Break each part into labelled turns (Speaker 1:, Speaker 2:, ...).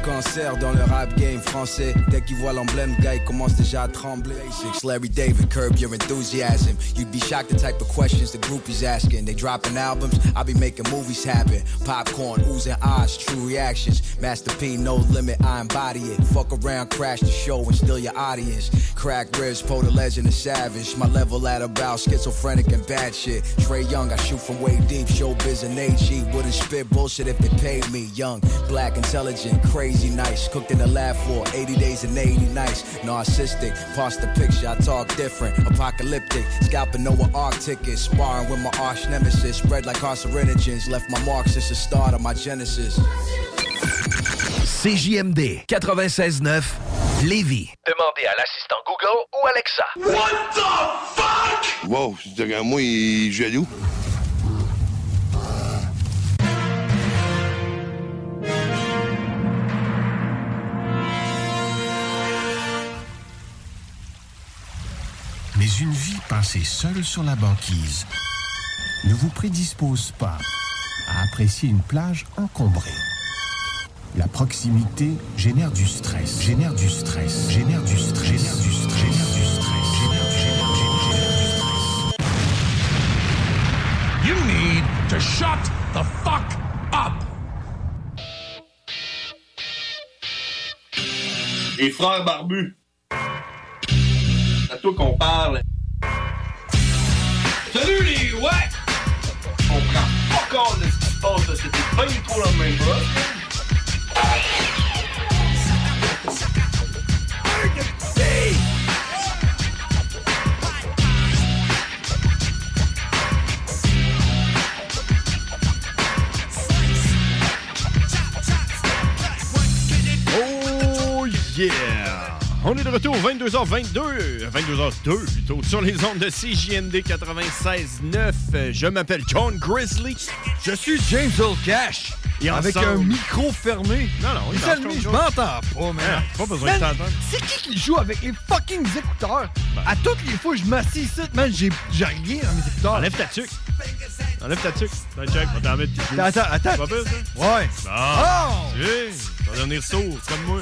Speaker 1: Cancer dans le rap game français. Dès qu'il voit l'emblème, gars, il commence déjà à trembler. Six, Larry David, curb your enthusiasm. You'd be shocked the type of questions the groupies asking. They dropping albums, I be making movies happen. Popcorn, oohs and ahs, true reactions. Master P, no limit, I embody it. Fuck around, crash the show and steal your audience. Crack ribs, pull the legend of savage. My level at about schizophrenic and bad shit. Trey Young, I shoot from way deep. Showbiz and AG wouldn't spit bullshit if they paid me. Young, black, intelligent, crazy nice. Cooked in the lab for 80 days and 80 nights. Narcissistic, past the picture, I talk different. Apocalyptic, scalping Noah Arc tickets. Sparring with my arch nemesis. Spread like carcinogens. Left my mark since the start of my genesis.
Speaker 2: CJMD 96.9 Lévis.
Speaker 3: Demandez à l'assistant Google ou Alexa. What the fuck?
Speaker 4: Wow, je dirais à moi, il est jaloux.
Speaker 5: Mais une vie passée seule sur la banquise ne vous prédispose pas à apprécier une plage encombrée. La proximité génère du stress, génère du stress, génère du stress, génère du stress, génère du stress, génère du génère du génère du stress. You need to shut the fuck up.
Speaker 6: Les frères barbus. C'est à toi qu'on parle. Salut les ouais! On prend pas compte de ce qui se passe, là. C'était pas du tout la même
Speaker 7: Oh yeah! On est de retour 22h22, 22h02 plutôt, sur les ondes de CJMD 96.9. Euh, Je m'appelle John Grizzly. Je suis James Old Cash. Et
Speaker 8: Avec
Speaker 7: ensemble-
Speaker 8: un micro fermé.
Speaker 7: Non, non,
Speaker 8: Les
Speaker 7: il marche
Speaker 8: amis,
Speaker 7: comme
Speaker 8: je
Speaker 7: ça.
Speaker 8: m'entends pas, man.
Speaker 7: Ouais, Hein, pas besoin
Speaker 8: Man,
Speaker 7: de t'entendre. Ben.
Speaker 8: C'est qui qui joue avec les fucking écouteurs? À toutes les fois, je m'assis ici, man, j'ai j'ai rien dans mes écouteurs.
Speaker 7: Enlève ta tuque. Enlève ta tuque. T'as Ben, check, on va t'en mettre.
Speaker 8: Attends, attends.
Speaker 7: Tu vas plus, ça?
Speaker 8: Ouais.
Speaker 7: Ah!
Speaker 8: Oh!
Speaker 7: Tu sais, tu vas devenir sourd, comme moi.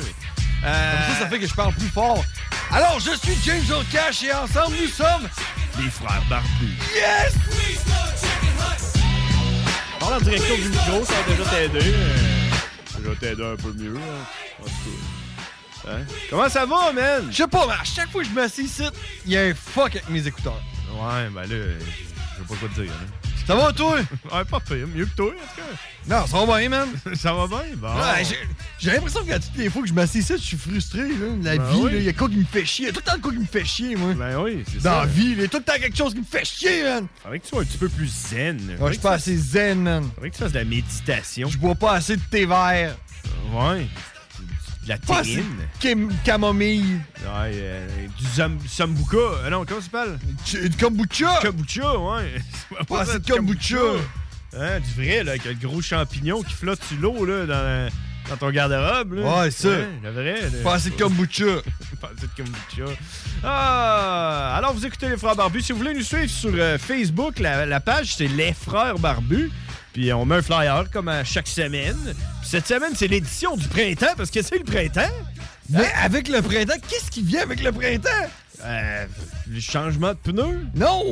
Speaker 8: Comme ça, ça fait que je parle plus fort. Euh, Alors, je suis James Earl Cash et ensemble, nous sommes...
Speaker 7: Les frères barbus.
Speaker 8: Yes!
Speaker 7: Parle en direction du micro, ça va déjà t'aider. euh, Ça va t'aider un peu mieux. hein. En tout cas. Hein? Comment ça va, man?
Speaker 8: Je sais pas, mais à chaque fois que je m'assis ici, il y a un fuck avec mes écouteurs.
Speaker 7: Ouais, ben là, je veux pas quoi te dire. hein.
Speaker 8: Ça va, toi?
Speaker 7: Ouais, pas pire. Mieux que toi, en tout
Speaker 8: cas. Non, ça va bien, man.
Speaker 7: ça va bien, bon.
Speaker 8: Ouais, j'ai- J'ai l'impression qu'à toutes les fois que je m'assis ici, je suis frustré. Là. La
Speaker 7: Ben
Speaker 8: vie,
Speaker 7: oui.
Speaker 8: là, il y a quoi qui me fait chier. Il y a tout le temps de quoi qui me fait chier, moi.
Speaker 7: Ben oui, c'est
Speaker 8: Dans
Speaker 7: ça.
Speaker 8: la vie, il y a tout le temps quelque chose qui me fait chier, man.
Speaker 7: Faudrait que tu sois un petit peu plus zen.
Speaker 8: Ouais, je suis pas assez zen, man.
Speaker 7: Faudrait que tu fasses de la méditation.
Speaker 8: Je bois pas assez de thé vert.
Speaker 7: Ouais. De la
Speaker 8: Pas assez
Speaker 7: théine.
Speaker 8: de cam- camomille.
Speaker 7: Ouais, euh, du sam- sambuca. Euh, non, comment ça s'appelle?
Speaker 8: Du kombucha.
Speaker 7: Kombucha, ouais.
Speaker 8: Pas assez de
Speaker 7: Du
Speaker 8: kombucha.
Speaker 7: Hein, du vrai, là, avec le gros champignon qui flotte sur l'eau, là, dans, la- dans ton garde-robe, là.
Speaker 8: Ouais, ça.
Speaker 7: le vrai, là.
Speaker 8: Pas assez de kombucha.
Speaker 7: Pas assez de kombucha. Ah, alors, vous écoutez Les Frères Barbus. Si vous voulez nous suivre sur euh, Facebook, la, la page, c'est Les Frères Barbus. Puis on met un flyer comme à chaque semaine. Puis cette semaine, c'est l'édition du printemps, parce que c'est le printemps.
Speaker 8: Mais avec le printemps, qu'est-ce qui vient avec le printemps?
Speaker 7: Euh, le changement de pneus.
Speaker 8: Non!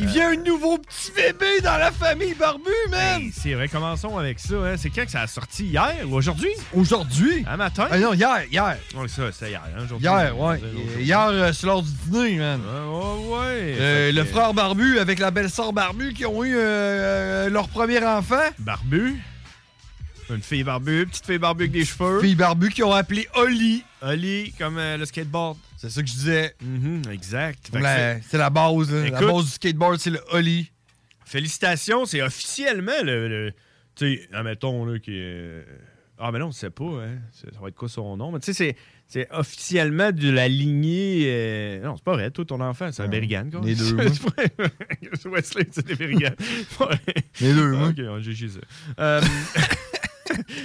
Speaker 8: Il vient un nouveau petit bébé dans la famille barbu, man!
Speaker 7: C'est vrai, commençons avec ça. hein. C'est quand que ça a sorti? Hier ou aujourd'hui?
Speaker 8: Aujourd'hui?
Speaker 7: Un matin?
Speaker 8: Ah non, hier, hier.
Speaker 7: Ouais, ça, c'est hier. hein, aujourd'hui.
Speaker 8: Hier, ouais.
Speaker 7: Aujourd'hui.
Speaker 8: Hier, euh, c'est l'heure du dîner, man.
Speaker 7: Ah, ouais, ouais.
Speaker 8: Euh,
Speaker 7: Fait
Speaker 8: le
Speaker 7: que-
Speaker 8: frère barbu avec la belle-sœur barbu qui ont eu euh, euh, leur premier enfant.
Speaker 7: Barbu. Une fille barbue, petite fille barbue avec des cheveux.
Speaker 8: Fille barbu qui ont appelé Oli.
Speaker 7: Oli, comme euh, le skateboard. Mm-hmm,
Speaker 8: C'est ça que je disais.
Speaker 7: exact. Fait que
Speaker 8: La-
Speaker 7: c'est-
Speaker 8: C'est la base, là. la
Speaker 7: Écoute.
Speaker 8: base du skateboard, c'est le Oli.
Speaker 7: Félicitations, c'est officiellement le. le- tu sais, admettons, là, qui. est- Ah, mais non, on ne sait pas, hein. C'est- Ça va être quoi son nom? Mais tu sais, c'est- c'est officiellement de la lignée. euh, Non, c'est pas vrai, toi, ton enfant, c'est un Berrigan, quoi.
Speaker 8: les Ah, deux,
Speaker 7: C'est pas- Wesley, c'est des Berrigan.
Speaker 8: Les deux, moi.
Speaker 7: Ok, ouais, j'ai chié ça. Euh,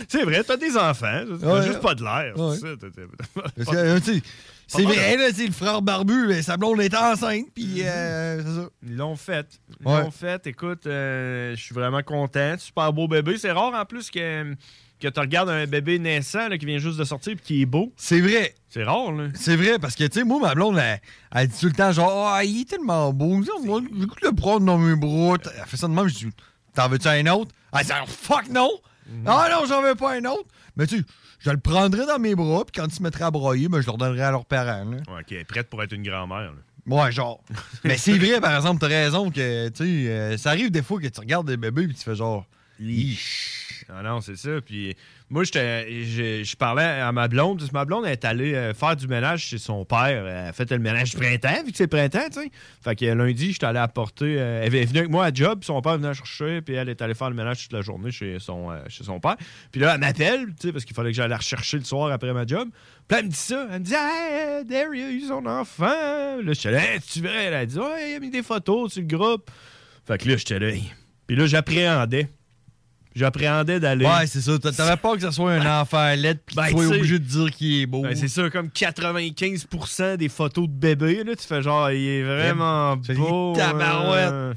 Speaker 7: c'est vrai, t'as des enfants, t'as
Speaker 8: Ouais.
Speaker 7: juste pas de l'air. c'est
Speaker 8: Ouais.
Speaker 7: ça, t'as- t'as-
Speaker 8: Parce que, euh, tu sais, c'est
Speaker 7: Pas-
Speaker 8: vrai, là, tu sais, le frère barbu, mais sa blonde était enceinte, puis
Speaker 7: Mm-hmm.
Speaker 8: euh, c'est ça.
Speaker 7: Mhm. Ils l'ont fait. Ils
Speaker 8: Ouais.
Speaker 7: l'ont fait. Écoute, euh, je suis vraiment content. Super beau bébé. C'est rare en plus que, que tu regardes un bébé naissant là, qui vient juste de sortir et qui est beau.
Speaker 8: C'est vrai.
Speaker 7: C'est rare, là.
Speaker 8: C'est vrai, parce que, tu sais, moi, ma blonde, elle, elle dit tout le temps, genre, ah, il est tellement beau. Tu sais, moi, J'ai goût de le prendre dans mes bras. Elle fait ça de même, je dis, t'en veux-tu un autre? Elle dit, Ah, fuck non!
Speaker 7: Mhm.
Speaker 8: Ah non, j'en veux pas un autre! Mais tu sais, je le prendrai dans mes bras, puis quand ils se mettraient à broyer, ben, je le redonnerai à leurs parents. là.
Speaker 7: Ouais, qui est prête pour être une grand-mère. là.
Speaker 8: Ouais, genre. Mais c'est vrai, par exemple, t'as raison que, tu sais, euh, ça arrive des fois que tu regardes des bébés, puis tu fais genre,
Speaker 7: Ah non, c'est ça. Puis moi, j'étais- je je parlais à ma blonde. Parce que Ma blonde est allée euh, faire du ménage chez son père. Elle fait le ménage du printemps, vu que c'est le printemps, tu sais. Fait que euh, lundi, j'étais allé apporter. euh, elle est venue avec moi à job, puis son père venait la chercher, puis elle est allée faire le ménage toute la journée chez son, euh, chez son père. Puis là, elle m'appelle, tu sais, parce qu'il fallait que j'aille la rechercher le soir après ma job. Puis là, elle me dit ça. Elle me dit, hey, euh, there you, eu son enfant. Là, je suis là, Hey, tu verrais. Elle a dit, ouais, il a mis des photos sur le groupe. Fait que là, j'étais là. Hey. Puis là, j'appréhendais. J'appréhendais d'aller.
Speaker 8: Ouais, c'est ça. T'a- T'avais peur que ce soit un enfant laid, puis
Speaker 7: Ben,
Speaker 8: tu
Speaker 7: tu
Speaker 8: sois
Speaker 7: sais.
Speaker 8: obligé de dire qu'il est beau.
Speaker 7: Ben, c'est ça, comme 95% des photos de bébés, là, tu fais genre, il est vraiment
Speaker 8: Ben, Tu fais,
Speaker 7: beau.
Speaker 8: Il est tabarouette.
Speaker 7: hein.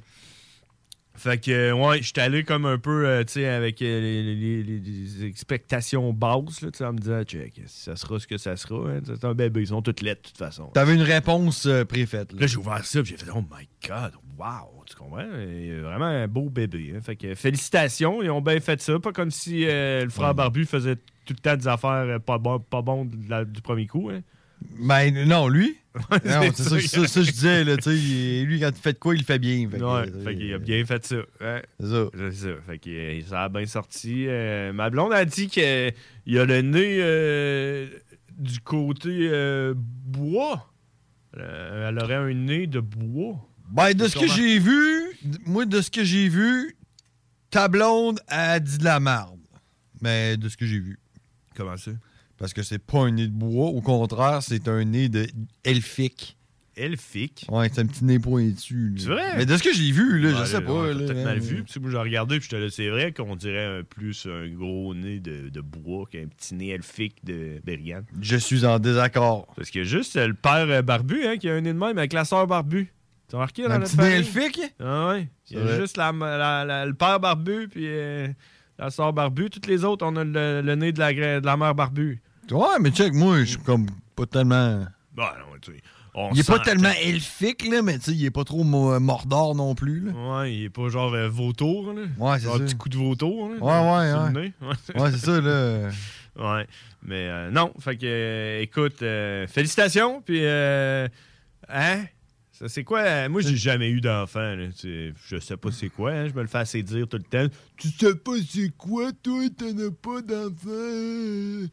Speaker 7: Fait que, euh, ouais, j'étais allé comme un peu, euh, tu sais, avec euh, les, les- les- les expectations basses, là, tu sais, en me disant, check, ça sera ce que ça sera, hein, c'est un bébé, ils sont toutes laides, de toute façon.
Speaker 8: T'avais une réponse euh, préfaite.
Speaker 7: Là, j'ai ouvert ça, puis j'ai fait, oh my god, wow, tu comprends? Il est vraiment un beau bébé. hein. Fait que, félicitations, ils ont bien fait ça. Pas comme si euh, le frère Barbu faisait tout le temps des affaires euh, pas bonnes pas bon du premier coup, hein.
Speaker 8: Ben non, lui. non,
Speaker 7: c'est
Speaker 8: c'est
Speaker 7: ça.
Speaker 8: ça, ça, ça, je disais, là, tu sais, il- lui, quand il fait de quoi, il le fait bien. Fait que,
Speaker 7: Ouais,
Speaker 8: euh,
Speaker 7: fait qu'il a bien fait ça. Ouais.
Speaker 8: C'est ça.
Speaker 7: Fait que euh, ça a bien sorti. Euh, ma blonde a dit qu'il a le nez euh, du côté euh, bois. Euh, elle aurait un nez de bois.
Speaker 8: Ben, de ce que
Speaker 7: Sûrement.
Speaker 8: j'ai vu, d- moi, de ce que j'ai vu, ta blonde a dit de la merde. Mais de ce que j'ai vu.
Speaker 7: Comment ça?
Speaker 8: Parce que c'est pas un nez de bois, au contraire, c'est un nez de elfique.
Speaker 7: Elfique.
Speaker 8: Ouais, c'est un petit nez pointu. là.
Speaker 7: C'est vrai?
Speaker 8: Mais de ce que j'ai vu, là,
Speaker 7: Ouais,
Speaker 8: je sais
Speaker 7: ouais,
Speaker 8: pas.
Speaker 7: t'as
Speaker 8: là,
Speaker 7: peut-être
Speaker 8: hein,
Speaker 7: mal
Speaker 8: mais-
Speaker 7: vu. Puis moi, j'ai regardé, puis j'étais là, c'est vrai qu'on dirait un plus un gros nez de, de bois qu'un petit nez elfique de Berriane.
Speaker 8: Je suis en désaccord.
Speaker 7: Parce que juste euh, le père euh, barbu, hein, qui a un nez de même avec la sœur barbu. T'as remarqué dans
Speaker 8: Un
Speaker 7: notre
Speaker 8: petit nez
Speaker 7: famille?
Speaker 8: elfique?
Speaker 7: Ah ouais.
Speaker 8: C'est
Speaker 7: Il y a
Speaker 8: vrai.
Speaker 7: juste la- la- la- le père barbu, puis euh, la sœur barbu. Toutes les autres, on a le, le nez de la, gra- de la mère barbu.
Speaker 8: Ouais, mais check, moi, je suis comme pas tellement.
Speaker 7: Bon, non, tu sais, on
Speaker 8: Il est pas
Speaker 7: s'entend.
Speaker 8: tellement elfique, là, mais tu sais, il est pas trop mo- euh, mordor non plus, là.
Speaker 7: Ouais, il est pas genre euh, vautour, là.
Speaker 8: Ouais, c'est
Speaker 7: Genre
Speaker 8: ça.
Speaker 7: un petit coup de vautour, là. sur
Speaker 8: Ouais,
Speaker 7: le
Speaker 8: ouais,
Speaker 7: nez.
Speaker 8: ouais. Ouais, c'est ça, là.
Speaker 7: Ouais. Mais euh, non, fait que, euh, écoute, euh, félicitations, puis, euh, hein? Ça, c'est quoi? euh, Moi, j'ai jamais eu d'enfant, là. C'est- Je sais pas c'est quoi, hein, je me le fais assez dire tout le temps. Tu sais pas c'est quoi, toi, t'en as pas d'enfant?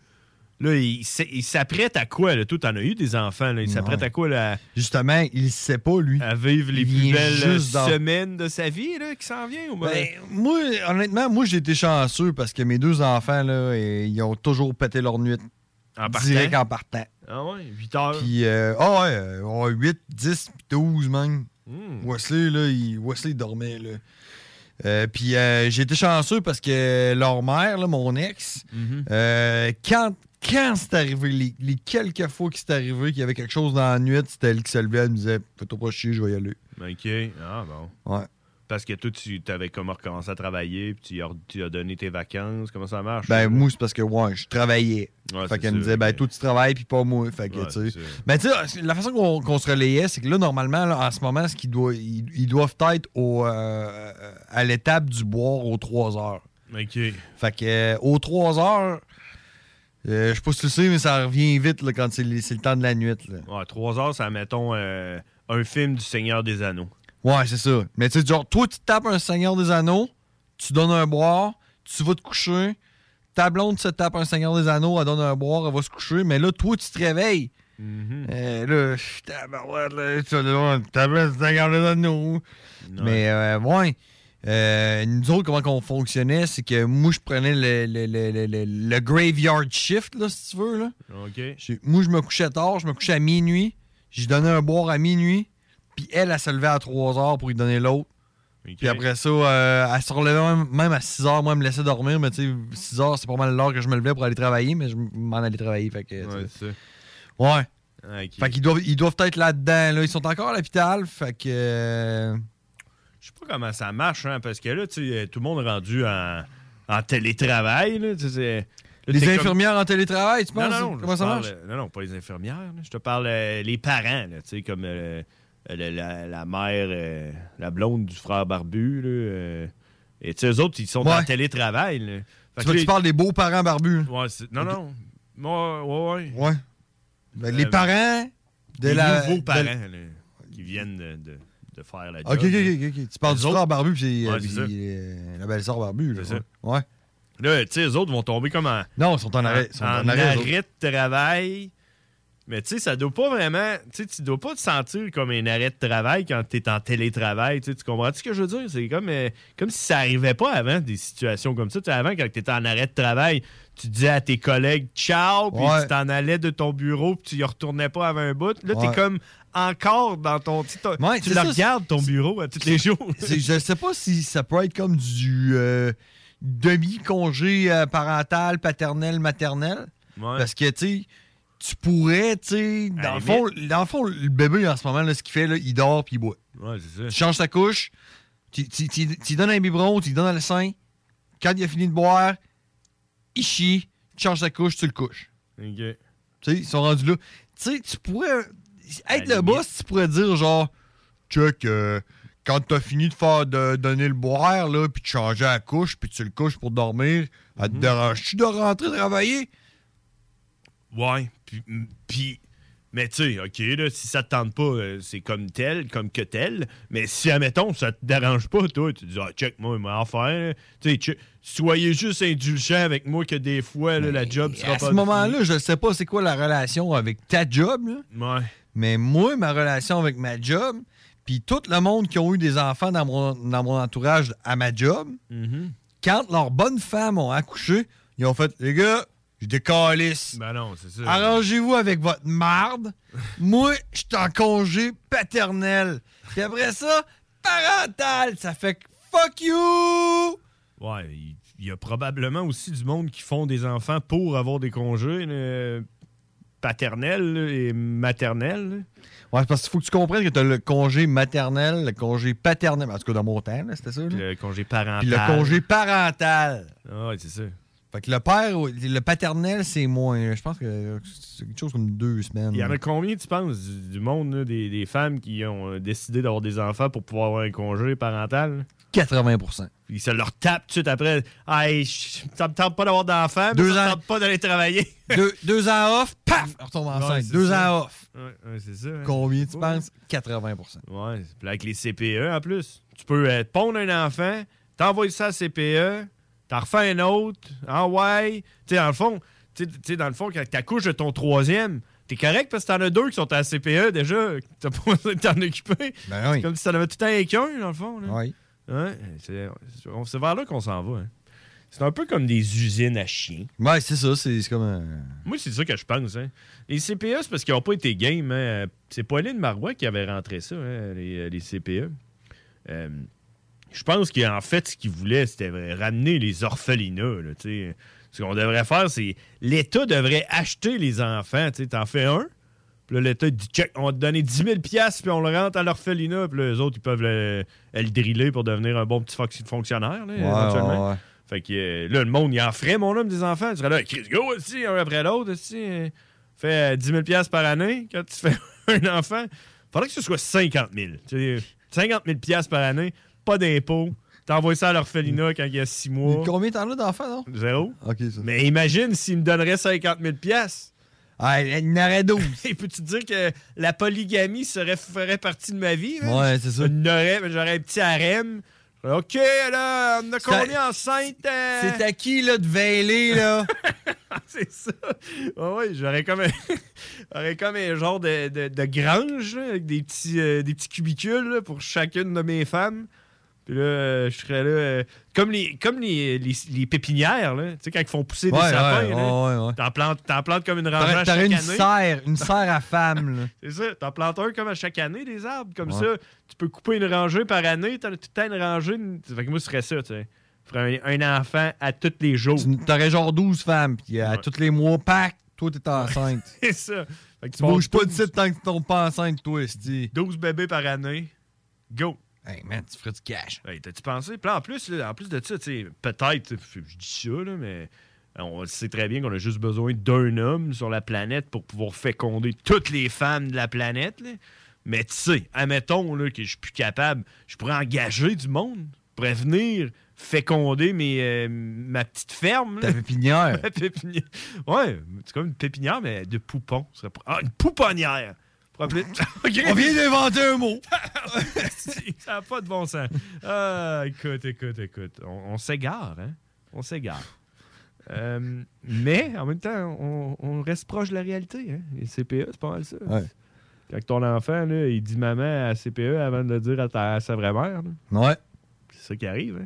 Speaker 7: Là, il, s'est- il s'apprête à quoi, là? Toi, t'en as eu des enfants, là. Il s'apprête à quoi, là?
Speaker 8: Justement, il sait pas, lui.
Speaker 7: À vivre les
Speaker 8: Il
Speaker 7: plus
Speaker 8: vient
Speaker 7: belles
Speaker 8: juste d'en-
Speaker 7: semaines de sa vie, là, qui s'en vient? Ou
Speaker 8: Ben, moi, honnêtement, moi, j'ai été chanceux parce que mes deux enfants, là, et- ils ont toujours pété leur nuit.
Speaker 7: En partant?
Speaker 8: Direct en partant.
Speaker 7: Ah ouais, 8 heures.
Speaker 8: Puis, euh, ah ouais, euh, ouais, 8, 10, puis 12 même.
Speaker 7: Hmm.
Speaker 8: Wesley, là, il, Wesley dormait, là. Euh, puis euh, j'ai été chanceux parce que leur mère, là, mon ex,
Speaker 7: Mm-hmm.
Speaker 8: euh, quand, quand c'est arrivé, les, les quelques fois que c'est arrivé qu'il y avait quelque chose dans la nuit, c'était elle qui se levait, elle me disait Fais-toi pas chier, je vais y aller.
Speaker 7: OK. Ah bon.
Speaker 8: Ouais.
Speaker 7: Parce que toi, tu avais comme recommencé à travailler, puis tu as, tu as donné tes vacances. Comment ça marche?
Speaker 8: Ben, moi, c'est parce que, ouais, je travaillais.
Speaker 7: Ouais,
Speaker 8: fait
Speaker 7: c'est
Speaker 8: qu'elle me
Speaker 7: sûr,
Speaker 8: disait, ben, toi, tu travailles, puis pas moi. Fait que,
Speaker 7: Ouais,
Speaker 8: tu sais.
Speaker 7: c'est sûr.
Speaker 8: Mais, tu sais, la façon qu'on qu'on se relayait, c'est que là, normalement, là, en ce moment, ce qu'ils doivent, ils, ils doivent être au, euh, à l'étape du boire aux 3 heures.
Speaker 7: OK.
Speaker 8: Fait que, euh, aux 3 heures, euh, je sais pas si tu le sais, mais ça revient vite là, quand c'est les- c'est le temps de la nuit. là.
Speaker 7: Ouais, trois heures, ça mettons euh, un film du Seigneur des Anneaux.
Speaker 8: Ouais, c'est ça. Mais tu sais, genre, toi, tu tapes un Seigneur des Anneaux, tu donnes un boire, tu vas te coucher. Ta blonde se tape un Seigneur des Anneaux, elle donne un boire, elle va se coucher. Mais là, toi, tu te réveilles. Euh, là, je tabarouette, là, tu vas là, tu tapes un Seigneur des Anneaux. Mais, euh, ouais. Euh, nous autres, comment qu'on fonctionnait, c'est que moi, je prenais le, le- le- le- le- le graveyard shift, là, si tu veux. Là.
Speaker 7: OK.
Speaker 8: J'ai- Moi, je me couchais tard, je me couchais à minuit. J'ai donné un boire à minuit. Puis elle, elle se levait à 3 heures pour lui donner l'autre. Puis après ça, euh, elle se relevait même, même à 6 heures. Moi, elle me laissait dormir, mais tu sais, 6 heures, c'est pas mal l'heure que je me levais pour aller travailler, mais je m'en allais travailler. Fait que, tu
Speaker 7: Ouais,
Speaker 8: sais.
Speaker 7: c'est ça.
Speaker 8: Ouais.
Speaker 7: Ok.
Speaker 8: Fait qu'ils doivent, ils doivent être là-dedans. Là. Ils sont encore à l'hôpital. Fait que. euh,
Speaker 7: Je sais pas comment ça marche, hein, parce que là, tu sais, tout le monde est rendu en, en télétravail. Là, tu sais, là,
Speaker 8: les
Speaker 7: t'es comme-
Speaker 8: infirmières en télétravail, tu
Speaker 7: Non,
Speaker 8: penses?
Speaker 7: non, non,
Speaker 8: comment
Speaker 7: je
Speaker 8: ça
Speaker 7: parle- euh,
Speaker 8: marche?
Speaker 7: Non, non, pas les infirmières. là. Je te parle euh, les parents, là, tu sais, comme euh, le- la, la mère, euh, la blonde du frère barbu. Là, euh, et tu sais, eux autres, ils sont en
Speaker 8: Ouais.
Speaker 7: télétravail. là. Fait
Speaker 8: Tu,
Speaker 7: que
Speaker 8: vois,
Speaker 7: là,
Speaker 8: tu parles des beaux-parents barbus.
Speaker 7: Ouais, c'est- non, non. Moi, ouais, ouais.
Speaker 8: Ouais. Ben, les
Speaker 7: Euh,
Speaker 8: parents de
Speaker 7: les
Speaker 8: la.
Speaker 7: nouveaux
Speaker 8: de-
Speaker 7: parents là, qui viennent de, de- de faire la job.
Speaker 8: Ok, ok,
Speaker 7: là.
Speaker 8: ok, ok. Tu parles
Speaker 7: Eux
Speaker 8: du
Speaker 7: autres-
Speaker 8: frère barbu puis, euh,
Speaker 7: Ouais,
Speaker 8: puis,
Speaker 7: c'est ça.
Speaker 8: euh, la belle-sœur barbu. Là,
Speaker 7: C'est
Speaker 8: ouais.
Speaker 7: ça.
Speaker 8: Ouais.
Speaker 7: Là, tu sais, les autres vont tomber comme en.
Speaker 8: Non, ils sont en arrêt. ils sont
Speaker 7: en
Speaker 8: en arrêt, eux autres.
Speaker 7: arrêt de travail. Mais tu sais, ça doit pas vraiment. Tu sais, tu dois pas te sentir comme un arrêt de travail quand tu es en télétravail. Tu sais, tu comprends ce que je veux dire? C'est comme, euh, comme si ça arrivait pas avant des situations comme ça. Tu sais, avant, quand tu étais en arrêt de travail, tu disais à tes collègues ciao, puis
Speaker 8: Ouais.
Speaker 7: tu t'en allais de ton bureau, puis tu y retournais pas avant un bout. Là,
Speaker 8: Ouais.
Speaker 7: tu es comme encore dans ton. Tu, sais, t'as-
Speaker 8: Ouais,
Speaker 7: tu
Speaker 8: c'est
Speaker 7: le
Speaker 8: ça,
Speaker 7: regardes, ton bureau, à tous les jours.
Speaker 8: C'est- Je sais pas si ça peut être comme du euh, demi-congé euh, parental, paternel, maternel.
Speaker 7: Ouais.
Speaker 8: Parce que, tu sais, tu pourrais, tu sais,
Speaker 7: À
Speaker 8: dans, le
Speaker 7: la
Speaker 8: fond, dans le fond, le bébé en ce moment, là, ce qu'il fait, là, il dort puis il boit.
Speaker 7: Ouais, c'est ça.
Speaker 8: Tu changes ta couche, tu tu- tu- tu lui donnes un biberon, tu lui donnes le sein. Quand il a fini de boire, il chie, tu changes ta couche, tu le couches.
Speaker 7: Ok.
Speaker 8: Tu sais, ils sont rendus là. Tu sais, tu pourrais.
Speaker 7: À la
Speaker 8: Être le boss, tu pourrais dire genre, check, euh, quand t'as fini de faire de, donner le boire, là, puis de changer la couche, puis tu le couches pour dormir, à
Speaker 7: Mhm.
Speaker 8: te dérange-tu de rentrer travailler?
Speaker 7: Ouais, puis- m- puis... Mais tu sais, OK, là, si ça te tente pas, euh, c'est comme tel, comme que tel. Mais si, admettons, ça te dérange pas, toi, tu dis, ah, check, moi, moi, enfin, tu sais, che- soyez juste indulgents avec moi que des fois, là, la job sera
Speaker 8: à
Speaker 7: pas...
Speaker 8: ce moment-là, je sais pas c'est quoi la relation avec ta job, là.
Speaker 7: Ouais.
Speaker 8: Mais moi, ma relation avec ma job, puis tout le monde qui ont eu des enfants dans mon, dans mon entourage à ma job,
Speaker 7: Mhm.
Speaker 8: quand leurs bonnes femmes ont accouché, ils ont fait Les gars, je décalisse.
Speaker 7: Ben non, c'est ça.
Speaker 8: Arrangez-vous avec votre marde. moi, je suis en congé paternel. Puis après ça, parental. Ça fait que fuck you!
Speaker 7: Ouais, il il y, a probablement aussi du monde qui font des enfants pour avoir des congés euh, paternels là, et maternels. là.
Speaker 8: Ouais, c'est parce qu'il faut que tu comprennes que tu as le congé maternel, le congé paternel. En tout cas, dans mon temps, là, c'était ça. là.
Speaker 7: Puis le congé parental.
Speaker 8: Puis le congé parental.
Speaker 7: Ah, ouais, c'est ça.
Speaker 8: Fait que le père, le paternel, c'est moins. Je pense que c'est quelque chose comme deux semaines.
Speaker 7: Il y en a combien, tu penses, du, du monde, là, des, des femmes qui ont euh, décidé d'avoir des enfants pour pouvoir avoir un congé parental?
Speaker 8: 80
Speaker 7: Ils se leur tapent tout de suite après. Hey, je- ça me tente pas d'avoir d'enfants, mais
Speaker 8: Deux
Speaker 7: ça me
Speaker 8: ans.
Speaker 7: tente pas d'aller travailler.
Speaker 8: deux, deux ans off, paf, on retombe enceinte.
Speaker 7: c'est
Speaker 8: deux
Speaker 7: ça.
Speaker 8: ans off.
Speaker 7: Ouais, ouais, c'est ça. hein.
Speaker 8: Combien tu
Speaker 7: Ouais.
Speaker 8: penses 80
Speaker 7: Ouais, c'est- puis avec les CPE en plus. Tu peux euh, pondre un enfant, t'envoies ça à CPE, t'en refais un autre, envoie. Tu sais, dans le fond, tu sais- tu sais, dans le fond, quand t'accouches de ton troisième, t'es correct parce que t'en as deux qui sont à CPE déjà, que t'as pas besoin de t'en occuper.
Speaker 8: Ben oui.
Speaker 7: C'est comme si t'en avais tout un qu'un, dans le fond. là.
Speaker 8: Oui.
Speaker 7: Ouais, c'est on- c'est vers là qu'on s'en va. hein. C'est un peu comme des usines à chiens.
Speaker 8: Ouais, c'est ça, c'est c'est comme un.
Speaker 7: Moi, c'est ça que je pense. hein. Les CPE, c'est parce qu'ils n'ont pas été game. hein. C'est Pauline Marois qui avait rentré ça, hein, les, les CPE. Euh, je pense qu'en fait, ce qu'ils voulaient, c'était vrai- ramener les orphelinats. là, tu sais. ce qu'on devrait faire, c'est l'État devrait acheter les enfants. Tu sais, T'en fais un, Puis là, l'État dit check, on va te donner 10 000 piastres, puis on le rentre à l'orphelinat. Puis là, eux autres, ils peuvent le, euh, le driller pour devenir un bon petit fox- fonctionnaire, là, éventuellement.
Speaker 8: ouais, ouais.
Speaker 7: Fait que euh, là, le monde, il en ferait, mon homme, des enfants. Tu serais là, Chris, go aussi, un après l'autre, aussi. euh, Fais euh, 10 000 piastres par année quand tu fais un enfant. Faudrait que ce soit 50 000. Tu sais, 50 000 piastres par année, pas d'impôts. T'envoies ça à l'orphelinat quand il y a 6 mois.
Speaker 8: Mm. Combien t'en as d'enfants, non?
Speaker 7: Zéro. Mais imagine s'il me donnerait 50 000 piastres.
Speaker 8: Ah, il en aurait 12.
Speaker 7: Et peux-tu dire que la polygamie serait, ferait partie de ma vie? là?
Speaker 8: Ouais, c'est ça.
Speaker 7: Il y en aurait, mais J'aurais un petit harem. OK, là, on a combien enceinte? euh?
Speaker 8: C'est à qui, là, de veiler, là?
Speaker 7: c'est ça. oui, j'aurais comme, un- j'aurais comme un genre de, de- de grange là, avec des petits, euh, des petits cubicules là, pour chacune de mes femmes. Puis là, euh, je serais là. euh, comme les, comme les, les, les pépinières, là. Tu sais, quand ils font pousser
Speaker 8: Ouais,
Speaker 7: des sapins,
Speaker 8: ouais,
Speaker 7: là, T'en, plantes, t'en plantes comme une rangée
Speaker 8: T'aurais
Speaker 7: à chaque
Speaker 8: t'aurais une
Speaker 7: année.
Speaker 8: serre, une serre à femme, là.
Speaker 7: C'est ça. T'en plantes un comme à chaque année, des arbres. Comme
Speaker 8: Ouais.
Speaker 7: ça, tu peux couper une rangée par année. T'en as tout le temps une rangée. une- Fait que moi, ce serait ça, tu sais. Je ferais un, un enfant à tous les jours.
Speaker 8: Tu- T'aurais genre 12 femmes, puis à tous les mois, pack, toi, t'es enceinte.
Speaker 7: C'est ça. Fait que
Speaker 8: Tu bouges
Speaker 7: pars
Speaker 8: pas de site tant que tu tombes pas enceinte, toi, c'est
Speaker 7: 12 bébés par année. Go!
Speaker 8: Hey man, tu ferais du cash.
Speaker 7: Hey, t'as-tu pensé? Puis là, en plus, là, en plus de ça, tu sais, peut-être, f- je dis ça, là, mais on sait très bien qu'on a juste besoin d'un homme sur la planète pour pouvoir féconder toutes les femmes de la planète. là. Mais tu sais, admettons là, que je suis plus capable, je pourrais engager du monde, je pourrais venir féconder mes, euh, ma petite ferme.
Speaker 8: Ta pépinière.
Speaker 7: Ma pépinière. Ouais, c'est comme une pépinière, mais de poupons. Ce serait pour- Ah, une pouponnière! Pour appeler- Ok.
Speaker 8: On vient d'inventer un mot.
Speaker 7: Ça n'a pas de bon sens. Ah, écoute, écoute, écoute. On, on s'égare, hein? On s'égare. Euh, mais en même temps, on, on reste proche de la réalité. Hein? Les CPE, c'est pas mal ça.
Speaker 8: Ouais.
Speaker 7: Quand ton enfant, là, il dit maman à CPE avant de le dire à, ta- à sa vraie mère. là.
Speaker 8: Ouais.
Speaker 7: C'est ça qui arrive.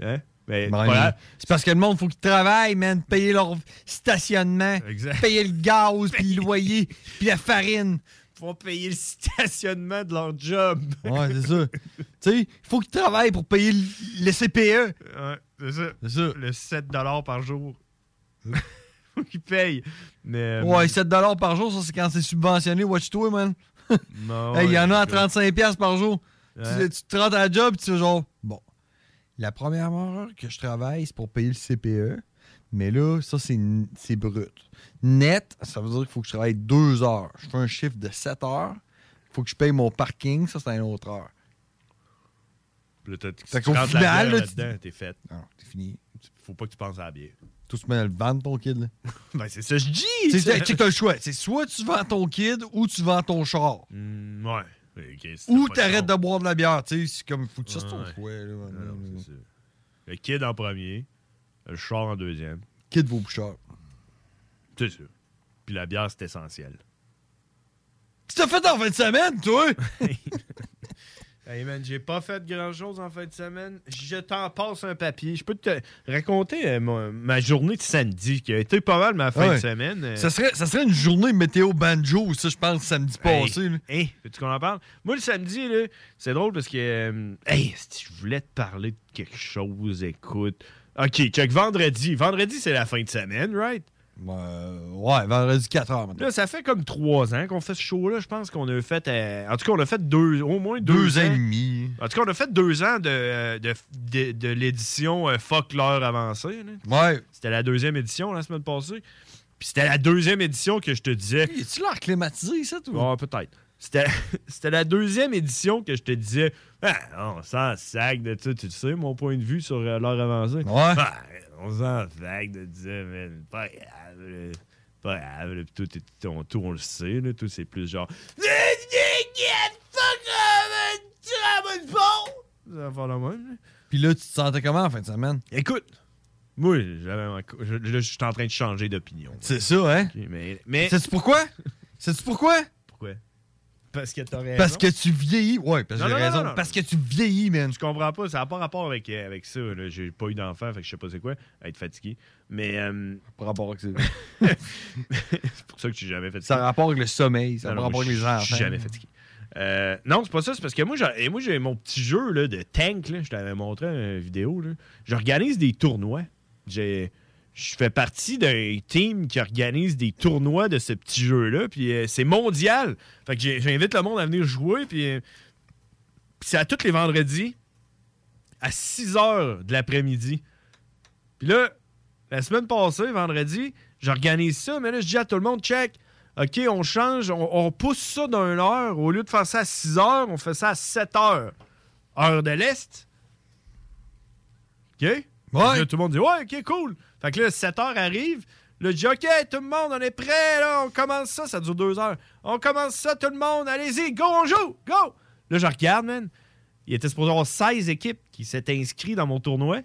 Speaker 7: Hein? Hein? Mais,
Speaker 8: Ben,
Speaker 7: c'est pas grave.
Speaker 8: C'est parce que le monde, faut qu'ils travaillent, man. Payer leur stationnement,
Speaker 7: Exact.
Speaker 8: payer le gaz, puis le loyer, puis la farine.
Speaker 7: Pour payer le stationnement de leur job.
Speaker 8: Ouais, c'est ça. tu sais, il faut qu'ils travaillent pour payer le, le E. CPE.
Speaker 7: Ouais, c'est ça.
Speaker 8: C'est ça.
Speaker 7: Le 7 par jour. Faut qu'il paye. Mais, euh,
Speaker 8: Ouais, 7 par jour, ça, c'est quand c'est subventionné. Watch-toi, man.
Speaker 7: Non,
Speaker 8: Hey, il y en a à
Speaker 7: écoute.
Speaker 8: 35$ piastres par jour.
Speaker 7: Ouais.
Speaker 8: Tu, tu te rentres à la job, tu fais genre, bon, la première heure que je travaille, c'est pour payer le CPE, mais là, ça, c'est n- c'est brut. Net, ça veut dire qu'il faut que je travaille deux heures. Je fais un chiffre de 7 heures, il faut que je paye mon parking, ça, c'est une autre heure.
Speaker 7: Puis là, t'as- si
Speaker 8: Fait
Speaker 7: tu
Speaker 8: qu'au
Speaker 7: rentres
Speaker 8: final,
Speaker 7: la bière
Speaker 8: là, tu-
Speaker 7: là-dedans, t'es fait.
Speaker 8: Non, t'es fini.
Speaker 7: Faut pas que tu penses à la bière.
Speaker 8: Tout se met dans le ventre, ton kid, là.
Speaker 7: Ben, c'est ça, je dis!
Speaker 8: C'est
Speaker 7: ça.
Speaker 8: c'est- tu sais que t'as le choix. C'est soit tu vends ton kid ou tu vends ton char.
Speaker 7: Mm, ouais. Ok, c'était
Speaker 8: Ou
Speaker 7: pas
Speaker 8: t'arrêtes
Speaker 7: con.
Speaker 8: de boire de la bière. Tu sais, c'est comme, faut que tu fasses ton
Speaker 7: Ouais.
Speaker 8: choix, là, man.
Speaker 7: Non, non, c'est ça. Le kid en premier, le char en deuxième.
Speaker 8: Kid vaut plus cher.
Speaker 7: C'est ça. Puis la bière, c'est essentiel.
Speaker 8: Tu t'as fait en fin de semaine, toi!
Speaker 7: Hey man, j'ai pas fait grand chose en fin de semaine. Je t'en passe un papier. Je peux te raconter euh, ma, ma journée de samedi qui a été pas mal ma fin
Speaker 8: Ouais.
Speaker 7: de semaine. euh.
Speaker 8: Ça serait, ça serait une journée météo banjo, ça, je pense, samedi
Speaker 7: Hey,
Speaker 8: passé. là.
Speaker 7: hey, veux-tu qu'on en parle? Moi, le samedi, là, c'est drôle parce que. euh, hey, si je voulais te parler de quelque chose, écoute. Ok, check, vendredi. Vendredi, c'est la fin de semaine, right?
Speaker 8: Euh, ouais, vendredi 4h maintenant.
Speaker 7: Là, ça fait comme trois ans qu'on fait ce show-là. Je pense qu'on a fait. euh, en tout cas, on a fait deux, au moins deux,
Speaker 8: Deux ans
Speaker 7: ans.
Speaker 8: et demi.
Speaker 7: En tout cas, on a fait deux ans de, euh, de, de- de l'édition euh, Fuck l'heure avancée. là.
Speaker 8: Ouais.
Speaker 7: C'était la deuxième édition la semaine passée. Puis c'était la deuxième édition que je te disais.
Speaker 8: Es-tu l'air climatisé, ça, toi?
Speaker 7: Ah, peut-être. C'était, c'était la deuxième édition que je te disais Ah, on s'en sac de ça. Tu sais, mon point de vue sur euh, l'heure avancée. Ah, on s'en sac de ça, man. Pas grave, là. Pas grave, là. Puis tout, tout, tout, on, tout, on le sait, là. Tout, c'est plus genre. Ça va faire le même, là.
Speaker 8: Puis là, tu te sentais comment en fin de semaine?
Speaker 7: Écoute, moi, j'avais ma cou- je, là, je suis en train de changer d'opinion.
Speaker 8: C'est ça, hein?
Speaker 7: Ok, mais, mais.
Speaker 8: Sais-tu pourquoi? Sais-tu pourquoi?
Speaker 7: Pourquoi? Parce que t'as raison.
Speaker 8: Parce que tu vieillis. Ouais, parce que
Speaker 7: Non,
Speaker 8: j'ai
Speaker 7: non, non,
Speaker 8: raison.
Speaker 7: non, non.
Speaker 8: Parce que tu vieillis, man.
Speaker 7: Je comprends pas, ça n'a pas rapport avec, euh, avec ça. là. J'ai pas eu d'enfant, fait que je sais pas c'est quoi, être fatigué. Mais euh,
Speaker 8: Par rapport avec ça.
Speaker 7: c'est pour ça que je suis jamais fatigué.
Speaker 8: Ça a rapport avec le sommeil, ça
Speaker 7: Non,
Speaker 8: a
Speaker 7: non,
Speaker 8: rapport
Speaker 7: moi,
Speaker 8: avec les
Speaker 7: je-
Speaker 8: enfants.
Speaker 7: Je suis jamais fatigué. Euh, non, c'est pas ça, c'est parce que moi, j'ai, et moi, j'ai mon petit jeu là, de tank, là, je t'avais montré une vidéo. là. J'organise des tournois. J'ai, je fais partie d'un team qui organise des tournois de ce petit jeu-là, puis euh, c'est mondial. Fait que j'ai- j'invite le monde à venir jouer, puis euh, puis c'est à tous les vendredis, à 6 heures de l'après-midi. Puis là, la semaine passée, vendredi, j'organise ça, mais là, je dis à tout le monde, check, OK, on change, on, on pousse ça d'une heure. Au lieu de faire ça à 6 heures, on fait ça à 7 heures. Heure de l'Est. OK? Fait que là, tout le monde dit, ouais, OK, cool. Fait que là, 7 heures arrive. Là, je dis, OK, tout le monde, on est prêt, là, on commence ça. Ça dure 2 heures. On commence ça, tout le monde, allez-y, go, on joue, go! Là, je regarde, man. Il était supposé avoir 16 équipes qui s'étaient inscrites dans mon tournoi.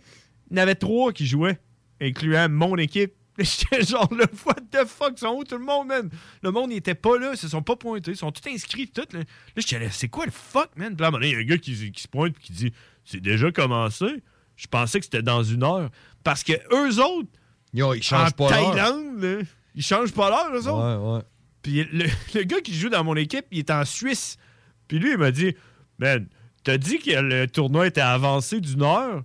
Speaker 7: Il y en avait 3 qui jouaient, incluant mon équipe. J'étais genre, le what the fuck, ils sont où tout le monde, man? Le monde, il était pas là, ils se sont pas pointés, ils sont tous inscrits, tout. Là, là j'étais là, c'est quoi le fuck, man? Puis là, à un moment donné, il y a un gars qui, qui se pointe et qui dit, c'est déjà commencé. Je pensais que c'était dans une heure. Parce que eux autres,
Speaker 8: ils changent
Speaker 7: en
Speaker 8: pas l'heure.
Speaker 7: Thaïlande, là, ils changent pas l'heure, eux autres. Puis le, le gars qui joue dans mon équipe, il est en Suisse. Puis lui, il m'a dit Man, t'as dit que le tournoi était avancé d'une heure,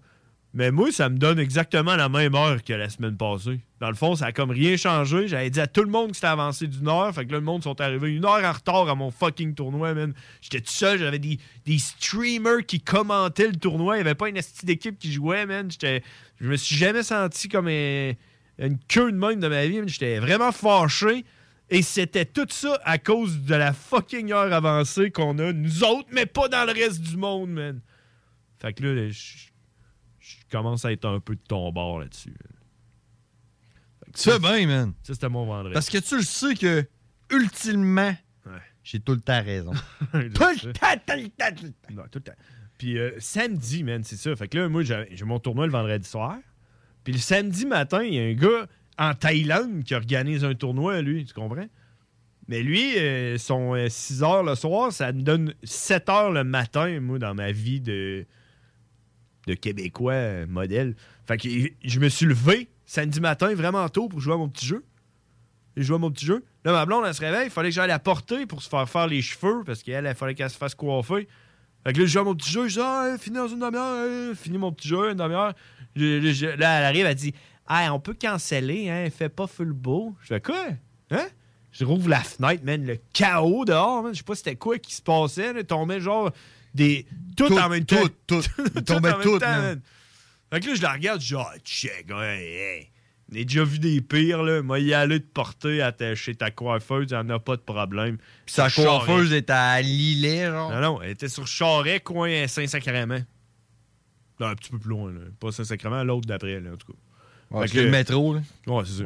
Speaker 7: mais moi, ça me donne exactement la même heure que la semaine passée. Dans le fond, ça a comme rien changé. J'avais dit à tout le monde que c'était avancé d'une heure. Fait que là, le monde sont arrivés une heure en retard à mon fucking tournoi, man. J'étais tout seul, j'avais des, des streamers qui commentaient le tournoi. Il n'y avait pas une astuce d'équipe qui jouait, man. J'étais- Je me suis jamais senti comme un- une queue de même de ma vie, man. J'étais vraiment fâché. Et c'était tout ça à cause de la fucking heure avancée qu'on a, nous autres, mais pas dans le reste du monde, man. Fait que là, je je commence à être un peu de ton bord là-dessus.
Speaker 8: Tu fais bien, ben, man.
Speaker 7: Ça, c'était mon vendredi.
Speaker 8: Parce que tu le sais que, ultimement, j'ai tout le temps raison. tout le temps, tout le temps, tout le temps.
Speaker 7: Non, tout le temps. Puis euh, samedi, man, c'est ça. Fait que là, moi, j'ai j'ai mon tournoi le vendredi soir. Puis le samedi matin, il y a un gars en Thaïlande qui organise un tournoi, lui, tu comprends? Mais lui, euh, son euh, 6 heures le soir, ça me donne 7 heures le matin, moi, dans ma vie de, de Québécois euh, modèle. Fait que euh, je me suis levé samedi matin vraiment tôt pour jouer à mon petit jeu. J'ai joué à mon petit jeu. Là, ma blonde, elle se réveille. Il fallait que j'aille la porter pour se faire faire les cheveux parce qu'elle, il fallait qu'elle se fasse coiffer. Fait que là, je joue à mon petit jeu. Je dis, ah, euh, fini dans une demi-heure. euh, fini mon petit jeu, une demi-heure. Je- je- je- Là, elle arrive, elle dit, ah, on peut canceller, hein. Fait pas full beau. Je fais quoi? Hein? Je rouvre la fenêtre, man. Le chaos dehors, man. Je sais pas c'était quoi qui se passait. Là. Tombait genre des. Tout, en même temps. Tout, tout.
Speaker 8: tombait
Speaker 7: en même
Speaker 8: tout,
Speaker 7: temps,
Speaker 8: man.
Speaker 7: man. Fait que là, je la regarde, je dis, ah, check, ouais, On a déjà vu des pires, là. Moi, y aller te porter à ta- chez ta coiffeuse, y'en a pas de problème. Puis
Speaker 8: sa coiffeuse est à Lillet, genre.
Speaker 7: Non, non, elle était sur Charret, coin Saint-Sacrement. Non, un petit peu plus loin, là. Pas Saint-Sacrement, l'autre d'après, là, en tout cas.
Speaker 8: Ouais,
Speaker 7: Fait
Speaker 8: parce
Speaker 7: que-
Speaker 8: que le métro, là.
Speaker 7: Ouais, c'est ça.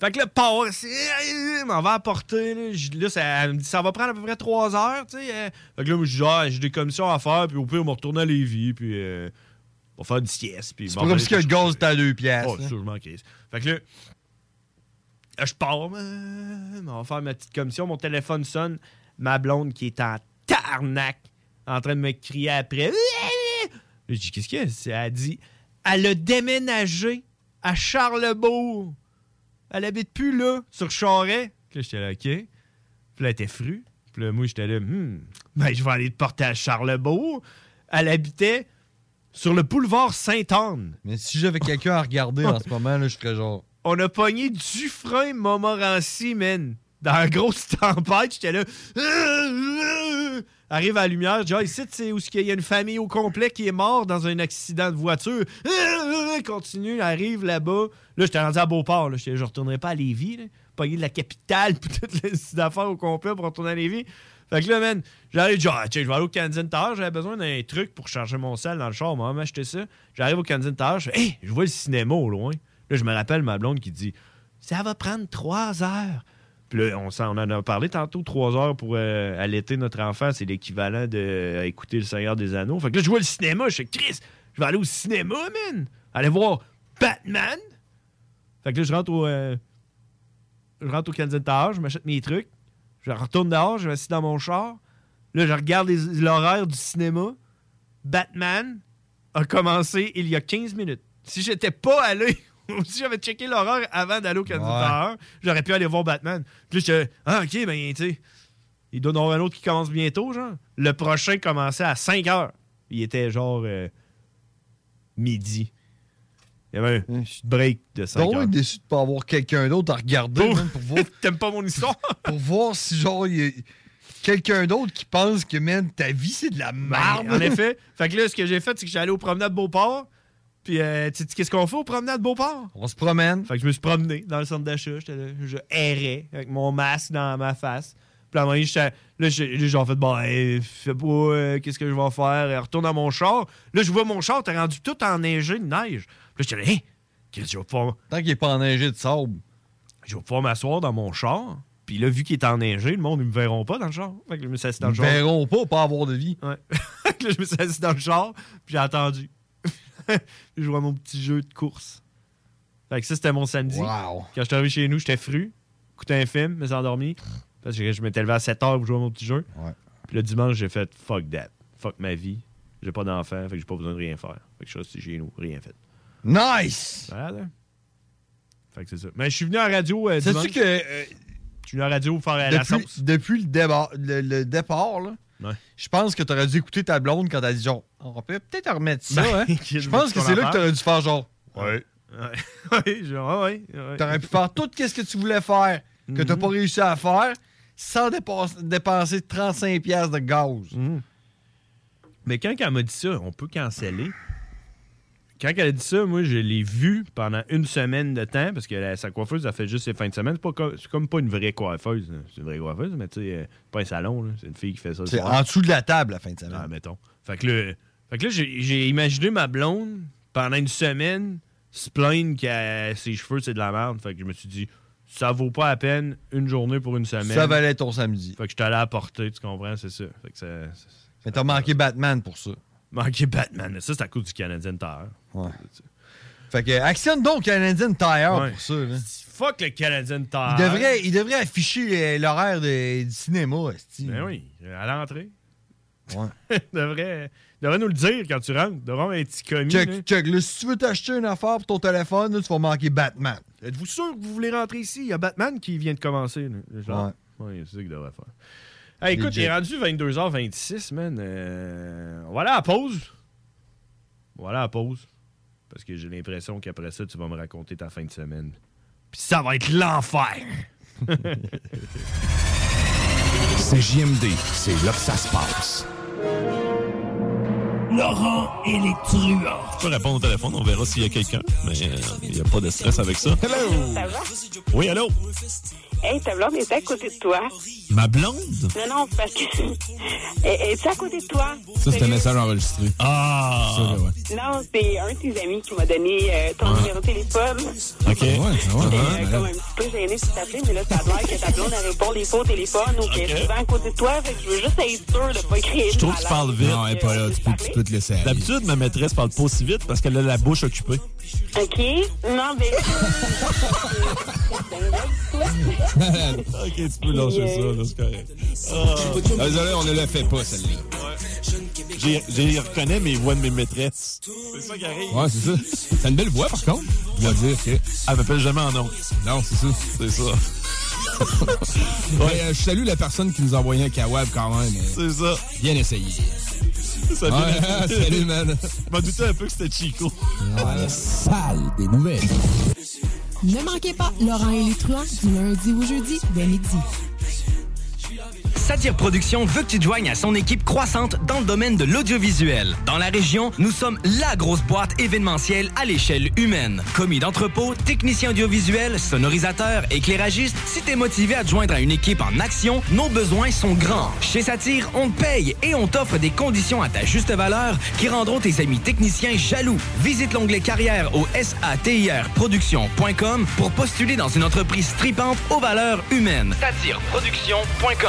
Speaker 7: Fait que là, power, c'est. euh, euh, m'en va apporter. Là, Je- là, ça, elle me dit, ça va prendre à peu près trois heures, tu sais. euh. Fait que là, moi, je dis, ah, j'ai des commissions à faire, puis au pire, on va retourner à Lévis, puis euh, on va faire une sieste. puis ben,
Speaker 8: C'est
Speaker 7: m'en
Speaker 8: pas comme
Speaker 7: aller
Speaker 8: si que le
Speaker 7: chercher-
Speaker 8: gaz était à deux piastres.
Speaker 7: Oh,
Speaker 8: là.
Speaker 7: sûrement qu'il est. Fait que là, là, je pars, euh, on va faire ma petite commission. Mon téléphone sonne. Ma blonde qui est en tarnac, en train de me crier après. Je dis, qu'est-ce que c'est? Elle dit, elle a déménagé à Charlebourg. Elle habite plus là, sur Charret. Puis là, j'étais là, OK. Puis là, elle était fru. Puis là, moi, j'étais là, hmm, ben, je vais aller te porter à Charlebourg. Elle habitait sur le boulevard Sainte-Anne.
Speaker 8: Mais si j'avais quelqu'un à regarder en ce moment, là, je serais genre.
Speaker 7: on a pogné Dufresne Montmorency, man. Dans la grosse tempête, j'étais là. Arrive à la lumière, je dis, ah, ici, c'est où ce qu'il y a une famille au complet qui est morte dans un accident de voiture. Continue, arrive là-bas. Là, j'étais rendu à Beauport. Là. J'étais, Je retournerai pas à Lévis. Là. Pogné de la capitale, puis toutes les affaires au complet pour retourner à Lévis. Fait que là, man, j'arrive, je dis, ah, tiens, je vais aller au Canadian Tower. J'avais besoin d'un truc pour charger mon sel dans le char. Maman m'a acheté ça. J'arrive au Canadian Tower, je fais, hey, je vois le cinéma au loin. Là, je me rappelle ma blonde qui dit Ça va prendre trois heures. Puis là, on, s'en- on en a parlé tantôt, trois heures pour euh, allaiter notre enfant, c'est l'équivalent de euh, écouter Le Seigneur des Anneaux. Fait que là, je vois le cinéma, je fais Chris, je vais aller au cinéma, man. Aller voir Batman. Fait que là, je rentre au. euh, je rentre au Canadian Tower, je m'achète mes trucs, je retourne dehors, je m'assis dans mon char. Là, je regarde les- l'horaire du cinéma. Batman a commencé il y a 15 minutes. Si j'étais pas allé, ou si j'avais checké l'horreur avant d'aller au Canadian
Speaker 8: Ouais.
Speaker 7: Tower, j'aurais pu aller voir Batman. Puis là, j'étais, ah, ok, ben, tu sais, il doit y en avoir un autre qui commence bientôt, genre. Le prochain commençait à 5 heures. Il était genre euh, midi. Il y avait un break de 5
Speaker 8: Donc,
Speaker 7: heures.
Speaker 8: déçu de pas avoir quelqu'un d'autre à regarder,
Speaker 7: Pour-
Speaker 8: même, pour voir.
Speaker 7: T'aimes pas mon histoire?
Speaker 8: pour voir si, genre, il y a quelqu'un d'autre qui pense que, man, ta vie, c'est de la merde.
Speaker 7: Ben, En effet. Fait que là, ce que j'ai fait, c'est que j'allais au promenade Beauport. Puis, euh, tu sais, qu'est-ce qu'on fait au promenade Beauport?
Speaker 8: On se promène.
Speaker 7: Fait que je me suis promené dans le centre d'achat. J'étais là, je errais avec mon masque dans ma face. Puis, à un moment donné, j'étais- là, j'ai là, j'ai en fait, bon, eh, fais pas, euh, qu'est-ce que je vais faire? Et Retourne à mon char. Là, je vois mon char, t'es rendu tout enneigé de neige. Puis là, j'étais là, hein, qu'est-ce que je vais pouvoir.
Speaker 8: Tant qu'il est pas enneigé de sable.
Speaker 7: Je vais pouvoir m'asseoir dans mon char. Puis là, vu qu'il est enneigé, le monde, ils me verront pas dans le char. Fait que je me suis assis dans le
Speaker 8: Ils
Speaker 7: char.
Speaker 8: verront pas pas avoir de vie.
Speaker 7: Ouais. Fait que là, je me suis assis dans le char, puis j'ai attendu. j'ai joué à mon petit jeu de course. Fait que ça, c'était mon samedi.
Speaker 8: Wow.
Speaker 7: Quand je suis arrivé chez nous, j'étais fru, écoutais un film, mais endormi. Parce que je m'étais levé à 7 heures pour jouer à mon petit jeu. Puis le dimanche, j'ai fait fuck that. Fuck ma vie. J'ai pas d'enfant, fait que j'ai pas besoin de rien faire. Fait que je suis resté chez nous, rien fait.
Speaker 8: Nice!
Speaker 7: Malade, hein? Fait que c'est ça. Mais je suis venu en radio. Euh,
Speaker 8: Sais-tu
Speaker 7: dimanche.
Speaker 8: que, euh,
Speaker 7: Je suis venu en radio pour faire euh, la
Speaker 8: Depuis,
Speaker 7: sauce.
Speaker 8: depuis le, débar- le- le départ, là,
Speaker 7: Ouais.
Speaker 8: je pense que t'aurais dû écouter ta blonde quand t'as dit genre, on peut peut-être remettre ça.
Speaker 7: Ben,
Speaker 8: hein.
Speaker 7: qu'est-ce
Speaker 8: Je pense que
Speaker 7: qu'on
Speaker 8: c'est là
Speaker 7: en
Speaker 8: que
Speaker 7: parle?
Speaker 8: t'aurais dû faire genre, ouais.
Speaker 7: Ouais. ouais, genre, ouais, ouais. Mhm.
Speaker 8: T'aurais pu faire tout ce que tu voulais faire, que t'as pas réussi à faire, sans dépenser, dépenser 35$ piastres de gaz.
Speaker 7: Mhm. Mais quand elle m'a dit ça, on peut canceller. Quand elle a dit ça, moi, je l'ai vu pendant une semaine de temps, parce que la- sa coiffeuse, elle fait juste ses fins de semaine. C'est, pas comme, c'est comme pas une vraie coiffeuse. là. C'est une vraie coiffeuse, mais tu sais, euh, c'est pas un salon. là. C'est une fille qui fait ça. le
Speaker 8: C'est
Speaker 7: soir.
Speaker 8: en dessous de la table la fin de semaine.
Speaker 7: Ah, mettons. Fait que là, fait que là, j'ai, j'ai imaginé ma blonde, pendant une semaine, se plaindre que ses cheveux, c'est de la merde. Fait que je me suis dit, ça vaut pas la peine une journée pour une semaine.
Speaker 8: Ça valait ton samedi.
Speaker 7: Fait que je t'allais apporter, tu comprends, c'est ça. Fait que ça- ça-
Speaker 8: Mais t'as manqué Batman pour ça.
Speaker 7: Manquer Batman, mais ça, c'est à cause du Canadian Tire.
Speaker 8: Ouais. Fait que actionne donc Canadian Tire
Speaker 7: Ouais. Ah.
Speaker 8: pour ça. là.
Speaker 7: Fuck le Canadian Tire.
Speaker 8: Il devrait, il devrait afficher euh, l'horaire de- du cinéma, esti.
Speaker 7: Ben oui, à l'entrée.
Speaker 8: Ouais.
Speaker 7: il devrait, il devrait nous le dire quand tu rentres. Il devrait avoir un petit commis.
Speaker 8: Check,
Speaker 7: là.
Speaker 8: check. Là, si tu veux t'acheter une affaire pour ton téléphone, là, tu vas manquer Batman.
Speaker 7: Êtes-vous sûr que vous voulez rentrer ici? Il y a Batman qui vient de commencer. là. Le genre. Ouais, c'est ça qu'il devrait faire. Hey, écoute,
Speaker 8: Legit.
Speaker 7: il est rendu 22h26, man. Euh, on va aller à la pause. On va aller à la pause. Parce que j'ai l'impression qu'après ça, tu vas me raconter ta fin de semaine. Puis ça va être l'enfer!
Speaker 9: C'est JMD, c'est là que ça se passe.
Speaker 10: Laurent et les truands.
Speaker 11: Je peux répondre au téléphone, on verra s'il y a quelqu'un, mais euh, il n'y a pas de stress avec ça.
Speaker 12: Ça va?
Speaker 11: Oui, allô?
Speaker 12: Hey, ta blonde est à côté de toi.
Speaker 11: Ma blonde?
Speaker 12: Non, non, parce que. Elle elle est à côté de toi.
Speaker 9: Ça, c'est un
Speaker 12: Salut.
Speaker 9: message enregistré. Ah! Ça, là, ouais.
Speaker 12: Non, c'est un de tes amis qui m'a donné euh, ton
Speaker 9: Ah.
Speaker 12: numéro de téléphone.
Speaker 9: OK. Ouais, ouais,
Speaker 12: J'étais
Speaker 9: ouais,
Speaker 12: euh,
Speaker 11: Uh-huh.
Speaker 9: malade.
Speaker 12: comme un petit peu gênée pour t'appeler, mais là, ça a l'air que ta blonde, elle répond des faux téléphones ou qu'elle est souvent à côté de toi. Fait que je veux juste être sûre de pas créer.
Speaker 11: Je trouve que tu parles vite.
Speaker 9: Non, elle est pas là, tu peux, tu peux te laisser aller.
Speaker 11: D'habitude, ma maîtresse parle pas aussi vite parce qu'elle a la bouche occupée.
Speaker 12: OK? Non, mais.
Speaker 11: ok, tu peux lâcher ça, là, c'est correct.
Speaker 9: Ah, désolé, on ne le fait pas, celle-là.
Speaker 11: J'ai- J'y reconnais mes voix de mes maîtresses. C'est ça qui arrive.
Speaker 9: Ouais, c'est ça. T'as une belle voix, par contre. Je dois dire que.
Speaker 11: Elle m'appelle jamais en nom.
Speaker 9: Non, c'est ça.
Speaker 11: C'est ça.
Speaker 9: Ouais, euh, je salue la personne qui nous a envoyé un kawab quand même.
Speaker 11: C'est ça.
Speaker 9: Bien essayé.
Speaker 11: Ça
Speaker 9: Ouais,
Speaker 11: vient-
Speaker 9: salut, man.
Speaker 11: Je m'en doutais un peu que c'était Chico.
Speaker 9: Ouais, sale des nouvelles.
Speaker 13: Ne manquez pas Laurent et les truands du lundi au jeudi dès midi.
Speaker 14: Satire Productions veut que tu te joignes à son équipe croissante dans le domaine de l'audiovisuel. Dans la région, nous sommes la grosse boîte événementielle à l'échelle humaine. Commis d'entrepôt, technicien audiovisuel, sonorisateur, éclairagiste, si t'es motivé à te joindre à une équipe en action, nos besoins sont grands. Chez Satire, on te paye et on t'offre des conditions à ta juste valeur qui rendront tes amis techniciens jaloux. Visite l'onglet carrière au satirproduction.com pour postuler dans une entreprise tripante aux valeurs humaines. Satireproduction.com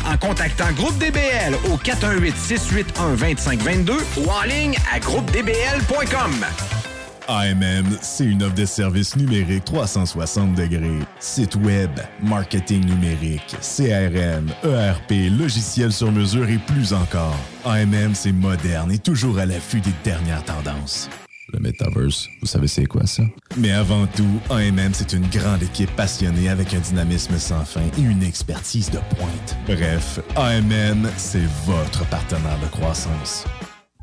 Speaker 15: en contactant Groupe DBL au 418-681-2522 ou en ligne à groupedbl.com.
Speaker 9: AMM, c'est une offre de services numériques 360 degrés. Site web, marketing numérique, CRM, ERP, E logiciel sur mesure et plus encore. AMM, c'est moderne et toujours à l'affût des dernières tendances.
Speaker 16: Le Metaverse, vous savez c'est quoi ça?
Speaker 9: Mais avant tout, AMM, c'est une grande équipe passionnée avec un dynamisme sans fin et une expertise de pointe. Bref, AMM, c'est votre partenaire de croissance.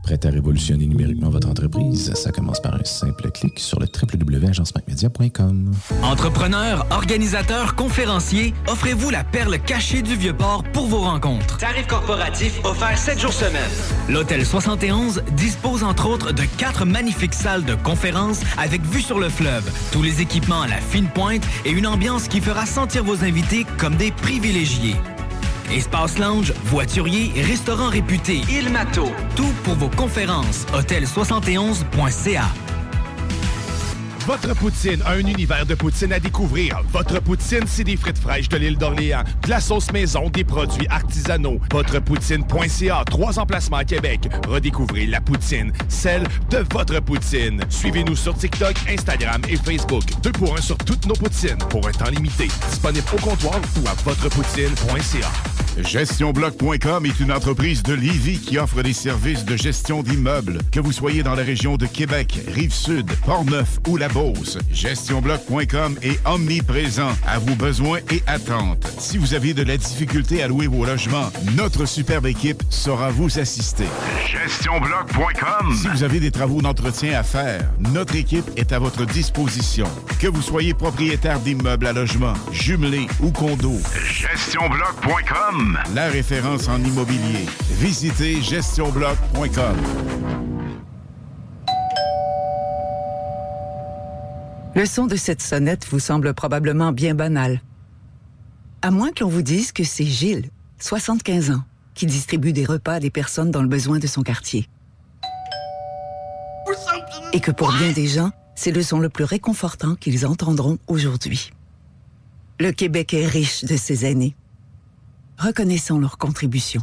Speaker 16: Prête à révolutionner numériquement votre entreprise? Ça commence par un simple clic sur le www.agencemacmedia.com.
Speaker 14: Entrepreneurs, organisateurs, conférenciers, offrez-vous la perle cachée du Vieux-Port pour vos rencontres. Tarifs corporatifs offerts 7 jours semaine. L'Hôtel 71 dispose entre autres de quatre magnifiques salles de conférences avec vue sur le fleuve, tous les équipements à la fine pointe et une ambiance qui fera sentir vos invités comme des privilégiés. Espace lounge, voiturier, restaurant réputé, Il Mato, tout pour vos conférences. Hôtel71.ca.
Speaker 17: Votre poutine, un univers de poutine à découvrir. Votre poutine, c'est des frites fraîches de l'île d'Orléans, de la sauce maison, des produits artisanaux. Votrepoutine.ca, trois emplacements à Québec. Redécouvrez la poutine, celle de votre poutine. Suivez-nous sur TikTok, Instagram et Facebook. Deux pour un sur toutes nos poutines, pour un temps limité. Disponible au comptoir ou à votrepoutine.ca.
Speaker 5: GestionBloc.com est une entreprise de Lévis qui offre des services de gestion d'immeubles. Que vous soyez dans la région de Québec, Rive-Sud, Portneuf ou La Beauce, GestionBloc.com est omniprésent à vos besoins et attentes. Si vous avez de la difficulté à louer vos logements, notre superbe équipe saura vous assister.
Speaker 1: GestionBloc.com
Speaker 5: Si vous avez des travaux d'entretien à faire, notre équipe est à votre disposition. Que vous soyez propriétaire d'immeubles à logement, jumelés ou condos,
Speaker 1: GestionBloc.com
Speaker 5: la référence en immobilier. Visitez gestionbloc.com.
Speaker 18: Le son de cette sonnette vous semble probablement bien banal. À moins que l'on vous dise que c'est Gilles, 75 ans, qui distribue des repas à des personnes dans le besoin de son quartier. Et que pour bien des gens, c'est le son le plus réconfortant qu'ils entendront aujourd'hui. Le Québec est riche de ses aînés. Reconnaissons leur contribution.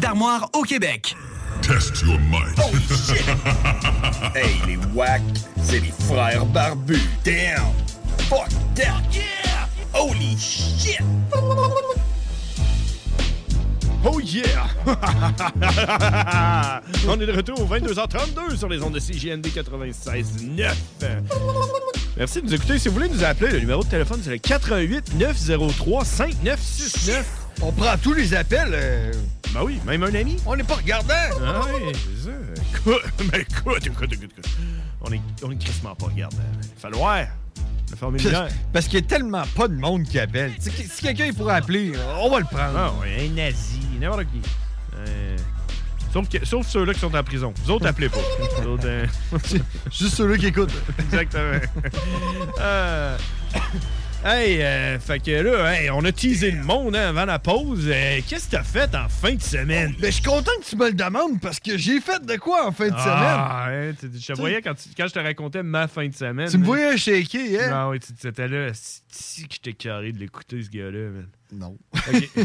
Speaker 14: d'armoires au Québec.
Speaker 1: Test your mind. Oh shit! hey, les wack, c'est les frères barbus. Damn! Fuck that! Yeah! Holy shit!
Speaker 7: Oh yeah! On est de retour aux 22h32 sur les ondes de CGND 96.9. Merci de nous écouter. Si vous voulez nous appeler, le numéro de téléphone, c'est le 88 903 5969. On prend tous les appels. Ben oui, même un ami. On n'est pas
Speaker 8: euh,
Speaker 7: regardant. Ah oui, c'est ça. Écoute, mais écoute, écoute, écoute, écoute. On est, on est crissement pas regardant. Falloir. Le formulaire.
Speaker 8: Parce, parce qu'il y a tellement pas de monde qui appelle. Tu sais, que- si quelqu'un il pourrait appeler, on va le prendre.
Speaker 7: Ah ouais, un nazi, n'importe qui. Euh, sauf que- sauf ceux-là qui sont en prison. Vous autres, appelez pas. Vous autres, euh,
Speaker 8: Juste ceux-là qui écoutent.
Speaker 7: Exactement. Euh, Hey, euh, fait que là, hey, on a teasé le monde hein, avant la pause. Euh, Qu'est-ce que t'as fait en fin de semaine?
Speaker 8: Mais Ben, je suis content que tu me le demandes parce que j'ai fait de quoi en fin de
Speaker 7: Ah, ouais, tu- je te voyais quand, tu- quand je te racontais ma fin de semaine.
Speaker 8: semaine? Tu me
Speaker 7: hein.
Speaker 8: voyais shaker, hein?
Speaker 7: Ah oui, tu étais là. Si que j'étais carré de l'écouter, ce gars-là, man.
Speaker 8: Non.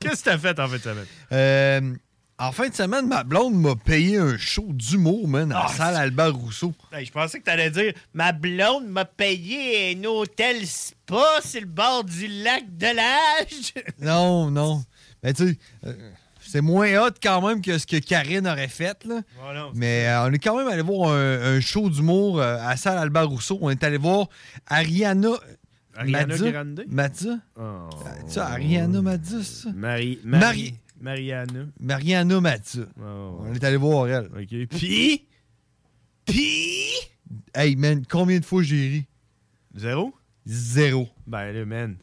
Speaker 7: Qu'est-ce que t'as fait en fin de semaine?
Speaker 8: Euh, en fin de semaine, ma blonde m'a payé un show d'humour, man,
Speaker 7: Ah,
Speaker 8: à la salle Albert Rousseau.
Speaker 19: Hey, Ben, je pensais que t'allais dire Ma blonde m'a payé un hôtel spa sur le bord du lac de l'âge.
Speaker 8: Non, non. Mais tu sais, euh, c'est moins hot quand même que ce que Karine aurait fait. Là. Mais euh, on est quand même allé voir un, un show d'humour euh, à salle Albert Rousseau. On est allé voir Ariana. euh,
Speaker 7: Ariana
Speaker 8: Madza?
Speaker 7: Grande?
Speaker 8: Madza?
Speaker 7: Oh.
Speaker 8: Tu sais, Ariana Madza, ça?
Speaker 7: Marie.
Speaker 8: Marie-
Speaker 7: Mariana.
Speaker 8: Mariana Madza. On est allé voir elle.
Speaker 7: OK. Puis? Puis?
Speaker 8: Hey, man, combien de fois j'ai ri?
Speaker 7: Zéro?
Speaker 8: Zéro.
Speaker 7: Ben là, man.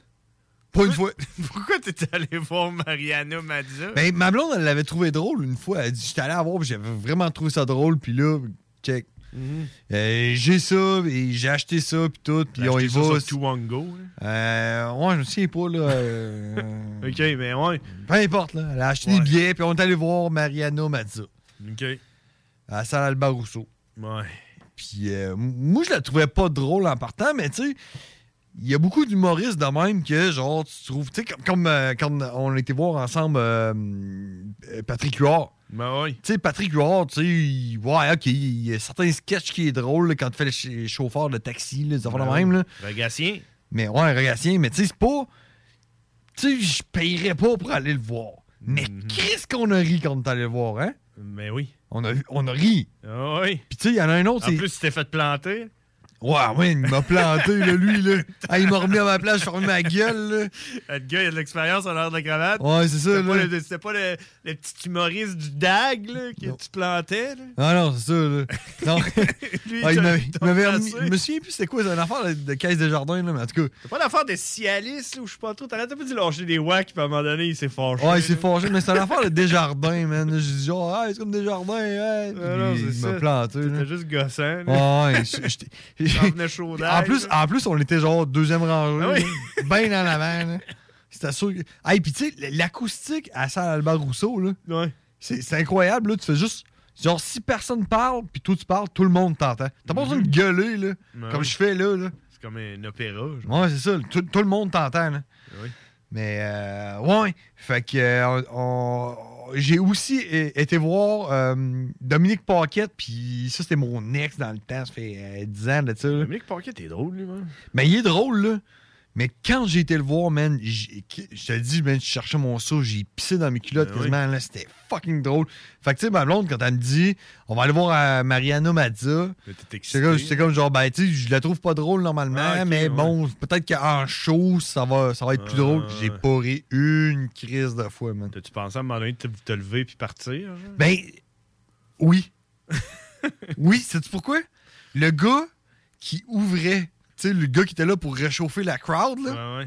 Speaker 8: Pas une fois.
Speaker 7: Pourquoi t'es allé voir Mariana Mazza?
Speaker 8: Ben, ma blonde, elle l'avait trouvé drôle une fois. Elle dit J'étais allé la voir, puis j'avais vraiment trouvé ça drôle. Puis là, check.
Speaker 7: Mhm.
Speaker 8: Euh, j'ai ça, et j'ai acheté ça, puis tout, puis
Speaker 7: T'as
Speaker 8: on y
Speaker 7: acheté ça
Speaker 8: va.
Speaker 7: sur Touango,
Speaker 8: Euh, ouais, je me souviens pas, là. euh,
Speaker 7: OK, mais ouais.
Speaker 8: Peu importe, là. Elle a acheté des billets, puis on est allé voir Mariano Mazza
Speaker 7: OK.
Speaker 8: à la salle Albert Rousseau.
Speaker 7: Ouais.
Speaker 8: Puis euh, m- moi, je la trouvais pas drôle en partant, mais tu sais, il y a beaucoup d'humoristes de même que, genre, tu trouves, tu sais, comme, comme, euh, quand on était voir ensemble euh, euh, Patrick Huard.
Speaker 7: Ben oui.
Speaker 8: Tu sais, Patrick Huard, tu sais, il- ouais, ok, il y a certains sketchs qui est drôle là, quand tu fais le ch- chauffeur de taxi, là, des affaires de
Speaker 7: Ben
Speaker 8: même,
Speaker 7: oui.
Speaker 8: là.
Speaker 7: Ragassien.
Speaker 8: Mais ouais, Ragassien, mais tu sais, c'est pas. Tu sais, je payerais pas pour aller le voir. Mais qu'est-ce qu'on a ri quand on est allé le voir, hein?
Speaker 7: Mhm. Mais oui.
Speaker 8: On a, on a ri.
Speaker 7: Ah oui.
Speaker 8: Puis tu sais, il y en a un autre,
Speaker 7: En
Speaker 8: c'est.
Speaker 7: plus, tu t'es fait planter.
Speaker 8: Ouais, ouais, il m'a planté, là, lui, là. Ah, il m'a remis à ma place, je fermé ma gueule,
Speaker 7: Le gars, il a de l'expérience en l'air de la cravate.
Speaker 8: Ouais, c'est ça,
Speaker 7: C'était pas
Speaker 8: là.
Speaker 7: le- C'était pas le, le petit humoriste du DAG là, que tu plantais. Là.
Speaker 8: là. Ah non, c'est ça, là. Non.
Speaker 7: Lui,
Speaker 8: Ah, il
Speaker 7: t'as-
Speaker 8: m'a-
Speaker 7: t'as
Speaker 8: il m'avait remis.
Speaker 7: placé.
Speaker 8: Je me souviens plus c'était quoi, c'est une affaire là, de caisse de jardin, là, mais en tout cas.
Speaker 7: C'est pas l'affaire de Cialis là, ou je sais pas trop. T'arrêtes pas de lâcher des wacks, puis à un moment donné, il s'est fâché.
Speaker 8: Ouais, il s'est forgé, mais c'est une affaire de Desjardins, man. J'ai dit, genre, ah, c'est comme Desjardins, ouais. Puis
Speaker 7: Ah non,
Speaker 8: lui,
Speaker 7: c'est
Speaker 8: il m'a
Speaker 7: ça.
Speaker 8: planté, là.
Speaker 7: T'étais juste gossant.
Speaker 8: Ouais,
Speaker 7: là.
Speaker 8: ouais, je- j'étais-
Speaker 7: J'en venais chaud
Speaker 8: En
Speaker 7: d'ail,
Speaker 8: plus, en plus, on était genre deuxième rangée,
Speaker 7: Ah oui.
Speaker 8: bien en avant. là. C'était sûr que... Hey, puis tu sais, l- l'acoustique à salle Albert Rousseau, là, c'est c'est incroyable. Là. Tu fais juste... Genre, si personne parle, puis toi tu parles, tout le monde t'entend. T'as pas besoin de gueuler, là,
Speaker 7: Non.
Speaker 8: comme je fais là. là.
Speaker 7: C'est comme un opéra. genre.
Speaker 8: Ouais, c'est ça. Tout, tout le monde t'entend. là.
Speaker 7: Oui.
Speaker 8: Mais euh, ouais, fait que euh, on- on- j'ai aussi euh, été voir euh, Dominique Paquette, puis ça c'était mon ex dans le temps, ça fait euh, 10 ans de ça.
Speaker 7: Dominique Paquette est drôle lui-même.
Speaker 8: Mais il est drôle là. Mais quand j'ai été le voir, man, j'ai- je te le dis, man, je cherchais mon seau, j'ai pissé dans mes culottes
Speaker 7: Ben oui.
Speaker 8: quasiment, là, c'était fucking drôle. Fait que tu sais, ma blonde, quand elle me dit, on va aller voir euh, Mariana Mazza,
Speaker 7: Mais t'es excité.
Speaker 8: c'est comme, c'est comme genre, ben, tu sais, je la trouve pas drôle normalement, mais bon, peut-être qu'en show, ça va, ça va être plus drôle. J'ai pas ri une crise de fois, man.
Speaker 7: T'as-tu pensé à un moment donné de te, te lever puis partir? genre?
Speaker 8: Ben, oui. oui, sais-tu pourquoi? Le gars qui ouvrait, tu sais, le gars qui était là pour réchauffer la crowd, là, euh,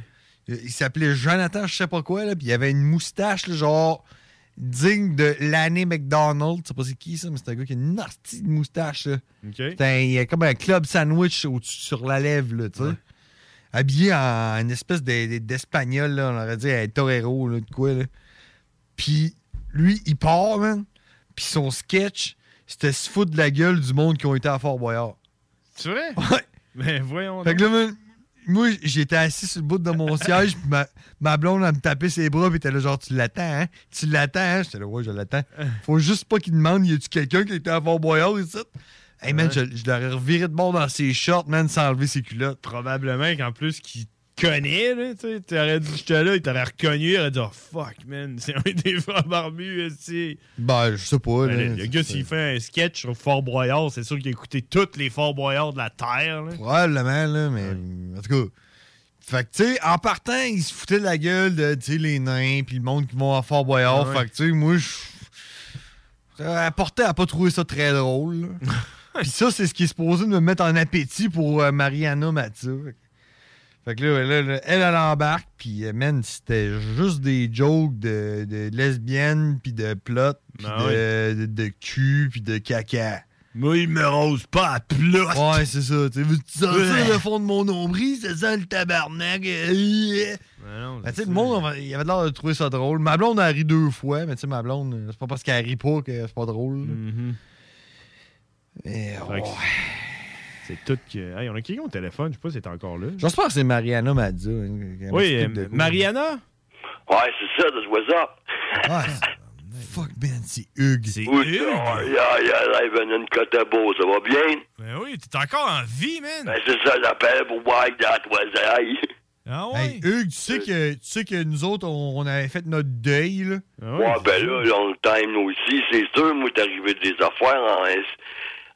Speaker 8: il s'appelait Jonathan, je sais pas quoi, là, puis il avait une moustache, là, genre, digne de l'année McDonald's. Je sais pas c'est qui ça, mais c'est un gars qui a une nasty de moustache, là.
Speaker 7: OK.
Speaker 8: Putain, il y a comme un club sandwich au sur la lèvre, là, tu sais. Habillé en une espèce de- de- d'espagnol, là, on aurait dit un torero, là, de quoi, là. Puis lui, il part, man. Puis son sketch, c'était se foutre de la gueule du monde qui ont été à Fort Boyard.
Speaker 7: C'est vrai? Ouais. Mais Ben, voyons.
Speaker 8: Fait
Speaker 7: donc.
Speaker 8: que là, man, moi, j'étais assis sur le bout de mon siège, puis ma, ma blonde, elle me tapait ses bras, puis elle était là, genre, tu l'attends, hein? Tu l'attends, hein? J'étais là, ouais, je l'attends.
Speaker 7: Euh.
Speaker 8: Faut juste pas qu'il demande, y a-tu quelqu'un qui était à Fort Boyard, ici? Hey, man,
Speaker 7: Ouais.
Speaker 8: je, je l'aurais reviré de bord dans ses shorts, man, sans enlever ses culottes.
Speaker 7: Probablement qu'en plus, qu'il connaît, là, tu sais. T'aurais dit, j'étais là, il t'aurait reconnu, il aurait dit, oh fuck, man, c'est un des frères barbus, esti.
Speaker 8: Ben, je sais pas. là,
Speaker 7: Ben, le- le
Speaker 8: c'est-
Speaker 7: gars, s'il fait un sketch sur Fort Boyard, c'est sûr qu'il a écouté tous les Fort Boyard de la Terre. là.
Speaker 8: Probablement, là, mais en tout cas. Fait que, tu sais, en partant, ils se foutaient de la gueule de, tu sais, les nains, puis le monde qui vont à Fort Boyard.
Speaker 7: Ah ouais.
Speaker 8: Fait que, tu sais, moi, je. Apporté à pas trouver ça très drôle. là. puis ça, c'est ce qui est supposé de me mettre en appétit pour euh, Mariana Mathieu. Fait que- Fait que là, là, là, elle, elle embarque, puis euh, man, c'était juste des jokes de, de lesbiennes, puis de plot, puis
Speaker 7: Ah
Speaker 8: de, de- de cul, puis de caca.
Speaker 7: Moi, il me rose pas à plot.
Speaker 8: Ouais, c'est ça. Tu sais, veux-tu sentir
Speaker 7: Ouais.
Speaker 8: le fond de mon nombril, ça sent le tabarnak. euh, yeah. Ben, tu sais, le monde, on va- il avait l'air de trouver ça drôle. Ma blonde a ri deux fois, mais tu sais, ma blonde, euh, c'est pas parce qu'elle rit pas que c'est pas drôle. là. Mais,
Speaker 7: Mm-hmm. Fait que
Speaker 8: ouais.
Speaker 7: C'est tout que. Hey, on a quelqu'un au téléphone, je sais pas si c'est encore là.
Speaker 8: J'espère que c'est Mariana Madza. hein, qui a un
Speaker 7: Oui,
Speaker 8: petit clip de
Speaker 7: euh,
Speaker 8: cool.
Speaker 7: Mariana?
Speaker 20: Ouais, c'est ça, that's what's up.
Speaker 8: Ah, c'est- fuck Ben, c'est Hugues. C'est
Speaker 20: Yeah, yeah, là, il venait une cote à beau, ça va bien?
Speaker 7: Ben oui, t'es encore en vie, man.
Speaker 20: Ben, c'est ça, j'appelle pour voir que that was I.
Speaker 7: Ah
Speaker 8: ouais? Hugues, tu sais, que, tu sais que nous autres, on, on avait fait notre deuil, là.
Speaker 20: ouais, ben là, long time aussi, c'est sûr, moi, t'es arrivé des affaires en,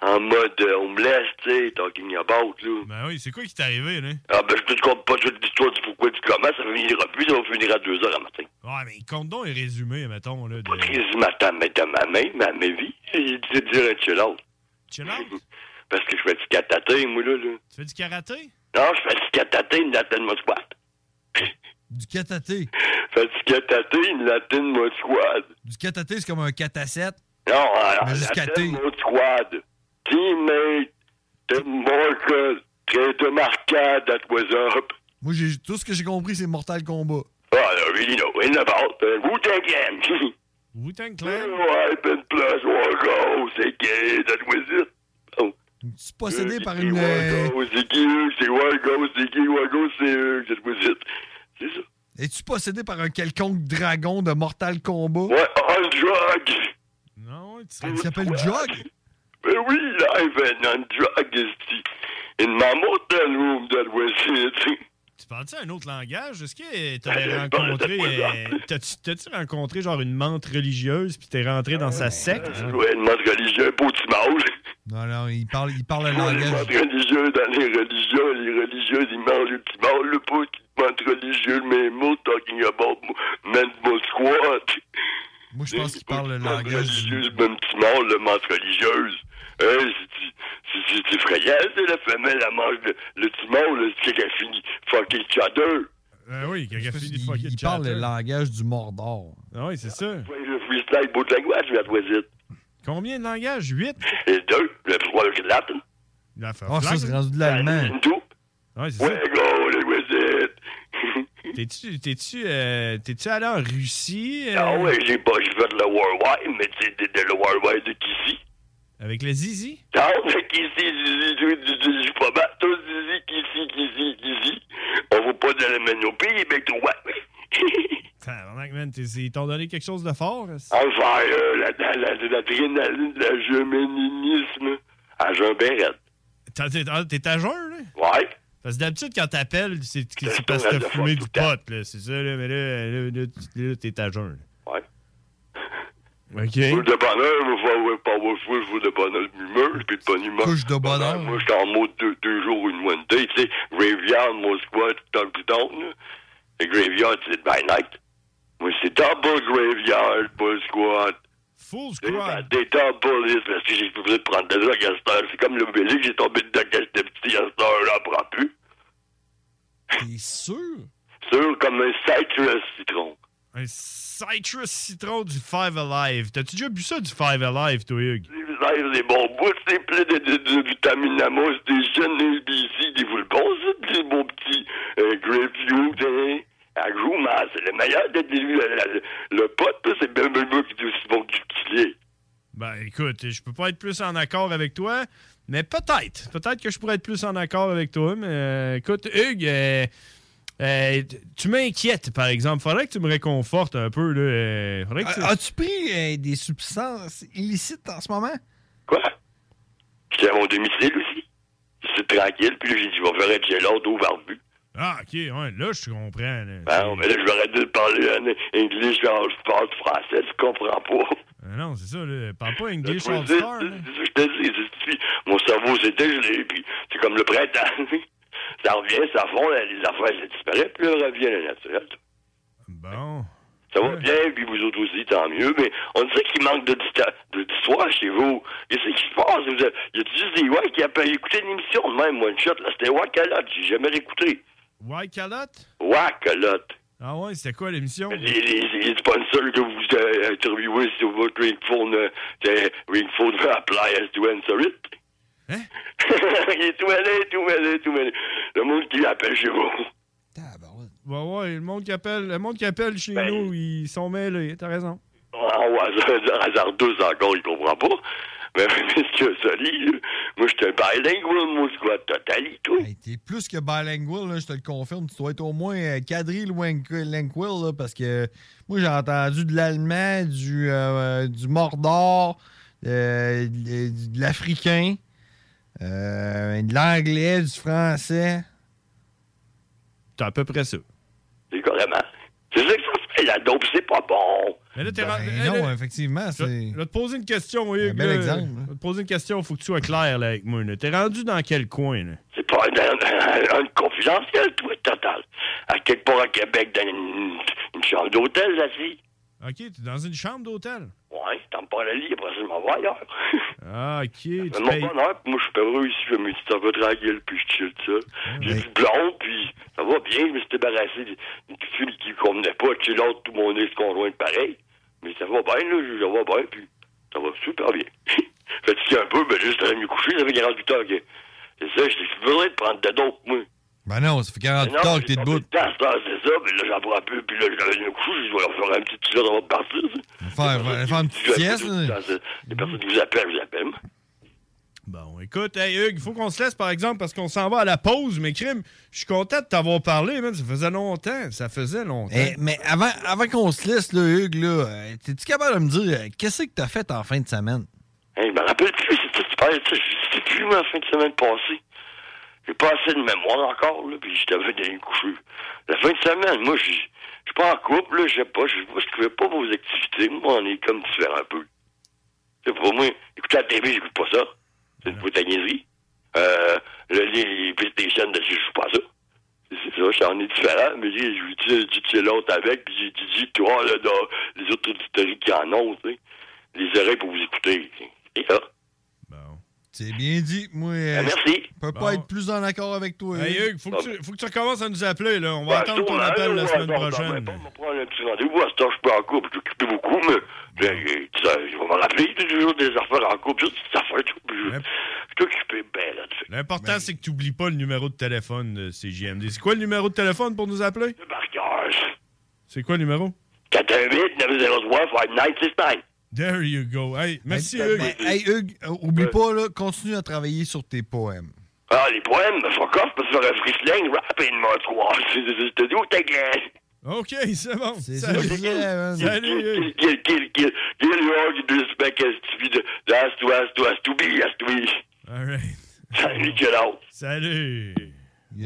Speaker 20: en mode euh, homeless, tu sais, talking about, là.
Speaker 7: Ben oui, c'est quoi qui t'est arrivé, là?
Speaker 20: Ah, ben, je te compte pas toute l'histoire du pourquoi tu commences, ça finira plus, ça va finir à 2 heures à matin.
Speaker 7: Ouais, mais compte donc et résumé, mettons, là. De...
Speaker 20: Chris m'attend, mais de ma main, ma, ma vie, il dit direct chez l'autre.
Speaker 7: Chill out?
Speaker 20: Parce que je fais du kataté, moi, là, là.
Speaker 7: Tu fais du karaté?
Speaker 20: Non, je fais du kataté, une latin de squat.
Speaker 8: Du cataté.
Speaker 20: Fais du kataté, une latin de squat.
Speaker 8: Du cataté, c'est comme un catacette.
Speaker 20: Non,
Speaker 8: Mais
Speaker 20: alors,
Speaker 8: jusqu'à
Speaker 20: la
Speaker 8: thé.
Speaker 20: thème, mon squad. teammate to Morgan Trader Marcad that was up.
Speaker 8: Moi, j'ai tout ce que j'ai compris, c'est Mortal Kombat.
Speaker 20: Well, I really know in about the Wu-Tang Clan.
Speaker 7: Wu-Tang Clan?
Speaker 20: Oh, I've been plus one go, c'est gay, that was it. Oh.
Speaker 8: Tu possédé par
Speaker 20: C'est
Speaker 8: une.
Speaker 20: one go, c'est gay, c'est one go, c'est gay, one go, c'est euh, that was it. C'est ça.
Speaker 8: Es-tu possédé par un quelconque dragon de Mortal Kombat?
Speaker 20: Ouais, on drug.
Speaker 8: Il s'appelle Jog?
Speaker 20: Ben oui, live and on drug, esti. In my motel room, that was it.
Speaker 7: Tu parles-tu un autre langage? Est-ce que t'avais rencontré. euh, T'as-tu t'as-tu rencontré genre une menthe religieuse puis t'es rentré dans
Speaker 8: Euh,
Speaker 7: sa secte?
Speaker 20: Ouais, une mode religieux, beau petit mâle.
Speaker 8: Non, non, il parle, il parle un
Speaker 20: Moi, les
Speaker 8: langage.
Speaker 20: modes religieux, dans les religieux, les religieux, ils mangent le petit mâle, le pot, ils mangent religieux, mais mots, talking about men must squat.
Speaker 8: Moi, je pense qu'il parle le
Speaker 20: Mode
Speaker 8: langage.
Speaker 20: religieuse, même petit mâle, le menthe religieuse. Hein, c'est- c'est- c'est c'est effrayant, c'est la femelle, elle mange le, le petit mâle, c'est qu'elle finit fucking chatter.
Speaker 7: Ah oui, quelqu'un fait des
Speaker 8: Il, il parle le langage du Mordor.
Speaker 7: Ah oui, c'est ça.
Speaker 20: Le freestyle, beau language, mais après it.
Speaker 7: Combien de langages? Huit?
Speaker 20: Et deux, le trois, le latin.
Speaker 7: La fa-
Speaker 8: Ah, ça, c'est rendu de l'allemand.
Speaker 20: Tout.
Speaker 7: Ouais, c'est ça.
Speaker 20: Go, that was it.
Speaker 7: T'es-tu, t'es-tu, euh, t'es-tu allé en Russie? euh,
Speaker 20: Ah ouais, j'ai pas, j'ai fait le worldwide, mais tu sais, de, de le worldwide de Kissy.
Speaker 7: Avec le zizi?
Speaker 20: Non, mais Kissy, Zizi, Zizi, Zizi, je suis pas mal. Toi, Zizi, Kissy, Kissy, Kissy. On va pas de la main au pays, mais toi, ouais.
Speaker 7: Tabarnak, man, t'es- ils t'ont donné quelque chose de fort? est-ce?
Speaker 20: Enfin, euh, la, la, la, l'adrénaline, le géméninisme, à Jean Bérette.
Speaker 7: T'as- T'es ah, t'es à jeun, là?
Speaker 20: Ouais.
Speaker 7: Parce que d'habitude, quand t'appelles, c'est c'est
Speaker 20: Je
Speaker 7: parce que
Speaker 20: tourne
Speaker 7: t'as
Speaker 20: à la
Speaker 7: fumé
Speaker 20: fois
Speaker 7: du pot, là. C'est ça, là, mais là, là, là, tu- là, t'es à jeun.
Speaker 20: Ouais.
Speaker 7: OK.
Speaker 20: Foule de bonheur, il va falloir pas avoir full, full de bonheur d'humeur, puis de bonne humeur.
Speaker 8: Couche de bonheur.
Speaker 20: Moi, j'étais en mode deux, deux jours, une one day, tu sais. Graveyard, mon squat, top down, là. Le graveyard, c'est by night. Moi, c'est double graveyard, mon squat.
Speaker 7: Full
Speaker 20: squat. Des double is, parce que j'ai plus besoin de prendre de drogue à cette heure. C'est comme le bélique, j'ai tombé dedans quand j'étais petit, à cette heure, j'en prends plus.
Speaker 8: T'es sûr?
Speaker 20: Sûr comme un citrus citron.
Speaker 7: Un citrus citron du Five Alive. T'as-tu déjà bu ça, du Five Alive, toi, Hugues?
Speaker 20: C'est des bons bouts, c'est plein de, de, de vitamines à mousse, des jeunes ABC, des vous le bon, ça, des beaux petits euh, grapefruit, hein. À gros, mais c'est le meilleur de le, le, le pote, là, c'est bien mieux qui est aussi bon que du petit lait.
Speaker 7: Ben, écoute, je peux pas être plus en accord avec toi, mais peut-être. Peut-être que je pourrais être plus en accord avec toi, mais euh, écoute, Hugues, euh, euh, t- tu m'inquiètes, par exemple. Faudrait que tu me réconfortes un peu, là. euh, faudrait que tu...
Speaker 8: Ah, As-tu pris euh, des substances illicites en ce moment?
Speaker 20: Quoi? J'étais à mon domicile aussi. C'est tranquille, puis là, j'ai dit, je vais faire être l'autre au barbu.
Speaker 7: Ah, OK, ouais, là, je comprends, là.
Speaker 20: Ben, mais là, je vais arrêter de parler en anglais, je parle français, tu comprends pas.
Speaker 7: Ah non, c'est ça, là. Parle pas
Speaker 20: Je
Speaker 7: English All Star, là.
Speaker 20: je te dis, je te dis, mon cerveau s'est dégelé, puis c'est comme le printemps. ça revient, ça fond, là, les affaires ça disparaît, puis là, revient le naturel.
Speaker 7: Bon.
Speaker 20: Ça va bien, puis vous autres aussi, tant mieux, mais on dirait qu'il manque de dista- de- d'histoire chez vous. Qu'est-ce qui se passe? Vous êtes- Il y a juste des ouais qui appellent écouter une émission, de même, one shot, là, c'était Wack à l'autre, j'ai jamais réécouté.
Speaker 7: White Calotte?
Speaker 20: Wack à l'autre.
Speaker 7: Ah ouais, c'était quoi l'émission?
Speaker 20: Les, les- les sponsors que vous euh, interviewez sur votre ringphone, euh, c'est ringphone apply as to answer it.
Speaker 7: Hein?
Speaker 20: Il est tout mêlé, tout mêlé, tout mêlé. Le monde qui appelle chez vous.
Speaker 7: Ouais, ouais, le monde qui appelle, le monde qui appelle chez nous, ils sont mêlés, t'as raison.
Speaker 20: Ah, ouais, hasard- hasardeuse encore, il comprend pas. Mais monsieur Soli, là, moi, je suis un bilingual, moi, je crois total et tout.
Speaker 8: T'es plus que bilingual, là, je te le confirme. Tu dois être au moins euh, quadrille ou inqu- lingual, là, parce que euh, moi, j'ai entendu de l'allemand, du, euh, du mordor, euh, de, de l'africain, euh, de l'anglais, du français.
Speaker 7: T'es à peu près ça.
Speaker 20: C'est carrément. C'est ça que ça fait, la dope, c'est pas bon.
Speaker 7: Mais là, t'es
Speaker 8: Ben
Speaker 7: rendu-
Speaker 8: non,
Speaker 7: hey, là,
Speaker 8: effectivement, c'est.
Speaker 7: Je vais te poser une question, Hugues.
Speaker 8: bel
Speaker 7: là.
Speaker 8: exemple, hein.
Speaker 7: Je vais te poser une question, faut que tu sois clair là, avec moi. là. T'es rendu dans quel coin, là?
Speaker 20: C'est pas un, un- un- un confidentiel, toi, total. À quelque part à Québec, dans une, une chambre d'hôtel, là, si.
Speaker 7: OK, t'es dans une chambre d'hôtel.
Speaker 20: Ouais, t'en parles à lit, après ça, je m'en vais ailleurs.
Speaker 7: Ah, OK. Tu
Speaker 20: Mais mon
Speaker 7: payes...
Speaker 20: bonheur, puis moi, je suis pas heureux ici, je me dis, ça va tranquille, puis je chill, ça.
Speaker 7: Ah,
Speaker 20: J'ai du blond, puis ça va bien, je me suis débarrassé d'une fille qui me convenait pas, tu sais, l'autre, tout mon ex-conjoint, pareil. Mais ça va bien, là, je- ça va bien, puis ça va super bien. fatigué un peu, ben là, j'étais allé me coucher, j'avais 48 heures. que- C'est ça, je dis, je voudrais te prendre de d'autres, moi.
Speaker 8: Ben non, ça fait 48
Speaker 20: Mais non,
Speaker 8: heures que t'es
Speaker 20: j'ai
Speaker 8: debout.
Speaker 20: tombé dedans, c'est ça, c'est ça, puis là, j'en prends un peu, puis là, j'avais me coucher, je dis, je vais leur faire un petit tir avant de partir. ça.
Speaker 8: Faire, faire, faire une petite
Speaker 20: Je vais
Speaker 8: sieste.
Speaker 20: appeler tout le temps, ça. Les personnes qui vous appellent, je les appelle.
Speaker 7: Bon, écoute, hey, Hugues, il faut qu'on se laisse, par exemple, parce qu'on s'en va à la pause, mais crime, je suis content de t'avoir parlé, man. Ça faisait longtemps, ça faisait longtemps.
Speaker 8: Eh, mais avant, avant qu'on se laisse, là, Hugues, là, euh, t'es-tu capable de me dire euh, qu'est-ce que t'as fait en fin de semaine?
Speaker 20: Hey, Hein, je me rappelle plus, c'était super, tu sais, c'était plus la fin de semaine passée. J'ai pas assez de mémoire encore, là, puis j'étais venu d'un coucher. La fin de semaine, moi, je je suis pas en couple, là, je sais pas, je sais pas, je trouvais pas vos activités. Moi, on est comme différents un peu. C'est pour moi, écouter la TV, j'écoute pas ça. C'est une putain de niaiserie. Euh, le les PlayStation, je joue pas à ça. C'est ça, j'en ai différent, mais j'ai je dis, tu sais l'autre avec, puis j'ai dit, dis, toi, là, dans les autres auditories qui en ont, tu sais, les oreilles pour vous écouter. Et ça.
Speaker 8: C'est bien dit. Moi, euh,
Speaker 20: Ah, merci.
Speaker 8: je peux pas être plus en accord avec toi.
Speaker 7: Hey, Hugues, faut que, tu, faut que tu recommences à nous appeler, là. On va attendre ton
Speaker 20: tourne,
Speaker 7: appel
Speaker 20: hein,
Speaker 7: la
Speaker 20: ouais,
Speaker 7: semaine
Speaker 20: bon,
Speaker 7: prochaine.
Speaker 20: bon, On prend un petit rendez-vous, à ce temps, je suis pas en couple, je suis occupé beaucoup, mais ben, euh, tu sais, je vais me rappeler, j'ai toujours des affaires en couple, juste des affaires, je je- je suis occupé, ben, là,
Speaker 7: L'important, c'est que tu n'oublies pas le numéro de téléphone de CJMD. C'est quoi le numéro de téléphone pour nous appeler? C'est quoi le numéro?
Speaker 20: 418 903 5969
Speaker 7: There you go. Hey, merci,
Speaker 8: Ben,
Speaker 7: Hugues.
Speaker 8: ben, hey, Hugues, euh, oublie pas, là, continue à travailler sur tes poèmes.
Speaker 20: Ah, les poèmes, fuck off, parce que faire un free slang, rapidement, trois, je je- je te dis où oh, t'es gay.
Speaker 7: OK, c'est bon.
Speaker 20: ça,
Speaker 7: Salut.
Speaker 20: c'est
Speaker 7: Salut,
Speaker 20: Kill,
Speaker 7: Hugues.
Speaker 20: kill, kill, kill, kill, you all, you do this back as to be, the- the as to, as to, as to be, as to be.
Speaker 7: All right.
Speaker 20: Salut, get out.
Speaker 7: Salut.
Speaker 8: Il-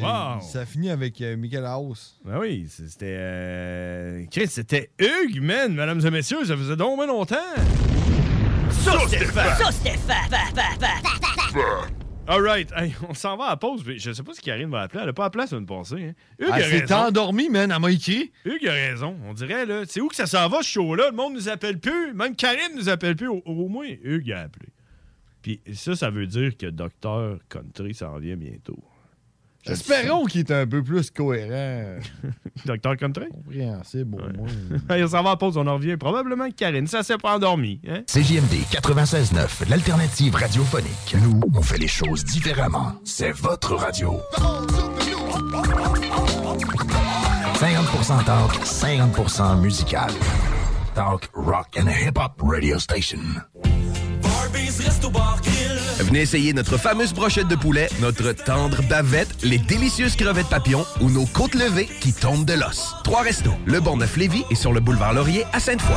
Speaker 7: Wow.
Speaker 8: Ça finit avec euh, Michael House.
Speaker 7: Ben oui, c- c'était. euh, Chris, c'était Hugues, man, mesdames et messieurs, ça faisait donc bien longtemps.
Speaker 21: Ça, c'était fat. Fat, fat, fat, fat, fat.
Speaker 7: All right, Hey, on s'en va à la pause. mais Je sais pas si Karine va appeler. Elle a pas appelé la semaine passée. Hein. Hugues
Speaker 8: Elle
Speaker 7: a
Speaker 8: s'est
Speaker 7: raison.
Speaker 8: endormie, Ah, man, elle m'a écrit.
Speaker 7: Hugues a raison. On dirait, là, c'est où que ça s'en va, ce show-là? Le monde nous appelle plus. Même Karine nous appelle plus. Au, au moins, Hugues a appelé. Puis ça, ça veut dire que Docteur Country s'en vient bientôt.
Speaker 8: Espérons qu'il est un peu plus cohérent.
Speaker 7: Docteur Country?
Speaker 8: Compréhensible, au moins.
Speaker 7: Hey, on s'en va à la pause, on en revient. Probablement que Karine, ça s'est pas endormi. Hein?
Speaker 22: CJMD 96.9, l'alternative radiophonique. Nous, on fait les choses différemment. C'est votre radio. 50% talk, 50% musical. Talk, rock and hip-hop radio station.
Speaker 2: Venez essayer notre fameuse brochette de poulet, notre tendre bavette, les délicieuses crevettes papillons ou nos côtes levées qui tombent de l'os. Trois restos, le Bonneuf Lévis et sur le boulevard Laurier à Sainte-Foy.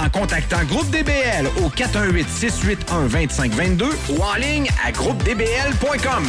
Speaker 15: en contactant Groupe DBL au 418-681-2522 ou en ligne à groupedbl.com.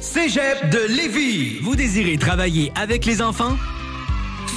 Speaker 14: Cégep de Lévis. Vous désirez travailler avec les enfants?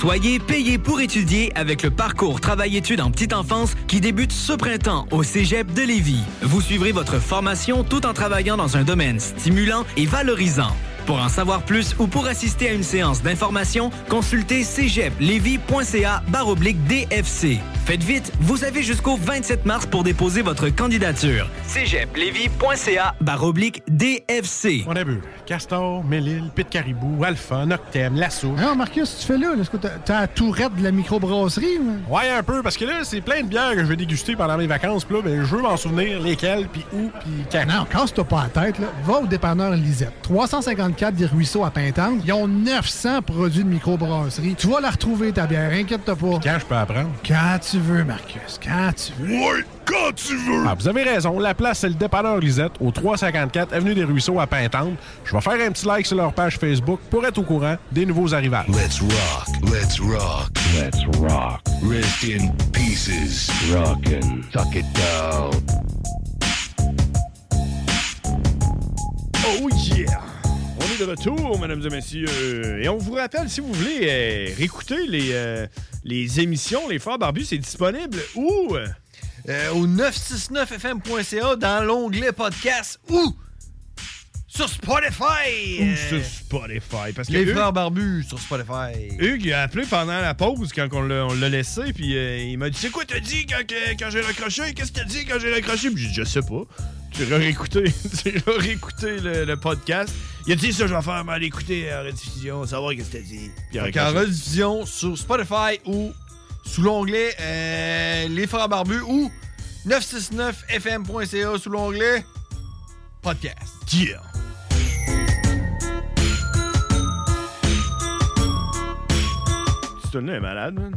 Speaker 14: Soyez payé pour étudier avec le parcours Travail-études en petite enfance qui débute ce printemps au Cégep de Lévis. Vous suivrez votre formation tout en travaillant dans un domaine stimulant et valorisant. Pour en savoir plus ou pour assister à une séance d'information, consultez cégeplevy.ca baroblique DFC. Faites vite, vous avez jusqu'au 27 mars pour déposer votre candidature. cégeplevy.ca baroblique DFC.
Speaker 23: On a bu Castor, Mélile, Pit Caribou, Alpha, Noctem, Lasso.
Speaker 24: Ah.
Speaker 6: Non, Ah, Marcus, tu fais là. là. Est-ce que t'as t'as la tourette de la microbrasserie? ou-
Speaker 23: Ouais, un peu, parce que là, c'est plein de bières que je vais déguster pendant mes vacances. Puis là, ben, je veux m'en souvenir lesquelles, puis où, puis quand.
Speaker 6: Non, casse-toi ah, pas la tête. Là. Va au dépanneur Lisette. 354 des Ruisseaux à Pintante. Ils ont 900 produits de microbrasserie. Tu vas la retrouver, ta bière. Inquiète-toi pas.
Speaker 23: Quand je peux apprendre?
Speaker 6: Quand tu veux, Marcus. Quand tu veux.
Speaker 23: Ouais, quand tu veux! Ah, vous avez raison. La place, c'est le dépanneur Lisette, au 354 Avenue des Ruisseaux à Pintante. Je vais faire un petit like sur leur page Facebook pour être au courant des nouveaux arrivages.
Speaker 3: Let's rock, let's rock, let's rock. Rest in pieces. Rockin', tuck it down.
Speaker 7: Oh yeah! On est de retour, mesdames et messieurs. Et on vous rappelle, si vous voulez euh, réécouter les, euh, les émissions, les Frères Barbus, c'est disponible où?
Speaker 8: Euh, au 969fm.ca dans l'onglet podcast ou sur Spotify. euh, eh.
Speaker 7: Ou sur Spotify. Parce que
Speaker 8: les
Speaker 7: eux-
Speaker 8: frères barbus sur Spotify.
Speaker 7: Hugues il a appelé pendant la pause quand on l'a on l'a laissé, puis euh, il m'a dit C'est quoi t'as dit quand, que- quand j'ai raccroché Qu'est-ce que t'as dit quand j'ai raccroché Puis j'ai dit Je sais pas. Tu l'as réécouté, tu l'as réécouté le, le podcast. Il a dit Ça, je vais faire mal écouter en rediffusion, savoir qu'est-ce que t'as dit. Puis il a
Speaker 8: Donc, en
Speaker 7: raccroché.
Speaker 8: rediffusion sur Spotify ou sous l'onglet euh, Les Frères Barbus ou 969fm.ca sous l'onglet Podcast.
Speaker 7: Yeah. Cette tune est malade, man.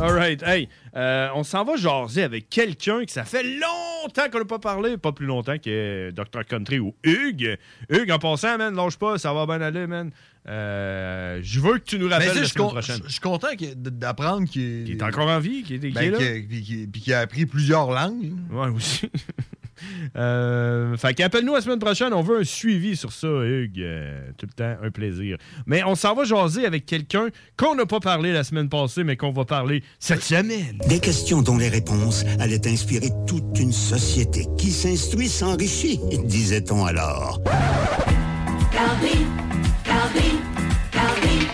Speaker 7: Alright, hey, euh, on s'en va jaser avec quelqu'un que ça fait longtemps qu'on n'a pas parlé, pas plus longtemps que Dr. Country ou Hugues. Hugues, en passant, man, lâche pas, ça va bien aller, man. Euh, je veux que tu nous
Speaker 8: Mais
Speaker 7: rappelles
Speaker 8: ça,
Speaker 7: la
Speaker 8: Ben, je, suis
Speaker 7: semaine
Speaker 8: con-
Speaker 7: prochaine.
Speaker 8: je- je suis content que- d- d'apprendre qu'il Ben,
Speaker 7: est encore en vie, qu'il est- qu'il est là.
Speaker 8: puis qu'il- puis qu'il a appris plusieurs langues.
Speaker 7: Ouais, aussi. Euh, fait qu'appelle-nous la semaine prochaine, on veut un suivi sur ça, Hugues. Euh, tout le temps, un plaisir. Mais on s'en va jaser avec quelqu'un qu'on n'a pas parlé la semaine passée, mais qu'on va parler cette semaine.
Speaker 10: Des questions dont les réponses allaient inspirer toute une société qui s'instruit s'enrichit, disait-on alors.
Speaker 21: Calvin, Calvin, Calvin,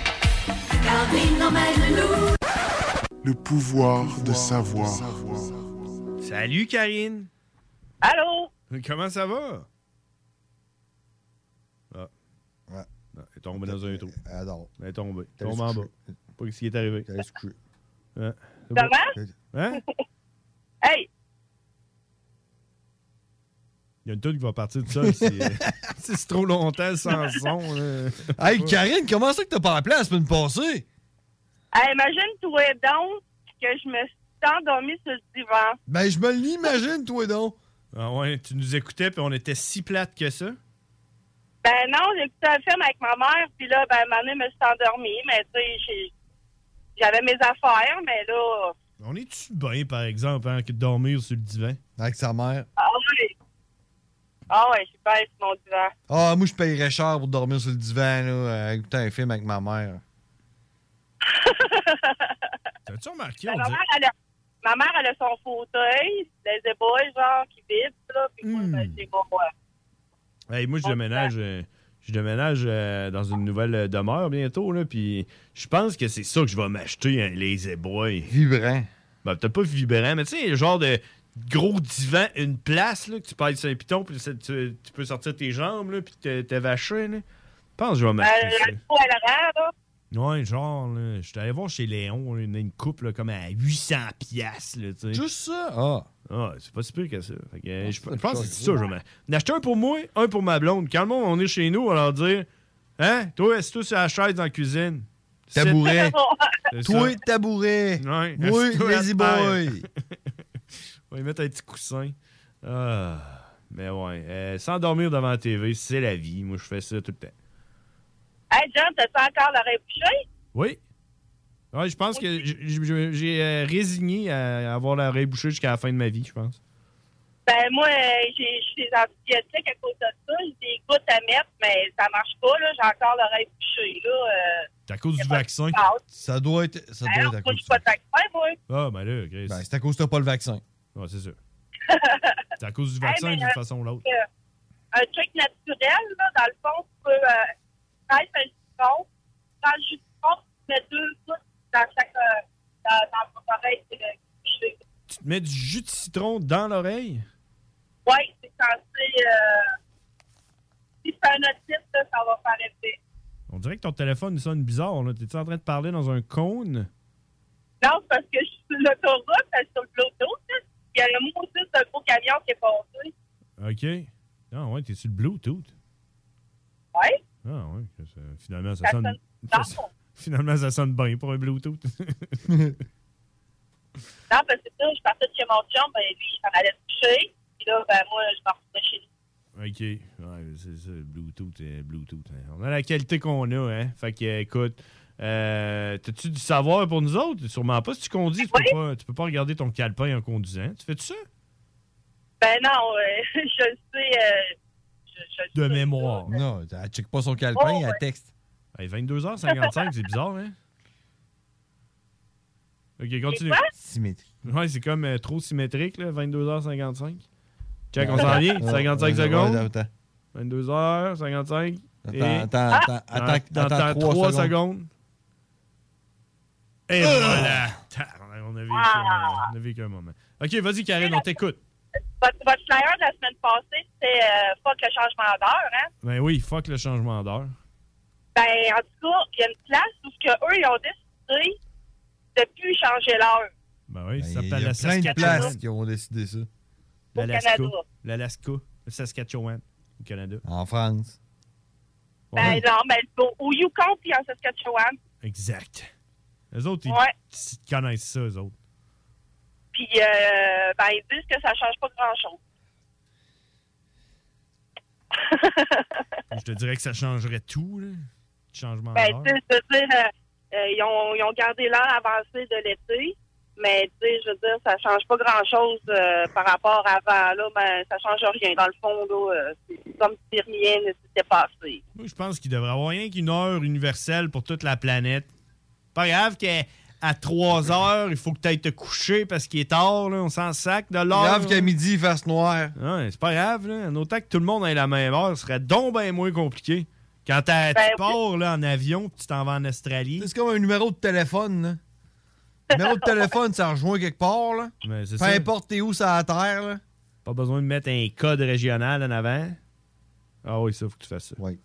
Speaker 21: Calvin emmène-nous.
Speaker 11: Le pouvoir, de savoir.
Speaker 7: Salut, Karine.
Speaker 12: Allô?
Speaker 7: Comment ça va? Ah. Non, elle est tombée dans un trou. Elle est tombée.
Speaker 12: T'allais
Speaker 7: Tombe en
Speaker 12: se
Speaker 7: bas. Pas ce qui est arrivé. Ouais. C'est
Speaker 12: Ça
Speaker 7: bon. Hein?
Speaker 12: Hey!
Speaker 7: Il y a une toute qui va partir de ça si, si c'est trop longtemps sans son. là.
Speaker 8: Hey, Karine, comment ça que t'as pas appelé la semaine passée?
Speaker 12: hey Imagine-toi donc que je me suis endormie sur le divan.
Speaker 8: Ben, je me l'imagine, toi donc.
Speaker 7: Ah ouais, tu nous écoutais puis on était si plate que ça.
Speaker 12: Ben non, j'écoutais un film avec ma mère, puis là, ben, à un moment donné, je me suis endormie, mais tu sais, j'ai- j'avais mes affaires, mais là...
Speaker 7: On est-tu bien, par exemple, hein, que de dormir sur le divan?
Speaker 8: Avec sa mère.
Speaker 12: Ah oui! Ah ouais, je suis pas sur mon divan.
Speaker 8: Ah, moi, je payerais cher pour dormir sur le divan, là, euh, écouter un film avec ma mère.
Speaker 7: T'as-tu remarqué?
Speaker 12: Ben, ma, mère, elle a, ma mère, elle a son fauteuil, des ébaules, genre, qui vibrent, là,
Speaker 7: Hmm.
Speaker 12: puis moi, ben, c'est bon, ouais.
Speaker 7: Hey, moi, je déménage, euh, je déménage euh, dans une nouvelle euh, demeure bientôt, là, puis je pense que c'est ça que je vais m'acheter, hein, les ébois.
Speaker 8: Vibrant.
Speaker 7: Ben, peut-être pas vibrant, mais tu sais, le genre de gros divan, une place, là, que tu payes sur un piton, puis c'est- tu, tu peux sortir tes jambes, là, puis te- t'évacher, là. Je pense que je vais
Speaker 12: Euh, Elle
Speaker 7: m'acheter
Speaker 12: a
Speaker 7: ça.
Speaker 12: le trou à l'arrière, là.
Speaker 7: Ouais, genre, là, je suis allé voir chez Léon, là, il y en a une coupe là, comme à 800 piastres, là, tu sais.
Speaker 8: Juste ça? Ah.
Speaker 7: Ah, c'est pas si pire que ça. Fait que, euh, je, je
Speaker 8: c'est
Speaker 7: pense que
Speaker 8: pas
Speaker 7: c'est ça,
Speaker 8: gros.
Speaker 7: je vais m'en- en acheter un pour moi, un pour ma blonde. Quand le monde, on est chez nous, on leur dit Hein? Toi, c'est toi sur la chaise dans la cuisine.
Speaker 8: Tabouret.
Speaker 7: C'est ça.
Speaker 8: Toi, tabouret.
Speaker 7: Ouais,
Speaker 8: Moi,
Speaker 7: assis-toi à
Speaker 8: lazy
Speaker 7: terre.
Speaker 8: boy.
Speaker 7: On va y mettre un petit coussin. Ah, mais ouais. euh, S'endormir devant la TV, c'est la vie. Moi, je fais ça tout le temps.
Speaker 12: Hey, John, t'as-tu encore l'oreille bouchée?
Speaker 7: Oui. Ouais, je pense que j- j- j'ai euh, résigné à avoir la l'oreille bouchée jusqu'à la fin de ma vie, je pense.
Speaker 12: Ben, moi, euh, j'ai je suis des antibiotiques à cause de ça. J'ai des gouttes à mettre, mais ça marche pas, là. J'ai encore l'oreille bouchée, là. euh.
Speaker 7: C'est à cause du vaccin.
Speaker 12: Ah,
Speaker 8: Ça doit être, ça doit
Speaker 12: Alors,
Speaker 8: être
Speaker 12: moi,
Speaker 8: à
Speaker 12: je
Speaker 8: cause.
Speaker 12: suis pas de vaccin, moi.
Speaker 7: Ah, ben là, Chris.
Speaker 8: Ben, c'est à cause que t'as pas le vaccin.
Speaker 7: Ouais, c'est sûr. C'est à cause du vaccin,
Speaker 12: mais,
Speaker 7: d'une
Speaker 12: euh,
Speaker 7: façon ou l'autre.
Speaker 12: Euh, un truc naturel, là, dans le fond, tu peux euh, mettre un citron. Dans le jus de citron, tu mets deux gouttes dans chaque euh, dans, dans ton oreille. euh, c'est le-
Speaker 7: Tu te mets du jus de citron dans l'oreille?
Speaker 12: Ouais, c'est censé. Euh, si c'est un otite, là, ça va faire effet.
Speaker 7: On dirait que ton téléphone il sonne bizarre. là. T'es-tu en train de parler dans un cône?
Speaker 12: Non, c'est parce que je suis sur l'autoroute, je suis sur le Bluetooth. là. Il y a le maudit d'un gros camion qui est passé.
Speaker 7: OK. Non, ouais, t'es-tu le Bluetooth?
Speaker 12: Ouais.
Speaker 7: Ah, ouais. que ça- finalement, ça,
Speaker 12: Ça
Speaker 7: sonne...
Speaker 12: sonne
Speaker 7: ça-
Speaker 12: bizarre.
Speaker 7: finalement, ça sonne bien pour un Bluetooth.
Speaker 12: Non, parce que ça, je partais de chez mon chum, ben lui, il s'en allait se coucher. Puis là, ben moi, je m'en retournais chez lui.
Speaker 7: OK. Ouais, c'est ça, Bluetooth, euh, Bluetooth. hein. On a la qualité qu'on a, hein? Fait que, euh, écoute, euh, t'as-tu du savoir pour nous autres? Sûrement pas. Si tu conduis, tu, peux pas, tu peux pas regarder ton calepin en conduisant. Tu fais-tu ça?
Speaker 12: Ben non, euh, je le sais. euh,
Speaker 7: De mémoire.
Speaker 8: Non, elle check pas son
Speaker 12: calepin, Oh,
Speaker 8: elle
Speaker 12: ouais.
Speaker 8: texte.
Speaker 7: 22h55, c'est bizarre, hein? OK, continue.
Speaker 8: quoi? Symétrique.
Speaker 7: Ouais, c'est comme euh, trop symétrique, là, 22h55. Check, on
Speaker 8: Ouais.
Speaker 7: s'en vient,
Speaker 8: Ouais, ouais,
Speaker 7: 55 secondes.
Speaker 8: ouais, attends.
Speaker 7: 22h55. et-
Speaker 8: Attends,
Speaker 12: Ah!
Speaker 8: attends,
Speaker 7: Dans-
Speaker 8: attends,
Speaker 7: dans,
Speaker 8: attends
Speaker 7: dans
Speaker 8: trois
Speaker 7: trois
Speaker 8: secondes.
Speaker 7: secondes. Et
Speaker 8: Ah!
Speaker 7: voilà! Tabarnak, On a, vécu,
Speaker 12: ah,
Speaker 7: un- on a vécu un moment. OK, vas-y, Karine, on t'écoute.
Speaker 12: Votre, votre flyer de la semaine passée, c'était euh, fuck le changement d'heure, hein?
Speaker 7: Ben oui, fuck le changement d'heure.
Speaker 12: Ben, en tout cas, il y a une place où ce que eux, ils ont décidé de plus changer l'heure.
Speaker 7: Ben oui, ça
Speaker 8: Il y
Speaker 7: s'appelle
Speaker 8: a
Speaker 7: la
Speaker 8: plein de
Speaker 7: Saskatchewan.
Speaker 8: places qui ont décidé ça.
Speaker 7: L'Alaska.
Speaker 12: Canada.
Speaker 7: L'Alaska. Le Saskatchewan. Au Canada.
Speaker 8: En France.
Speaker 12: Ben non, ben au, au Yukon puis en Saskatchewan.
Speaker 7: Exact. Eux autres, ils,
Speaker 12: Ouais.
Speaker 7: ils connaissent ça, eux autres.
Speaker 12: Puis, euh, ben, ils disent que ça change pas grand-chose.
Speaker 7: Je te dirais que ça changerait tout, là. Le Changement
Speaker 12: Ben, tu
Speaker 7: d'heure.
Speaker 12: sais, je veux dire, euh, euh, ils, ont, ils ont gardé l'heure avancée de l'été, mais tu sais, je veux dire, ça change pas grand-chose euh, par rapport à avant. Là, ben, ça change rien. Dans le fond, là, euh, c'est comme si rien ne s'était passé.
Speaker 7: Moi, je pense qu'il devrait avoir rien qu'une heure universelle pour toute la planète. Pas grave qu'à 3 heures, il faut que tu ailles te coucher parce qu'il est tard, là. On s'en sac de l'heure.
Speaker 8: Grave qu'à midi, il fasse noir.
Speaker 7: Ouais, c'est pas grave, là. En autant que tout le monde ait la même heure, ce serait donc bien moins compliqué. Quand t'as-
Speaker 8: Ben
Speaker 7: tu pars là, en avion, puis tu t'en vas en Australie.
Speaker 8: C'est comme un numéro de téléphone, là. Le numéro de téléphone, ça rejoint quelque part, là.
Speaker 7: Mais Ben, c'est
Speaker 8: Peu
Speaker 7: ça.
Speaker 8: importe t'es où, ça à terre, là.
Speaker 7: Pas besoin de mettre un code régional en avant. Ah oui, ça, faut que tu fasses ça.
Speaker 8: Oui.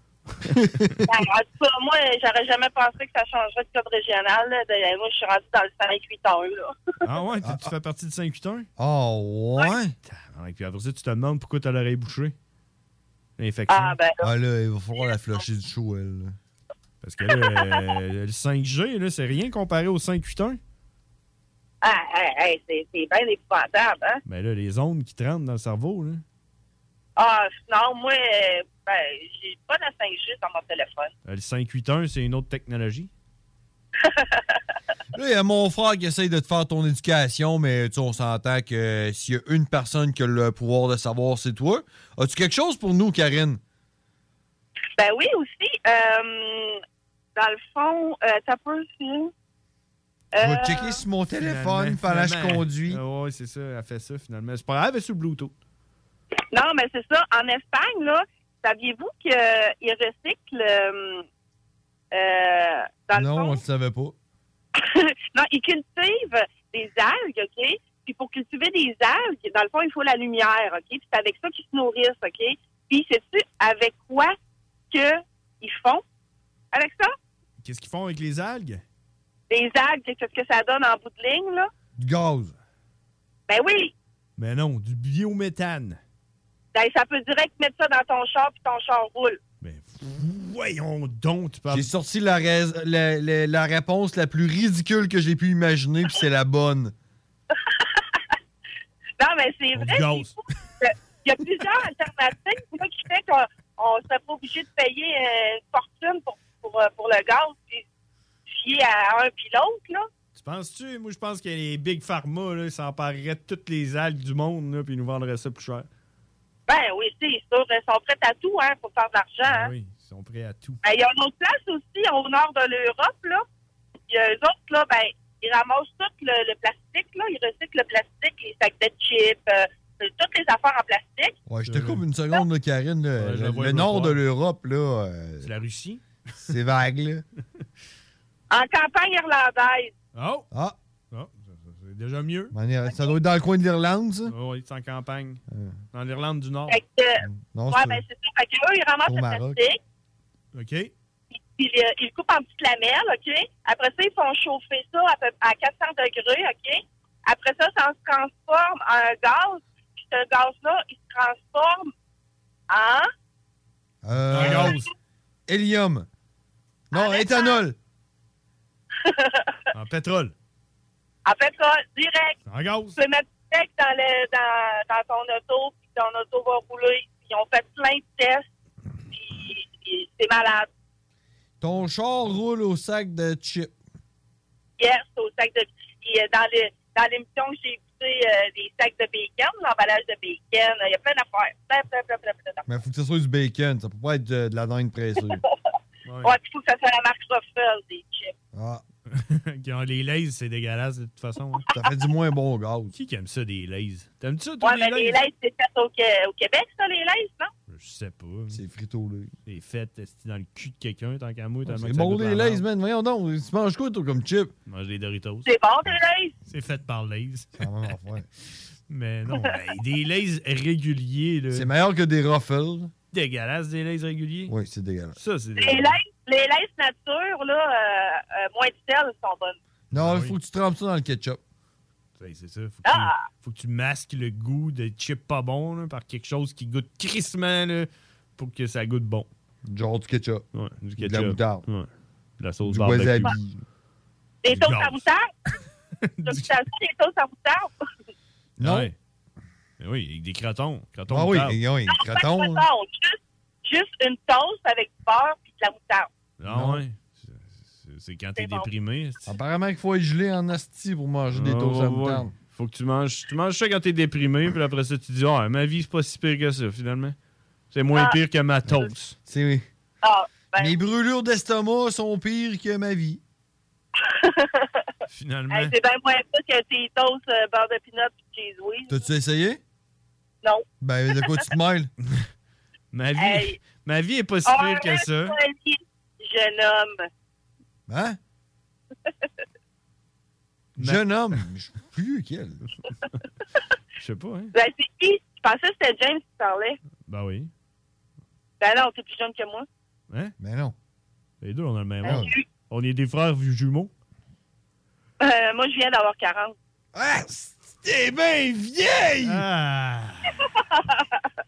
Speaker 12: Ben, en tout cas, moi, j'aurais jamais pensé que ça changerait de code régional. là. De- moi, je suis rendue dans le 5-8 heures, là.
Speaker 7: Ah ouais, tu, tu fais partie de 581?
Speaker 8: Oh ouais?
Speaker 7: Et puis après ça, tu te demandes pourquoi t'as l'oreille bouchée. L'infection.
Speaker 12: Ah, ben là.
Speaker 8: Ah là, il va falloir la flusher du show, elle. là.
Speaker 7: Parce que là, euh, le 5G, là, c'est rien comparé au 581.
Speaker 12: Ah, hey, hey, c'est c'est bien épouvantable, hein?
Speaker 7: Mais Ben là, les ondes qui te rentrent dans le cerveau, là.
Speaker 12: Ah, non, moi, euh, ben, j'ai pas de 5G dans mon téléphone.
Speaker 7: Euh, Le 581, c'est une autre technologie.
Speaker 8: Là, il y a mon frère qui essaye de te faire ton éducation, mais tu sais, on s'entend que s'il y a une personne qui a le pouvoir de savoir, c'est toi. As-tu quelque chose pour nous, Karine?
Speaker 12: Ben oui, aussi. euh, dans le fond, euh, t'as peu, Phil?
Speaker 8: Je
Speaker 12: Euh,
Speaker 8: vais checker sur mon téléphone pendant que je conduis.
Speaker 7: Ah ouais, c'est ça, elle fait ça finalement. C'est pas grave, elle est sur le Bluetooth.
Speaker 12: Non, mais c'est ça. En Espagne, là, saviez-vous qu'ils recyclent... euh, euh, dans le
Speaker 8: Non,
Speaker 12: fond,
Speaker 8: on le savait pas.
Speaker 12: non, ils cultivent des algues, OK? Puis pour cultiver des algues, dans le fond, il faut la lumière, OK? Puis c'est avec ça qu'ils se nourrissent, OK? Puis sais-tu avec quoi que ils font avec ça?
Speaker 7: Qu'est-ce qu'ils font avec les algues?
Speaker 12: Des algues, c'est ce que ça donne en bout de ligne, là?
Speaker 8: Du gaz.
Speaker 12: Ben oui!
Speaker 7: Mais non, du biométhane.
Speaker 12: Ben, ça peut direct mettre ça dans ton char, puis ton char roule.
Speaker 7: Mais voyons donc, tu parles.
Speaker 8: J'ai sorti la, rais- la- la- la réponse la plus ridicule que j'ai pu imaginer, puis c'est la bonne.
Speaker 12: Non, mais c'est vrai.
Speaker 8: gosse.
Speaker 12: c'est- Il y a plusieurs alternatives là, qui fait qu'on ne serait pas obligé de payer euh, une fortune pour, pour, euh, pour le gaz puis fier à un pilote, là.
Speaker 7: Tu penses-tu? Moi, je pense que les big pharma là, ils s'empareraient de toutes les algues du monde, là, puis ils nous vendraient ça plus cher.
Speaker 12: Ben oui, c'est sûr. Ils sont prêts à tout hein, pour faire de l'argent. hein.
Speaker 7: Oui, ils sont prêts à tout.
Speaker 12: Ben, il y a une autre place aussi au nord de l'Europe, là. Il y a eux autres, là, ben, ils ramassent tout le, le plastique, là. Ils recyclent le plastique, les sacs de chips, euh, euh, toutes les affaires en plastique.
Speaker 8: Ouais, je te coupe une seconde, là, Karine. là.
Speaker 7: Ouais, je la
Speaker 8: le
Speaker 7: vois,
Speaker 8: le
Speaker 7: je
Speaker 8: nord
Speaker 7: vois.
Speaker 8: de l'Europe, là. c'est
Speaker 7: la Russie.
Speaker 8: C'est vague, là.
Speaker 12: En campagne irlandaise.
Speaker 7: Oh!
Speaker 8: Ah!
Speaker 7: Ah, ça- ça- c'est déjà mieux.
Speaker 8: Ça doit être dans le coin de l'Irlande, ça?
Speaker 7: Oh, oui, c'est en campagne.
Speaker 8: Hein.
Speaker 7: Dans l'Irlande du Nord.
Speaker 12: Fait que,
Speaker 7: Mm.
Speaker 8: Non,
Speaker 12: ouais,
Speaker 8: c'est-
Speaker 12: ben, c'est ça. Fait que eux, ils ramassent
Speaker 8: Au
Speaker 12: le
Speaker 8: Maroc.
Speaker 12: plastique.
Speaker 7: OK.
Speaker 12: Ils, euh, ils le coupent en petites lamelles, OK? Après ça, ils font chauffer ça à, peu- à 400 degrés, OK? Après ça, ça se transforme en un gaz. Puis ce gaz-là, il se transforme en...
Speaker 7: Ah.
Speaker 8: Euh, Hélium. Non, éthanol.
Speaker 7: En pétrole.
Speaker 12: En fait, ça, direct.
Speaker 7: En gaz.
Speaker 12: Tu peux mettre direct dans, le, dans, dans ton auto, puis ton auto va rouler. Ils ont fait plein de tests, puis puis c'est malade.
Speaker 8: Ton char roule au sac de chips.
Speaker 12: Hier, c'est au sac de... puis, euh, dans le- dans l'émission, que j'ai écouté euh, des sacs de bacon, l'emballage de bacon. Il y a plein d'affaires. Plein, plein, plein, plein, plein d'affaires.
Speaker 8: Mais faut que ce soit du bacon. Ça peut pas être de, de la dinde pressée.
Speaker 12: Ouais, il faut que ça soit la marque Ruffles, des chips.
Speaker 8: Ah.
Speaker 7: Quand les lays, c'est dégueulasse de toute façon. hein.
Speaker 8: Ça fait du moins bon gaz.
Speaker 7: Qui qui aime ça, des lays? T'aimes-tu ça, toi,
Speaker 12: Ouais, ben, mais les
Speaker 7: les lays?
Speaker 12: laisses, c'est fait au, Qué- au Québec, ça, les laisses, non?
Speaker 7: Je sais pas.
Speaker 8: C'est frito, là.
Speaker 7: Les fêtes, c'est dans le cul de quelqu'un, tant qu'à moi, tellement
Speaker 8: Ah, C'est
Speaker 7: que ça
Speaker 8: bon,
Speaker 7: goûte
Speaker 8: les
Speaker 7: la
Speaker 8: lays,
Speaker 7: merde.
Speaker 8: man. Voyons donc. Tu manges quoi, toi, comme chip?
Speaker 7: Mange des Doritos.
Speaker 12: C'est bon, des laisses?
Speaker 7: C'est fait par lays.
Speaker 8: C'est la même affaire.
Speaker 7: Mais non, hey, des lays réguliers, là.
Speaker 8: C'est meilleur que des ruffles.
Speaker 7: Dégueulasse, des lays réguliers.
Speaker 8: Oui, c'est dégueulasse.
Speaker 7: Ça, c'est
Speaker 12: Les
Speaker 7: dégueulasse.
Speaker 12: laisses, les laisses nature, là, euh, euh, moins de sel, elles sont bonnes.
Speaker 8: Non, il faut que tu trempes ça dans le ketchup.
Speaker 7: Hey, Ben, C'est ça. Faut que,
Speaker 12: Ah!
Speaker 7: tu, faut que tu masques le goût de chips pas bon là, par quelque chose qui goûte crissement là, pour que ça goûte bon.
Speaker 8: Genre du ketchup.
Speaker 7: Ouais, du
Speaker 8: De
Speaker 7: ketchup.
Speaker 8: la moutarde.
Speaker 7: Ouais. De la sauce
Speaker 8: Du
Speaker 7: barbecue.
Speaker 8: wasabi.
Speaker 12: Des
Speaker 7: Du
Speaker 12: sauces
Speaker 7: gaz.
Speaker 12: à moutarde? Tu as goûté à ça, des sauces à moutarde?
Speaker 7: Non. Ben oui, avec des crotons. crotons
Speaker 8: Ah oui,
Speaker 7: moutarde.
Speaker 8: et- oui,
Speaker 12: Pas de poisson, juste, juste une toast avec du beurre et de la moutarde.
Speaker 7: Ah
Speaker 8: Non. Ah
Speaker 7: ouais. C'est- c'est- C'est quand t'es déprimé.
Speaker 8: Apparemment qu'il faut être gelé en asti pour manger des
Speaker 7: Ah,
Speaker 8: toasts à
Speaker 7: ouais,
Speaker 8: moutarde.
Speaker 7: ouais. Faut que tu manges, tu manges ça quand t'es déprimé, puis après ça, tu dis Ah, ma vie, c'est pas si pire que ça, finalement. C'est moins
Speaker 8: Ah.
Speaker 7: pire que ma toast.
Speaker 8: C'est.
Speaker 12: Ah,
Speaker 8: Mes brûlures d'estomac sont pires que ma vie.
Speaker 7: Finalement.
Speaker 12: Hey, c'est bien moins ça que tes toasts euh, beurre de pinot et cheese whiz.
Speaker 8: T'as-tu essayé?
Speaker 12: Non.
Speaker 8: Ben, de quoi tu te mêles?
Speaker 7: ma vie,
Speaker 12: Hey.
Speaker 7: ma vie est pas si
Speaker 12: Ah,
Speaker 7: pire que ça.
Speaker 12: vas-y, Jeune homme.
Speaker 8: Hein? Jeune homme. Je suis plus vieux qu'elle.
Speaker 7: Je sais pas, hein.
Speaker 12: Ben, c'est qui? Je pensais que c'était James qui parlait.
Speaker 7: Ben oui.
Speaker 12: Ben non, t'es plus jeune que moi.
Speaker 7: Hein?
Speaker 8: Ben non.
Speaker 7: Les deux, on a le même
Speaker 12: Ben
Speaker 7: âge. On est des frères vu- jumeaux.
Speaker 12: Euh, moi, je viens d'avoir 40.
Speaker 8: Ah, t'es bien vieille! Ah.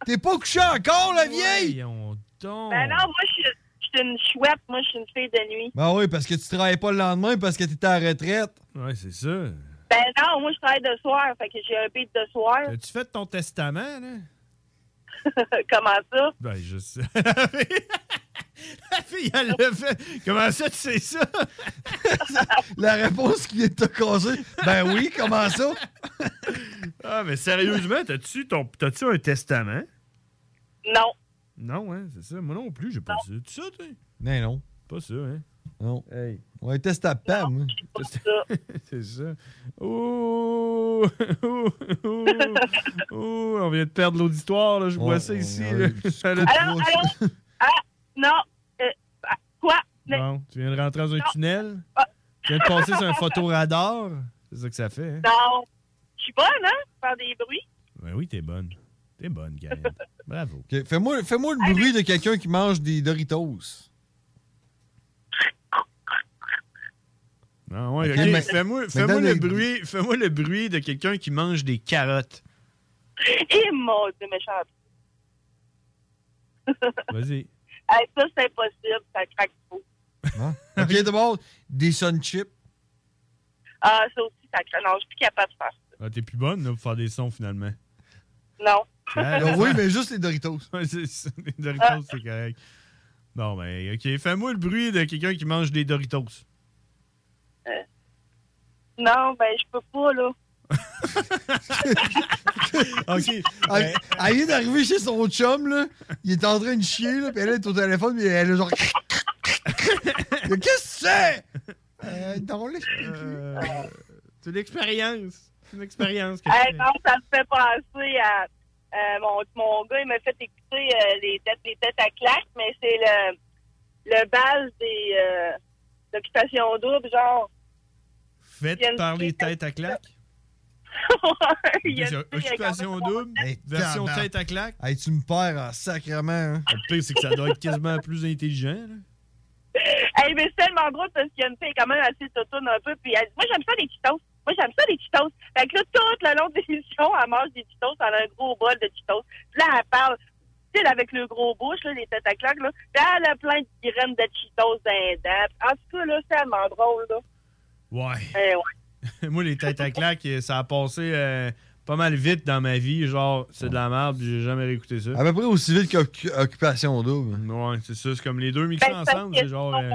Speaker 8: T'es pas couché encore, la vieille?
Speaker 12: Ben non, moi, je suis je suis une chouette. Moi, je suis une fille de nuit.
Speaker 8: Ben oui, parce que tu travailles pas le lendemain parce que t'étais à la retraite.
Speaker 7: Ouais, c'est ça.
Speaker 12: Ben non, moi, je travaille de soir. Fait que j'ai un beat de soir.
Speaker 7: As-tu fait ton testament, là?
Speaker 12: Comment ça?
Speaker 7: Ben, je sais. La fille, elle l'a fait. Comment ça, tu sais ça?
Speaker 8: La réponse qui vient de te causer, ben oui, comment ça?
Speaker 7: Ah, mais sérieusement, t'as-tu ton... t'as-tu un testament?
Speaker 12: Non.
Speaker 7: Non, hein, c'est ça. Moi non plus, j'ai pas ça. Tu ça, toi?
Speaker 8: Ben non.
Speaker 7: Pas ça, hein?
Speaker 8: Non.
Speaker 7: Hey.
Speaker 8: Ouais, test à hein. pas, moi.
Speaker 7: c'est ça. Oh! Oh! Oh! Oh! On vient de perdre l'auditoire, là. Je vois ça ici. là. Elle a-
Speaker 12: Allô, allô? Ah, non. Euh, ah, quoi? Mais-
Speaker 7: Bon, tu viens de rentrer dans un
Speaker 12: Non.
Speaker 7: tunnel? Tu viens de passer sur un photoradar? C'est ça que ça fait, hein?
Speaker 12: Non. Je suis bonne, hein? Faire des bruits.
Speaker 7: Ben oui, t'es bonne. T'es bonne, Karine. Bravo.
Speaker 8: Ok, Fais-moi fais -moi le bruit de quelqu'un qui mange des Doritos.
Speaker 7: Non, ouais,
Speaker 8: Ok,
Speaker 7: ok.
Speaker 8: mais-
Speaker 7: Fais-moi
Speaker 8: mais
Speaker 7: fais-moi
Speaker 8: dans
Speaker 7: le
Speaker 8: les-
Speaker 7: bruit, fais-moi le bruit de quelqu'un qui mange des carottes.
Speaker 12: Et mon Dieu, méchant.
Speaker 7: Vas-y.
Speaker 12: Hey, ça, c'est impossible. Ça craque trop.
Speaker 8: Hein? OK, d'abord, des sun chips.
Speaker 12: Ah, ça aussi, ça craque. Non, je suis plus capable de faire ça.
Speaker 7: Ah, T'es plus bonne là, pour faire des sons finalement.
Speaker 12: Non.
Speaker 7: Alors, Ah, oui, mais juste
Speaker 8: les Doritos.
Speaker 7: Ouais, c'est ça, les Doritos, c'est correct. Non, mais OK. Fais-moi le bruit de quelqu'un qui mange des Doritos.
Speaker 12: Euh, Non, ben, je peux pas, là.
Speaker 7: OK.
Speaker 8: Elle vient d'arriver chez son chum, là. Il est en train de chier, là. Puis elle est au téléphone, puis elle est genre. Mais Qu'est-ce que c'est? Euh, non, là, je peux plus.
Speaker 7: Euh, C'est une expérience. C'est une expérience. que
Speaker 12: Hey,
Speaker 7: tu fais.
Speaker 12: non, ça me fait penser à. euh, mon, mon gars, il m'a fait écouter euh, les, têtes, les têtes à claque, mais c'est le, le bal des euh, d'occupation double, genre.
Speaker 7: Faites
Speaker 12: Il y a une
Speaker 7: par les têtes à claque.
Speaker 12: Il y a
Speaker 7: Déjà,
Speaker 12: une fille avec
Speaker 7: occupation double, version
Speaker 8: tabarnak.
Speaker 7: tête à claque.
Speaker 8: Hey, tu me perds en sacrement. Hein?
Speaker 7: Le pire, c'est que ça doit être quasiment plus intelligent.
Speaker 12: Hey, mais c'est tellement drôle parce qu'il y a une fille quand même assez totone un peu. Puis elle dit, moi, j'aime ça les Cheetos. Moi, j'aime ça les Cheetos. Fait que là, tout le long de l'émission, elle mange des Cheetos. Elle a un gros bol de Cheetos. Puis là, elle parle, tu sais, là, avec le gros bouche, là, les têtes à claque, là. Puis elle a plein de graines de Cheetos dans les dents. En tout cas, là, c'est tellement drôle, là.
Speaker 7: Ouais.
Speaker 12: Eh, ouais.
Speaker 7: Moi, les têtes à claque, ça a passé euh, pas mal vite dans ma vie. Genre, c'est de la merde, puis j'ai jamais réécouté ça.
Speaker 8: À peu près aussi vite qu'occupation double.
Speaker 7: Ouais, c'est ça. C'est comme les deux mixés
Speaker 12: Ben, c'est
Speaker 7: ensemble.
Speaker 12: parce que-
Speaker 7: C'est genre. euh,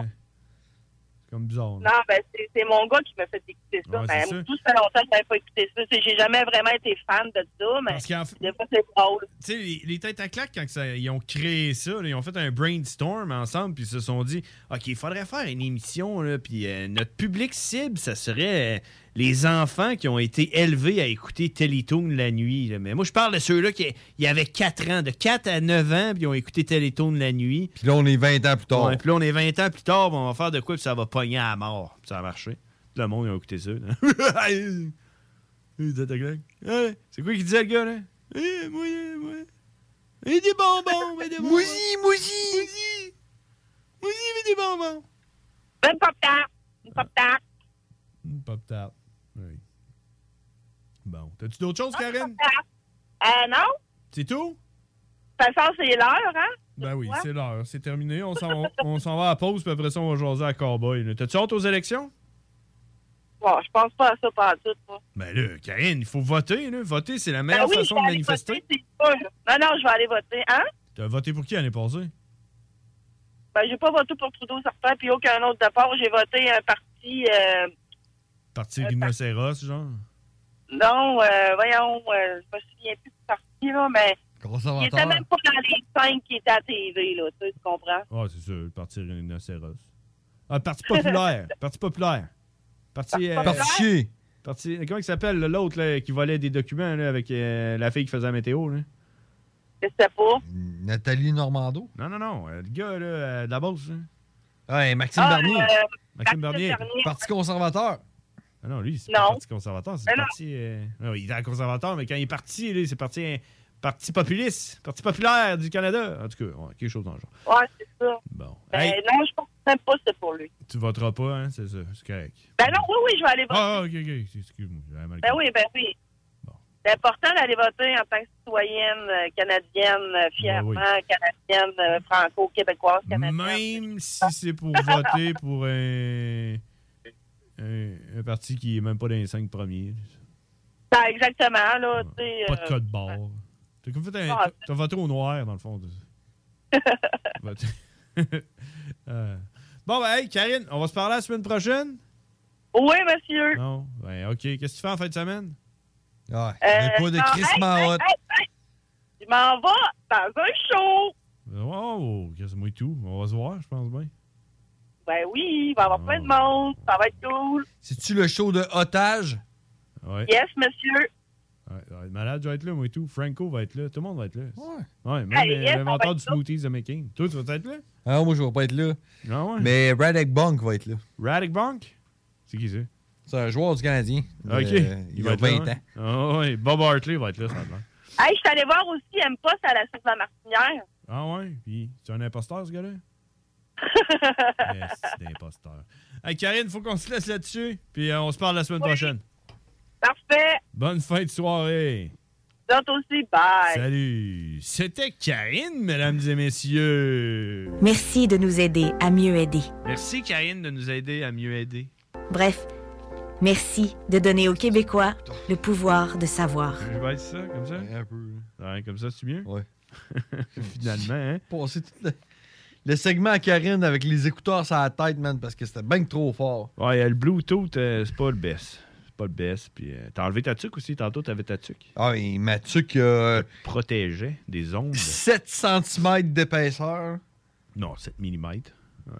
Speaker 7: c'est comme bizarre. là.
Speaker 12: Non, ben, c'est c'est mon gars qui m'a fait écouter ça.
Speaker 7: Ouais,
Speaker 12: Ben,
Speaker 7: c'est
Speaker 12: moi,
Speaker 7: ça.
Speaker 12: tout ça fait longtemps que j'avais pas écouté ça. C'est- J'ai jamais vraiment été fan de ça, mais
Speaker 7: Parce qu'en fait-
Speaker 12: des fois, c'est drôle.
Speaker 7: Tu sais, les, les têtes à claque, quand ça- ils ont créé ça, là, ils ont fait un brainstorm ensemble, puis ils se sont dit OK, il faudrait faire une émission, là, puis euh, notre public cible, ça serait euh, les enfants qui ont été élevés à écouter Télétoon la nuit. là. Mais moi, je parle de ceux-là qui ils avaient 4 ans, de 4 à 9 ans, puis ils ont écouté Télétoon la nuit.
Speaker 8: Puis là, on est 20 ans plus tard.
Speaker 7: Ouais, puis là, on est 20 ans plus tard, puis on va faire de quoi, puis ça va pogner à mort. Puis ça a marché. Tout le monde, ils ont écouté ça. là. Les têtes à claque. Ouais, C'est quoi qu'il disait, le gars, là Eh, moi, eh, moi. Et des bonbons, mais des bonbons. Mousi, mousi. Mousi. Mousi, mais des bonbons.
Speaker 12: Une pop-tart. Une pop-tart.
Speaker 7: Pop-tart. Mm, Oui. Bon. T'as-tu d'autres
Speaker 12: Ah,
Speaker 7: choses, Karen?
Speaker 12: Euh, non?
Speaker 7: C'est tout?
Speaker 12: De toute façon, c'est l'heure, hein?
Speaker 7: Ben oui,
Speaker 12: Ouais.
Speaker 7: c'est l'heure. C'est terminé. On s'en on s'en va à pause, puis après ça, on va jaser à Cowboy. là. T'as-tu hâte aux élections?
Speaker 12: Bon, je pense pas à ça par tout. moi.
Speaker 7: Ben là, Karine, il faut voter. Là. Voter, c'est la
Speaker 12: Ben
Speaker 7: meilleure
Speaker 12: oui, je
Speaker 7: façon
Speaker 12: vais
Speaker 7: de
Speaker 12: aller voter,
Speaker 7: manifester.
Speaker 12: c'est sûr. Non, non, je vais aller voter. Hein?
Speaker 7: T'as voté pour qui l'année passée?
Speaker 12: Ben, j'ai pas voté pour Trudeau, certain, puis aucun autre de part. J'ai voté un parti. euh,
Speaker 7: Parti rhinocéros, genre?
Speaker 12: non, euh, voyons, euh, je me souviens plus du parti, là, mais. Il était
Speaker 7: Conservateur.
Speaker 12: même pas dans les cinq qui étaient à TV, là, tu sais, tu comprends?
Speaker 7: Ah, c'est sûr, le Parti rhinocéros. Ah, Parti populaire. Parti populaire. Parti.
Speaker 12: Parti populaire?
Speaker 7: chier. Parti. Comment il s'appelle, là, l'autre, là, qui volait des documents, là, avec euh, la fille qui faisait la météo, là?
Speaker 12: Je sais pas.
Speaker 8: Nathalie Normando.
Speaker 7: Non, non, non. euh, le gars, là, euh, de la bourse, là.
Speaker 8: Ouais, Maxime
Speaker 7: Ah,
Speaker 8: Bernier.
Speaker 7: euh, Maxime Bernier.
Speaker 12: Bernier.
Speaker 8: Parti conservateur.
Speaker 7: Ah non, lui, c'est pas
Speaker 8: Non.
Speaker 7: le Parti conservateur. C'est le
Speaker 8: Ben non.
Speaker 7: Parti. euh, non, il est conservateur, mais quand il est parti, là, c'est parti. euh, Parti populiste, Parti populaire du Canada. En tout cas, ouais, quelque chose dans le genre.
Speaker 12: Ouais, c'est ça.
Speaker 7: Bon.
Speaker 12: Ben,
Speaker 7: Hey.
Speaker 12: non, je pense même pas que c'est pour lui.
Speaker 7: Tu voteras pas, hein, c'est ça, c'est correct.
Speaker 12: Ben, non, oui, oui, je vais aller voter.
Speaker 7: Ah, ah, ok, ok, excuse-moi, j'avais mal
Speaker 12: Ben oui, ben oui. C'est important d'aller voter en tant que citoyenne euh, canadienne,
Speaker 7: Ben
Speaker 12: euh, fièrement canadienne, euh, franco-québécoise,
Speaker 7: Mm.
Speaker 12: canadienne.
Speaker 7: Même si c'est pour voter pour un, un, un parti qui est même pas dans les cinq premiers.
Speaker 12: Ben, exactement, là, tu sais.
Speaker 7: Mm. Pas de
Speaker 12: euh,
Speaker 7: code barre. T'as comme fait un-
Speaker 12: Ah,
Speaker 7: t'as voté au noir, dans le fond. Voté. Euh, Bon, ben, hey, Karine, on va se parler la semaine prochaine?
Speaker 12: Oui, monsieur.
Speaker 7: Non? Ben, OK. Qu'est-ce que tu fais en fin de semaine?
Speaker 12: euh,
Speaker 8: Ouais.
Speaker 12: non, hey, hey, hey, hey. Je m'en vais dans un show.
Speaker 7: Oh, qu'est-ce que moi et tout? On va se voir, je pense bien.
Speaker 12: Ben oui, il va y avoir plein de
Speaker 7: Ah.
Speaker 12: monde. Ça va être cool.
Speaker 8: C'est-tu le show de otage?
Speaker 7: Ouais.
Speaker 12: Yes, monsieur.
Speaker 7: Ouais, ça va être malade, je vais être là, moi et tout. Franco va être là. Tout le monde va être là. Ouais. même
Speaker 12: Hey,
Speaker 7: euh,
Speaker 12: yes, on va
Speaker 7: l'inventeur
Speaker 12: être
Speaker 7: du
Speaker 12: là.
Speaker 7: Smoothies The Making. Toi, tu vas être là?
Speaker 8: Ah, moi, je vais pas être là.
Speaker 7: Ah
Speaker 8: Mais Radek Bonk va être là.
Speaker 7: Radek Bonk? C'est qui ça?
Speaker 8: C'est un joueur du Canadien.
Speaker 7: OK.
Speaker 8: Euh, il, a
Speaker 7: va être là,
Speaker 8: 20 ans.
Speaker 7: hein? Ah ouais, Bob Hartley va être là, ça va.
Speaker 12: Hey, je suis allée voir aussi M. Post à la Sylvain Martinière.
Speaker 7: Ah ouais? Puis, tu es un imposteur, ce gars-là? yes, c'est un imposteur. Hey, Karine, faut qu'on se laisse là-dessus. Puis, euh, on se parle la semaine prochaine.
Speaker 12: Parfait.
Speaker 7: Bonne fin de soirée.
Speaker 12: autres aussi. Bye.
Speaker 7: Salut. C'était Karine, mesdames et messieurs.
Speaker 9: Merci de nous aider à mieux aider.
Speaker 7: Merci, Karine, de nous aider à mieux aider.
Speaker 9: Bref, merci de donner aux Québécois le pouvoir de savoir.
Speaker 7: Je vais être ça, comme ça? Un peu. Ouais, comme ça, c'est mieux? Ouais. Finalement, hein?
Speaker 8: Passer tout le, le segment à Karine avec les écouteurs sur la tête, man, parce que c'était bien que trop fort.
Speaker 7: Ouais, euh, le Bluetooth, euh, c'est pas le best. C'est pas le best. Puis euh, t'as enlevé ta tuque aussi. Tantôt, t'avais ta tuque.
Speaker 8: Ah, et ma tuque euh, a
Speaker 7: Protégeait des ondes.
Speaker 8: 7 cm d'épaisseur.
Speaker 7: Non, 7 mm.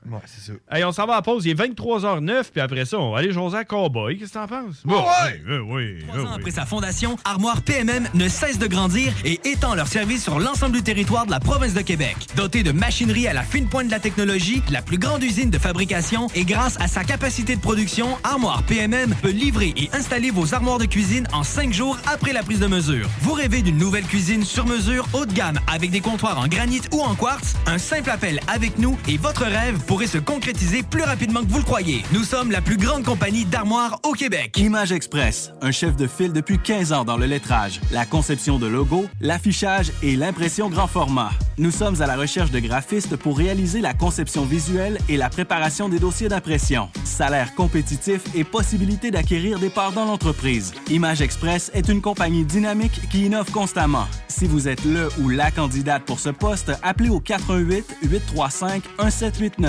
Speaker 8: Ouais, c'est ça.
Speaker 7: Hey, on s'en va à la pause. Il est 23h09, puis après ça, on va aller jaser à Cowboy. Qu'est-ce que t'en penses?
Speaker 8: Ouais!
Speaker 7: oui, oui,
Speaker 14: Trois ans après sa fondation, Armoire PMM ne cesse de grandir et étend leurs services sur l'ensemble du territoire de la province de Québec. Dotée de machinerie à la fine pointe de la technologie, la plus grande usine de fabrication et grâce à sa capacité de production, Armoire PMM peut livrer et installer vos armoires de cuisine en cinq jours après la prise de mesure. Vous rêvez d'une nouvelle cuisine sur mesure haut de gamme avec des comptoirs en granit ou en quartz? Un simple appel avec nous et votre rêve pourrait se concrétiser plus rapidement que vous le croyez. Nous sommes la plus grande compagnie d'armoires au Québec.
Speaker 13: Image Express, un chef de file depuis 15 ans dans le lettrage, la conception de logos, l'affichage et l'impression grand format. Nous sommes à la recherche de graphistes pour réaliser la conception visuelle et la préparation des dossiers d'impression. Salaire compétitif et possibilité d'acquérir des parts dans l'entreprise. Image Express est une compagnie dynamique qui innove constamment. Si vous êtes le ou la candidate pour ce poste, appelez au 88 835 1789.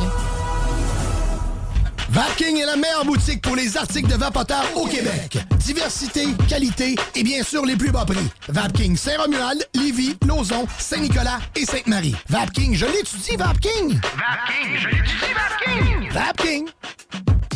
Speaker 25: Vapking est la meilleure boutique pour les articles de vapoteurs au Québec. Diversité, qualité et bien sûr les plus bas prix. Vapking Saint-Romuald, Lévis, Lauson, Saint-Nicolas et Sainte-Marie. Vapking, je l'étudie, Vapking!
Speaker 21: Vapking, je l'étudie, Vapking!
Speaker 25: Vapking!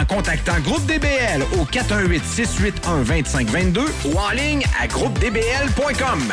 Speaker 15: en contactant Groupe DBL au 418-681-2522 ou en ligne à groupedbl.com.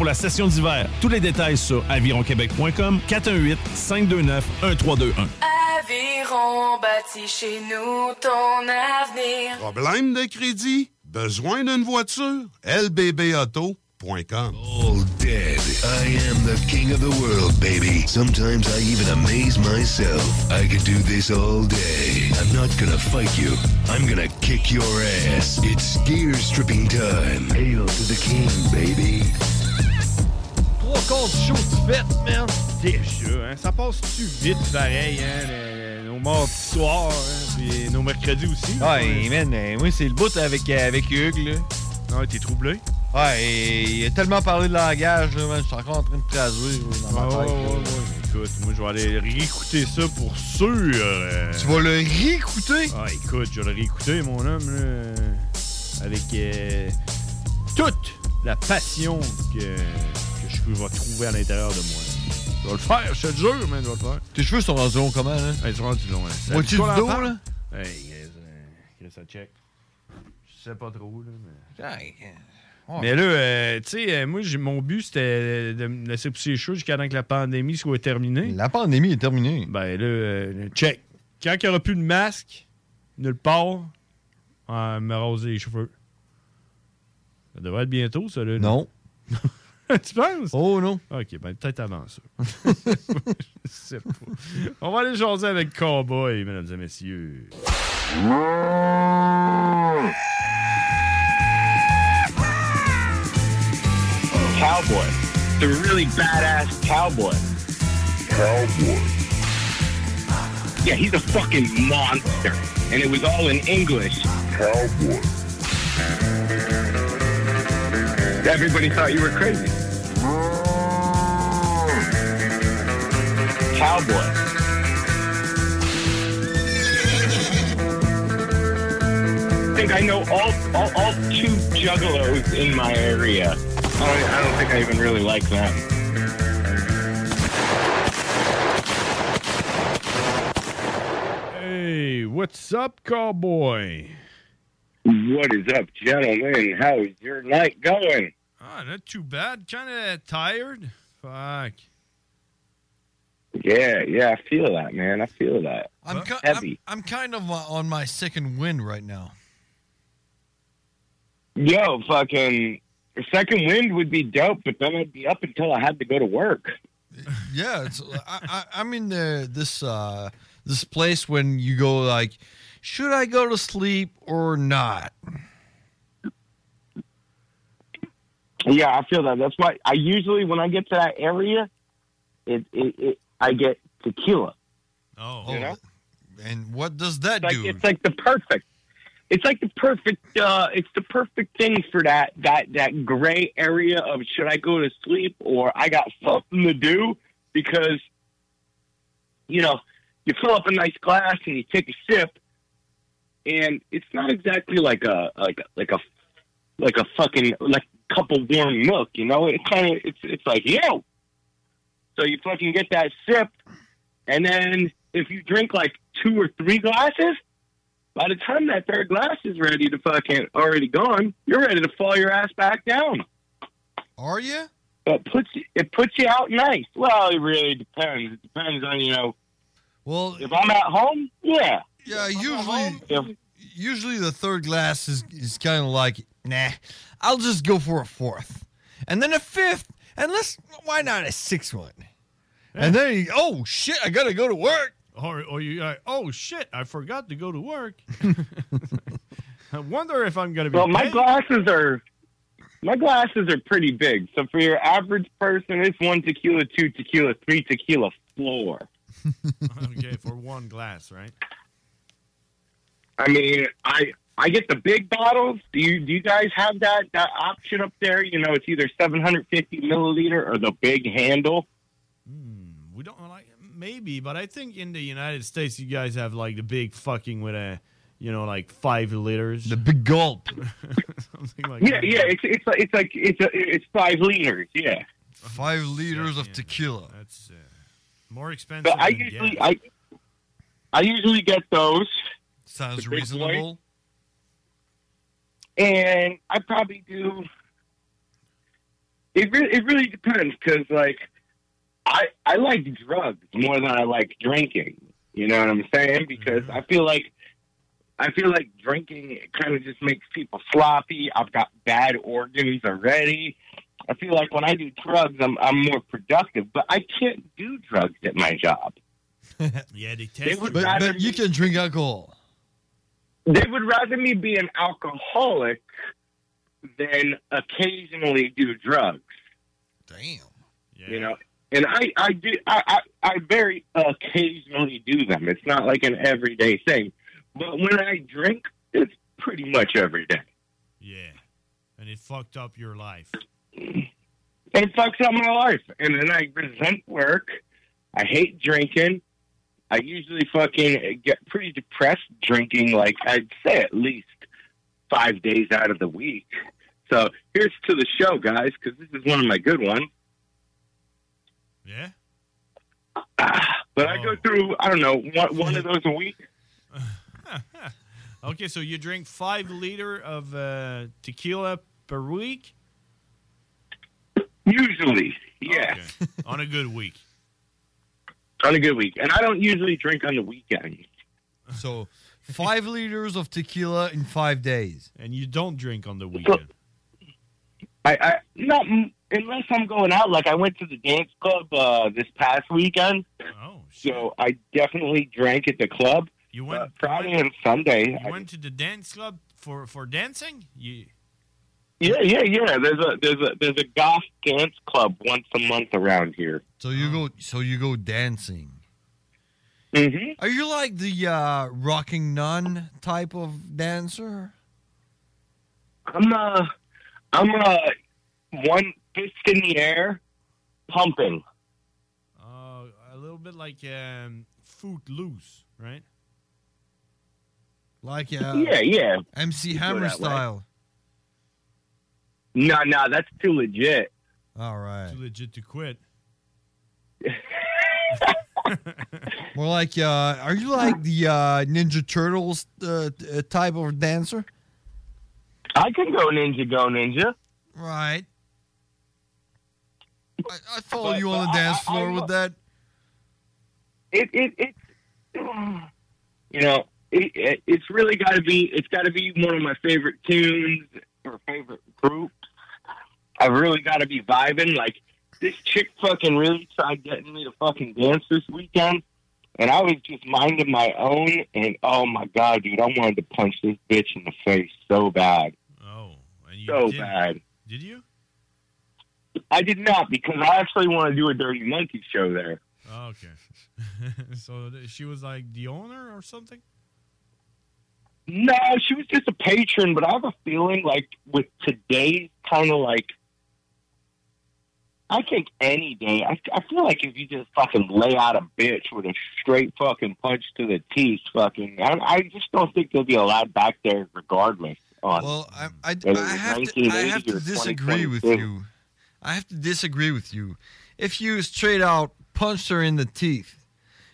Speaker 24: la session d'hiver. Tous les détails sur avironquebec.com 418 529 1321.
Speaker 26: Aviron bâti chez nous ton avenir.
Speaker 20: Problème de crédit? Besoin d'une voiture? LBBauto.com.
Speaker 3: All dead. I am the king of the world, baby. Sometimes I even amaze myself. I could do this all day. I'm not gonna fight you. I'm gonna kick your ass. It's gear stripping time. Hail to the king, baby.
Speaker 7: Trois comptes chauds de fête, man. Déjà, hein, ça passe-tu vite pareil, hein, le- le- nos mardis soirs, hein, puis nos mercredis aussi.
Speaker 8: Ouais, man, euh, moi, c'est le bout avec, euh, avec Hugues, là.
Speaker 7: Ouais, Ah, t'es troublé?
Speaker 8: Ouais, et il a tellement parlé de langage, là, man, je suis encore en train de traduire là, dans ma
Speaker 7: Ouais,
Speaker 8: tête.
Speaker 7: Ah, ouais, ouais, ouais. Écoute, moi, je vais aller réécouter ça pour sûr. Tu
Speaker 8: vas le réécouter?
Speaker 7: Ah, écoute, je vais le réécouter, mon homme, là, avec euh, toute la passion que, que je vais trouver à l'intérieur de moi. Je vais le faire, je te jure, man, je vais le faire.
Speaker 8: Tes cheveux sont rendus longs comment, là?
Speaker 7: Ils sont rendus longs, hein.
Speaker 8: Moitié du
Speaker 7: Nicolas
Speaker 8: dos,
Speaker 7: Lampard?
Speaker 8: là?
Speaker 7: Hey, euh, Chris, ça check. Je sais pas trop, là, mais... Mais
Speaker 8: Mais
Speaker 7: là,
Speaker 8: là,
Speaker 7: euh, tu sais, euh, moi, j'ai- mon but, c'était de me laisser pousser les choses jusqu'à temps que la pandémie soit terminée.
Speaker 8: La pandémie est terminée.
Speaker 7: Ben là, euh, check. Quand il n'y aura plus de masque, nulle part, euh, me raser les cheveux. Ça devrait être bientôt, ça, là.
Speaker 8: Non.
Speaker 7: tu penses?
Speaker 8: Oh non.
Speaker 7: OK, ben peut-être avant ça. Je sais pas. On va aller jaser avec Cowboy, mesdames et messieurs.
Speaker 22: Cowboy. The really badass cowboy. Cowboy. Yeah, he's a fucking monster. And it was all in English. Cowboy. Everybody thought you were crazy. Cowboy. I think I know all, all, all two juggalos in my area. I don't, I don't think I even really like them.
Speaker 7: Hey, what's up, Cowboy?
Speaker 22: What is up, gentlemen? How's your night going?
Speaker 7: Ah, not too bad. Kind of tired. Fuck.
Speaker 22: Yeah, yeah, I feel that, man. I feel that.
Speaker 8: I'm, ki- I'm,
Speaker 22: heavy.
Speaker 8: I'm kind of uh, on my second wind right now.
Speaker 22: Yo, fucking second wind would be dope, but then I'd be up until I had to go to work.
Speaker 8: Yeah, it's, I, I, I'm in the, this uh, this place when you go like, should I go to sleep or not?
Speaker 22: Yeah, I feel that. That's why I usually when I get to that area, it, it, it I get tequila.
Speaker 8: Oh, and what does that
Speaker 22: do? It's like the perfect. It's like the perfect. Uh, it's the perfect thing for that that that gray area of should I go to sleep or I got something to do because, you know, you fill up a nice glass and you take a sip, and it's not exactly like a like a- like a like a fucking like cup of warm milk. You know, it kind of it's it's like yo. So you fucking get that sip, and then if you drink like two or three glasses, by the time that third glass is ready to fucking already gone, you're ready to fall your ass back down.
Speaker 8: Are you?
Speaker 22: It puts it puts you out nice. Well, it really depends. It depends on you know.
Speaker 8: Well,
Speaker 22: if I'm at home, yeah.
Speaker 8: Yeah, usually usually the third glass is, is kind of like, nah, I'll just go for a fourth. And then a fifth, and let's, why not a sixth one? And then, you, oh shit, I gotta go to work.
Speaker 7: Or, or you like, oh shit, I forgot to go to work. I wonder if I'm going to be.
Speaker 22: Well, my
Speaker 7: paid.
Speaker 22: glasses are my glasses are pretty big. So for your average person, it's one tequila, two tequila, three tequila, floor.
Speaker 7: okay, for one glass, right?
Speaker 22: I mean, I I get the big bottles. Do you do you guys have that that option up there? You know, it's either seven hundred fifty milliliter or the big handle.
Speaker 7: We don't like maybe, but I think in the United States, you guys have like the big fucking with a, you know, like five liters. The
Speaker 8: big gulp.
Speaker 7: Something like
Speaker 22: Yeah,
Speaker 7: that.
Speaker 22: yeah, it's it's like it's like it's a, it's five liters. Yeah,
Speaker 8: Five liters of tequila.
Speaker 7: That's uh, more expensive.
Speaker 22: but I
Speaker 7: than
Speaker 22: usually
Speaker 7: gas.
Speaker 22: I I usually get those.
Speaker 8: Sounds
Speaker 22: The big boy.
Speaker 8: reasonable.
Speaker 22: and I probably do. It really, it really depends because like I I like drugs more than I like drinking. You know what I'm saying? Because
Speaker 8: Mm-hmm.
Speaker 22: I feel like I feel like drinking kind of just makes people sloppy. I've got bad organs already. I feel like when I do drugs, I'm I'm more productive, but I can't do drugs at my job.
Speaker 7: Yeah, they
Speaker 22: They would
Speaker 9: But, but
Speaker 22: rather
Speaker 9: you can drink alcohol.
Speaker 22: They would rather me be an alcoholic than occasionally do drugs. Damn. You know, and I I do I I, I very occasionally do them. It's not like an everyday thing. But when I drink, it's pretty much every day.
Speaker 7: Yeah. And it fucked up your life.
Speaker 22: it fucks up my life. And then I resent work. I hate drinking. I usually fucking get pretty depressed drinking, like I'd say at least five days out of the week. So here's to the show, guys, because this is one of my good ones.
Speaker 7: Yeah?
Speaker 22: Ah,
Speaker 7: Oh.
Speaker 22: But I go through, I don't know, one, one of those a week.
Speaker 7: Okay, so you drink five liter of uh, tequila per week?
Speaker 22: Usually, yeah.
Speaker 7: On a good week.
Speaker 22: On a good week. And I don't usually drink on the weekend.
Speaker 9: So five liters of tequila in five days.
Speaker 7: And you don't drink on the weekend.
Speaker 22: I, I not m- unless I'm going out. Like I went to the dance club uh, this past weekend.
Speaker 7: Oh,
Speaker 22: so I definitely drank at the club.
Speaker 7: You went
Speaker 22: uh, Friday and Sunday.
Speaker 7: You
Speaker 22: I-
Speaker 7: went to the dance club for, for dancing? You,
Speaker 22: yeah, yeah, yeah. There's a there's a there's a goth dance club once a month around here.
Speaker 9: So you go. So you go dancing.
Speaker 22: Mm-hmm.
Speaker 9: Are you like the uh, rocking nun type of dancer?
Speaker 22: I'm uh I'm uh one fist in the air, pumping.
Speaker 7: uh, a little bit like um, foot loose, right?
Speaker 9: Like
Speaker 7: uh,
Speaker 22: yeah, yeah. You
Speaker 9: MC
Speaker 22: go
Speaker 9: Hammer
Speaker 22: that way.
Speaker 9: style.
Speaker 22: No, no, that's too legit.
Speaker 9: All right.
Speaker 7: Too legit to quit.
Speaker 9: More like, uh, are you like the uh, Ninja Turtles uh, t- uh, type of dancer?
Speaker 22: I can go ninja, go ninja.
Speaker 9: Right. I, I follow you on the dance floor with that.
Speaker 22: It it it. um, You know, it, it, it's really got to be. It's got to be one of my favorite tunes or favorite groups. I've really got to be vibing. Like this chick fucking really tried getting me to fucking dance this weekend, and I was just minding my own. And oh my god, dude, I wanted to punch this bitch in the face so bad. Oh, so bad.
Speaker 7: Did you?
Speaker 22: I did not because I actually want to do a Dirty Monkey show there.
Speaker 7: Oh, okay. so th- she was like the owner or something?
Speaker 22: No, she was just a patron, but I have a feeling like with today's kind of like, I think any day, I, I feel like if you just fucking lay out a bitch with a straight fucking punch to the teeth, fucking, I, I just don't think they'll be allowed back there regardless. Uh, On
Speaker 9: Well, I, I,
Speaker 22: whether
Speaker 9: I
Speaker 22: it's
Speaker 9: have to, I
Speaker 22: 1980
Speaker 9: have
Speaker 22: or
Speaker 9: to disagree with
Speaker 22: 2022.
Speaker 9: you. I have to disagree with you. If you straight out punched her in the teeth,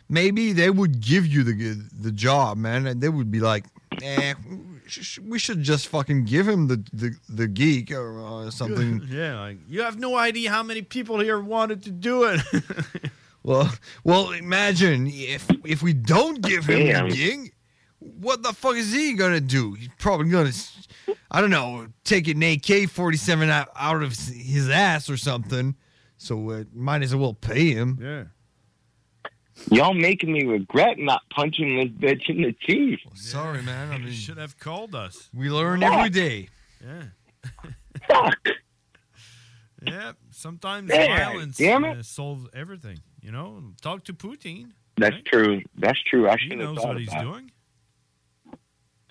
Speaker 9: maybe they would give you the the job, man. And they would be like, eh, we should just fucking give him the, the, the geek or, or something.
Speaker 7: yeah, like, you have no idea how many people here wanted to do it.
Speaker 9: Well, well, imagine if if we don't give him
Speaker 7: Damn.
Speaker 9: the gig, what the fuck is he gonna do? He's probably gonna, s- I don't know, take an AK forty seven out, out of s- his ass or something. So uh, might as well pay him.
Speaker 7: Yeah.
Speaker 22: Y'all making me regret not punching this bitch in the teeth.
Speaker 9: Sorry, man. I mean,
Speaker 7: should have called us.
Speaker 9: We learn every day.
Speaker 7: Yeah. yeah. Sometimes
Speaker 22: Yeah,
Speaker 7: violence
Speaker 22: damn
Speaker 7: Uh, solves everything. You know, talk to Putin.
Speaker 22: That's true. That's true. I
Speaker 7: He
Speaker 22: should have
Speaker 7: knows
Speaker 22: thought
Speaker 7: what he's
Speaker 22: about it.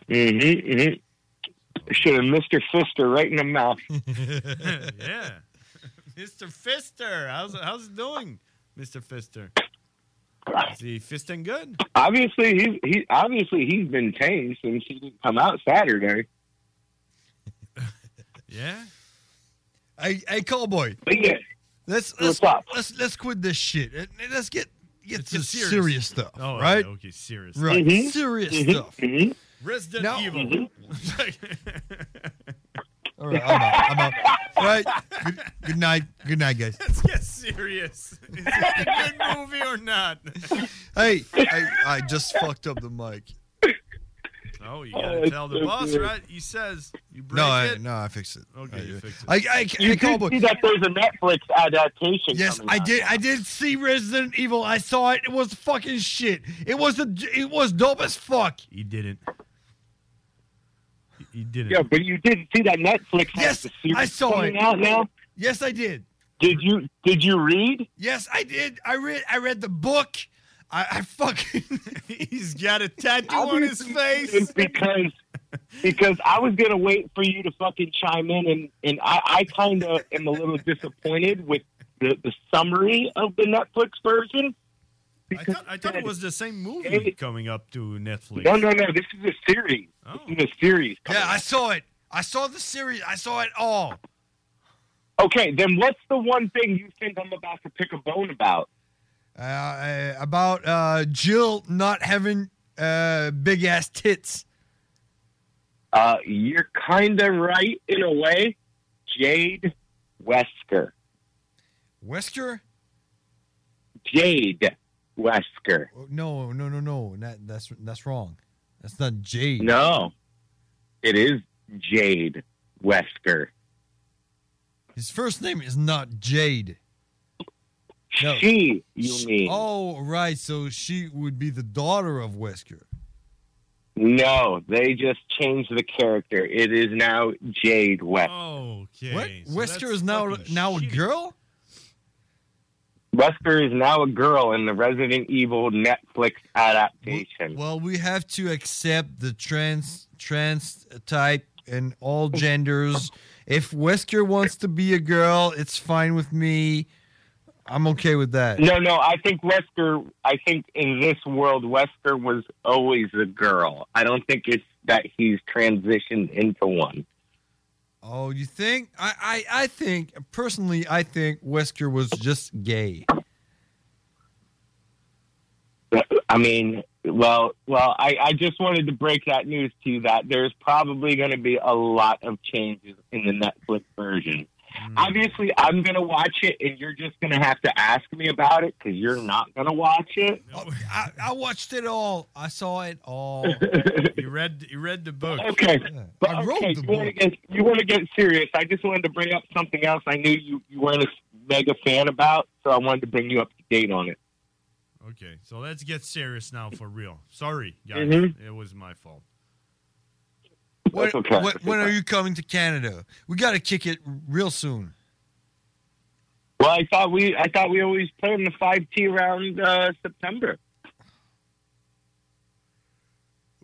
Speaker 7: doing.
Speaker 22: Mm-hmm, Should have Mr. Fister right in the mouth.
Speaker 7: yeah. Mr. Fister, how's how's it doing, Mr. Fister? Is he fisting good?
Speaker 22: obviously, he's he obviously he's been changed since he didn't come out Saturday.
Speaker 7: Yeah.
Speaker 9: Hey, hey, cowboy.
Speaker 22: Yeah.
Speaker 9: Let's let's let's let's quit this shit. and- and Let's get get to serious. stuff.
Speaker 7: Oh,
Speaker 9: right?
Speaker 7: yeah, okay, serious.
Speaker 9: Right. Serious stuff.
Speaker 7: Resident
Speaker 9: No.
Speaker 7: Evil.
Speaker 9: All right, I'm out. I'm out. Right. Good, good night. Good night, guys.
Speaker 7: Let's get serious. Is it a good movie or not?
Speaker 9: Hey, I, I just fucked up the mic.
Speaker 7: Oh, you gotta tell the boss, right? He says you break
Speaker 9: No, I,
Speaker 7: it.
Speaker 9: no, I fixed it. Okay,
Speaker 7: you fixed
Speaker 9: I, I, I,
Speaker 22: You
Speaker 9: call
Speaker 22: did
Speaker 9: book.
Speaker 22: see that there's a Netflix adaptation.
Speaker 9: Yes,
Speaker 22: coming
Speaker 9: I
Speaker 22: out.
Speaker 9: did. I did see Resident Evil. I saw it. It was fucking shit. It was the. It was dope as fuck.
Speaker 7: He didn't. He didn't.
Speaker 22: Yeah, but you did see that Netflix. Yes,
Speaker 9: I saw it.
Speaker 22: Out now.
Speaker 9: Yes, I did.
Speaker 22: Did you Did you read?
Speaker 9: Yes, I did. I read. I read the book. I, I fucking.
Speaker 7: He's got a tattoo
Speaker 9: on
Speaker 7: his face.
Speaker 22: It's because because I was gonna wait for you to fucking chime in, and and I, I kind of am a little disappointed with the, the summary of the Netflix version.
Speaker 7: I thought, I thought it was the same movie coming up to Netflix.
Speaker 22: No, no, no. This is a series.
Speaker 7: Oh.
Speaker 22: This is a series.
Speaker 9: Yeah, I saw it. I saw the series. I saw it all.
Speaker 22: Okay, then what's the one thing you think I'm about to pick a bone about?
Speaker 9: Uh, uh, about uh, Jill not having uh, big ass tits.
Speaker 22: Uh, you're kind of right in a way. Jade Wesker.
Speaker 9: Wesker?
Speaker 22: Jade Wesker.
Speaker 9: Oh, No, no, no, no. That, that's that's wrong. That's not Jade.
Speaker 22: No, it is Jade Wesker.
Speaker 9: His first name is not Jade. No.
Speaker 22: She, you mean?
Speaker 9: Oh, right. So she would be the daughter of Wesker.
Speaker 22: No, they just changed the character. It is now Jade Wesker.
Speaker 7: Okay.
Speaker 9: What? Wesker is now now a girl?
Speaker 22: Wesker is now a girl in the Resident Evil Netflix adaptation.
Speaker 9: Well, we have to accept the trans trans type and all genders. If Wesker wants to be a girl, it's fine with me. I'm okay with that.
Speaker 22: No, no, I think Wesker, I think in this world, Wesker was always a girl. I don't think it's that he's transitioned into one.
Speaker 9: Oh, you think? I, I, I think personally, I think Wesker was just gay.
Speaker 22: I mean, well, well, I, I just wanted to break that news to you that there's probably going to be a lot of changes in the Netflix version. Obviously, I'm going to watch it, and you're just going to have to ask me about it because you're not going to watch it.
Speaker 9: I, I watched it all. I saw it all.
Speaker 7: you read you read the book.
Speaker 22: Okay, but
Speaker 9: I wrote
Speaker 22: okay,
Speaker 9: the
Speaker 22: you want to
Speaker 9: book.
Speaker 22: get you want to get serious. I just wanted to bring up something else. I knew you you weren't a mega fan about, so I wanted to bring you up to date on it.
Speaker 7: Okay, so let's get serious now for real. Sorry, guys.
Speaker 22: Mhm.
Speaker 7: It was my fault.
Speaker 9: When,
Speaker 22: That's okay.
Speaker 9: when, when are you coming to Canada? We got to kick it real soon.
Speaker 22: Well, I thought we I thought we always planned the five T round uh, September.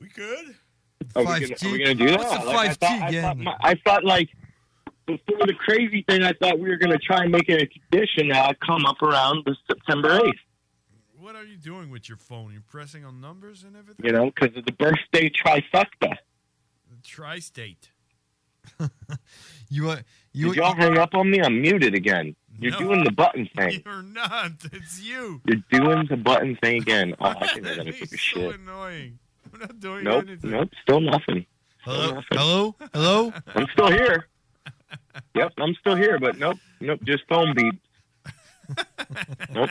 Speaker 7: We good?
Speaker 22: Are we, gonna, are we gonna do
Speaker 7: Oh,
Speaker 22: that?
Speaker 9: What's a
Speaker 22: Like, I
Speaker 9: 5T
Speaker 22: thought- I thought
Speaker 9: game?
Speaker 22: my- I thought like before the crazy thing, I thought we were gonna try and make it a tradition. Now I come up around the September eighth.
Speaker 7: What are you doing with your phone? You're pressing on numbers and everything.
Speaker 22: You know, because of the birthday trifecta.
Speaker 7: Tri-state.
Speaker 9: You uh, you
Speaker 22: Did y'all hang up on me? I'm muted again. You're
Speaker 7: No.
Speaker 22: doing the button thing.
Speaker 7: You're not. It's you.
Speaker 22: You're doing the button thing again. Oh, I think I gotta take a shit.
Speaker 7: Annoying. I'm not doing
Speaker 22: Nope,
Speaker 7: anything.
Speaker 22: nope, still nothing.
Speaker 9: Hello, hello, hello.
Speaker 22: I'm still here. Yep, I'm still here, but nope, nope, just phone beep. Nope.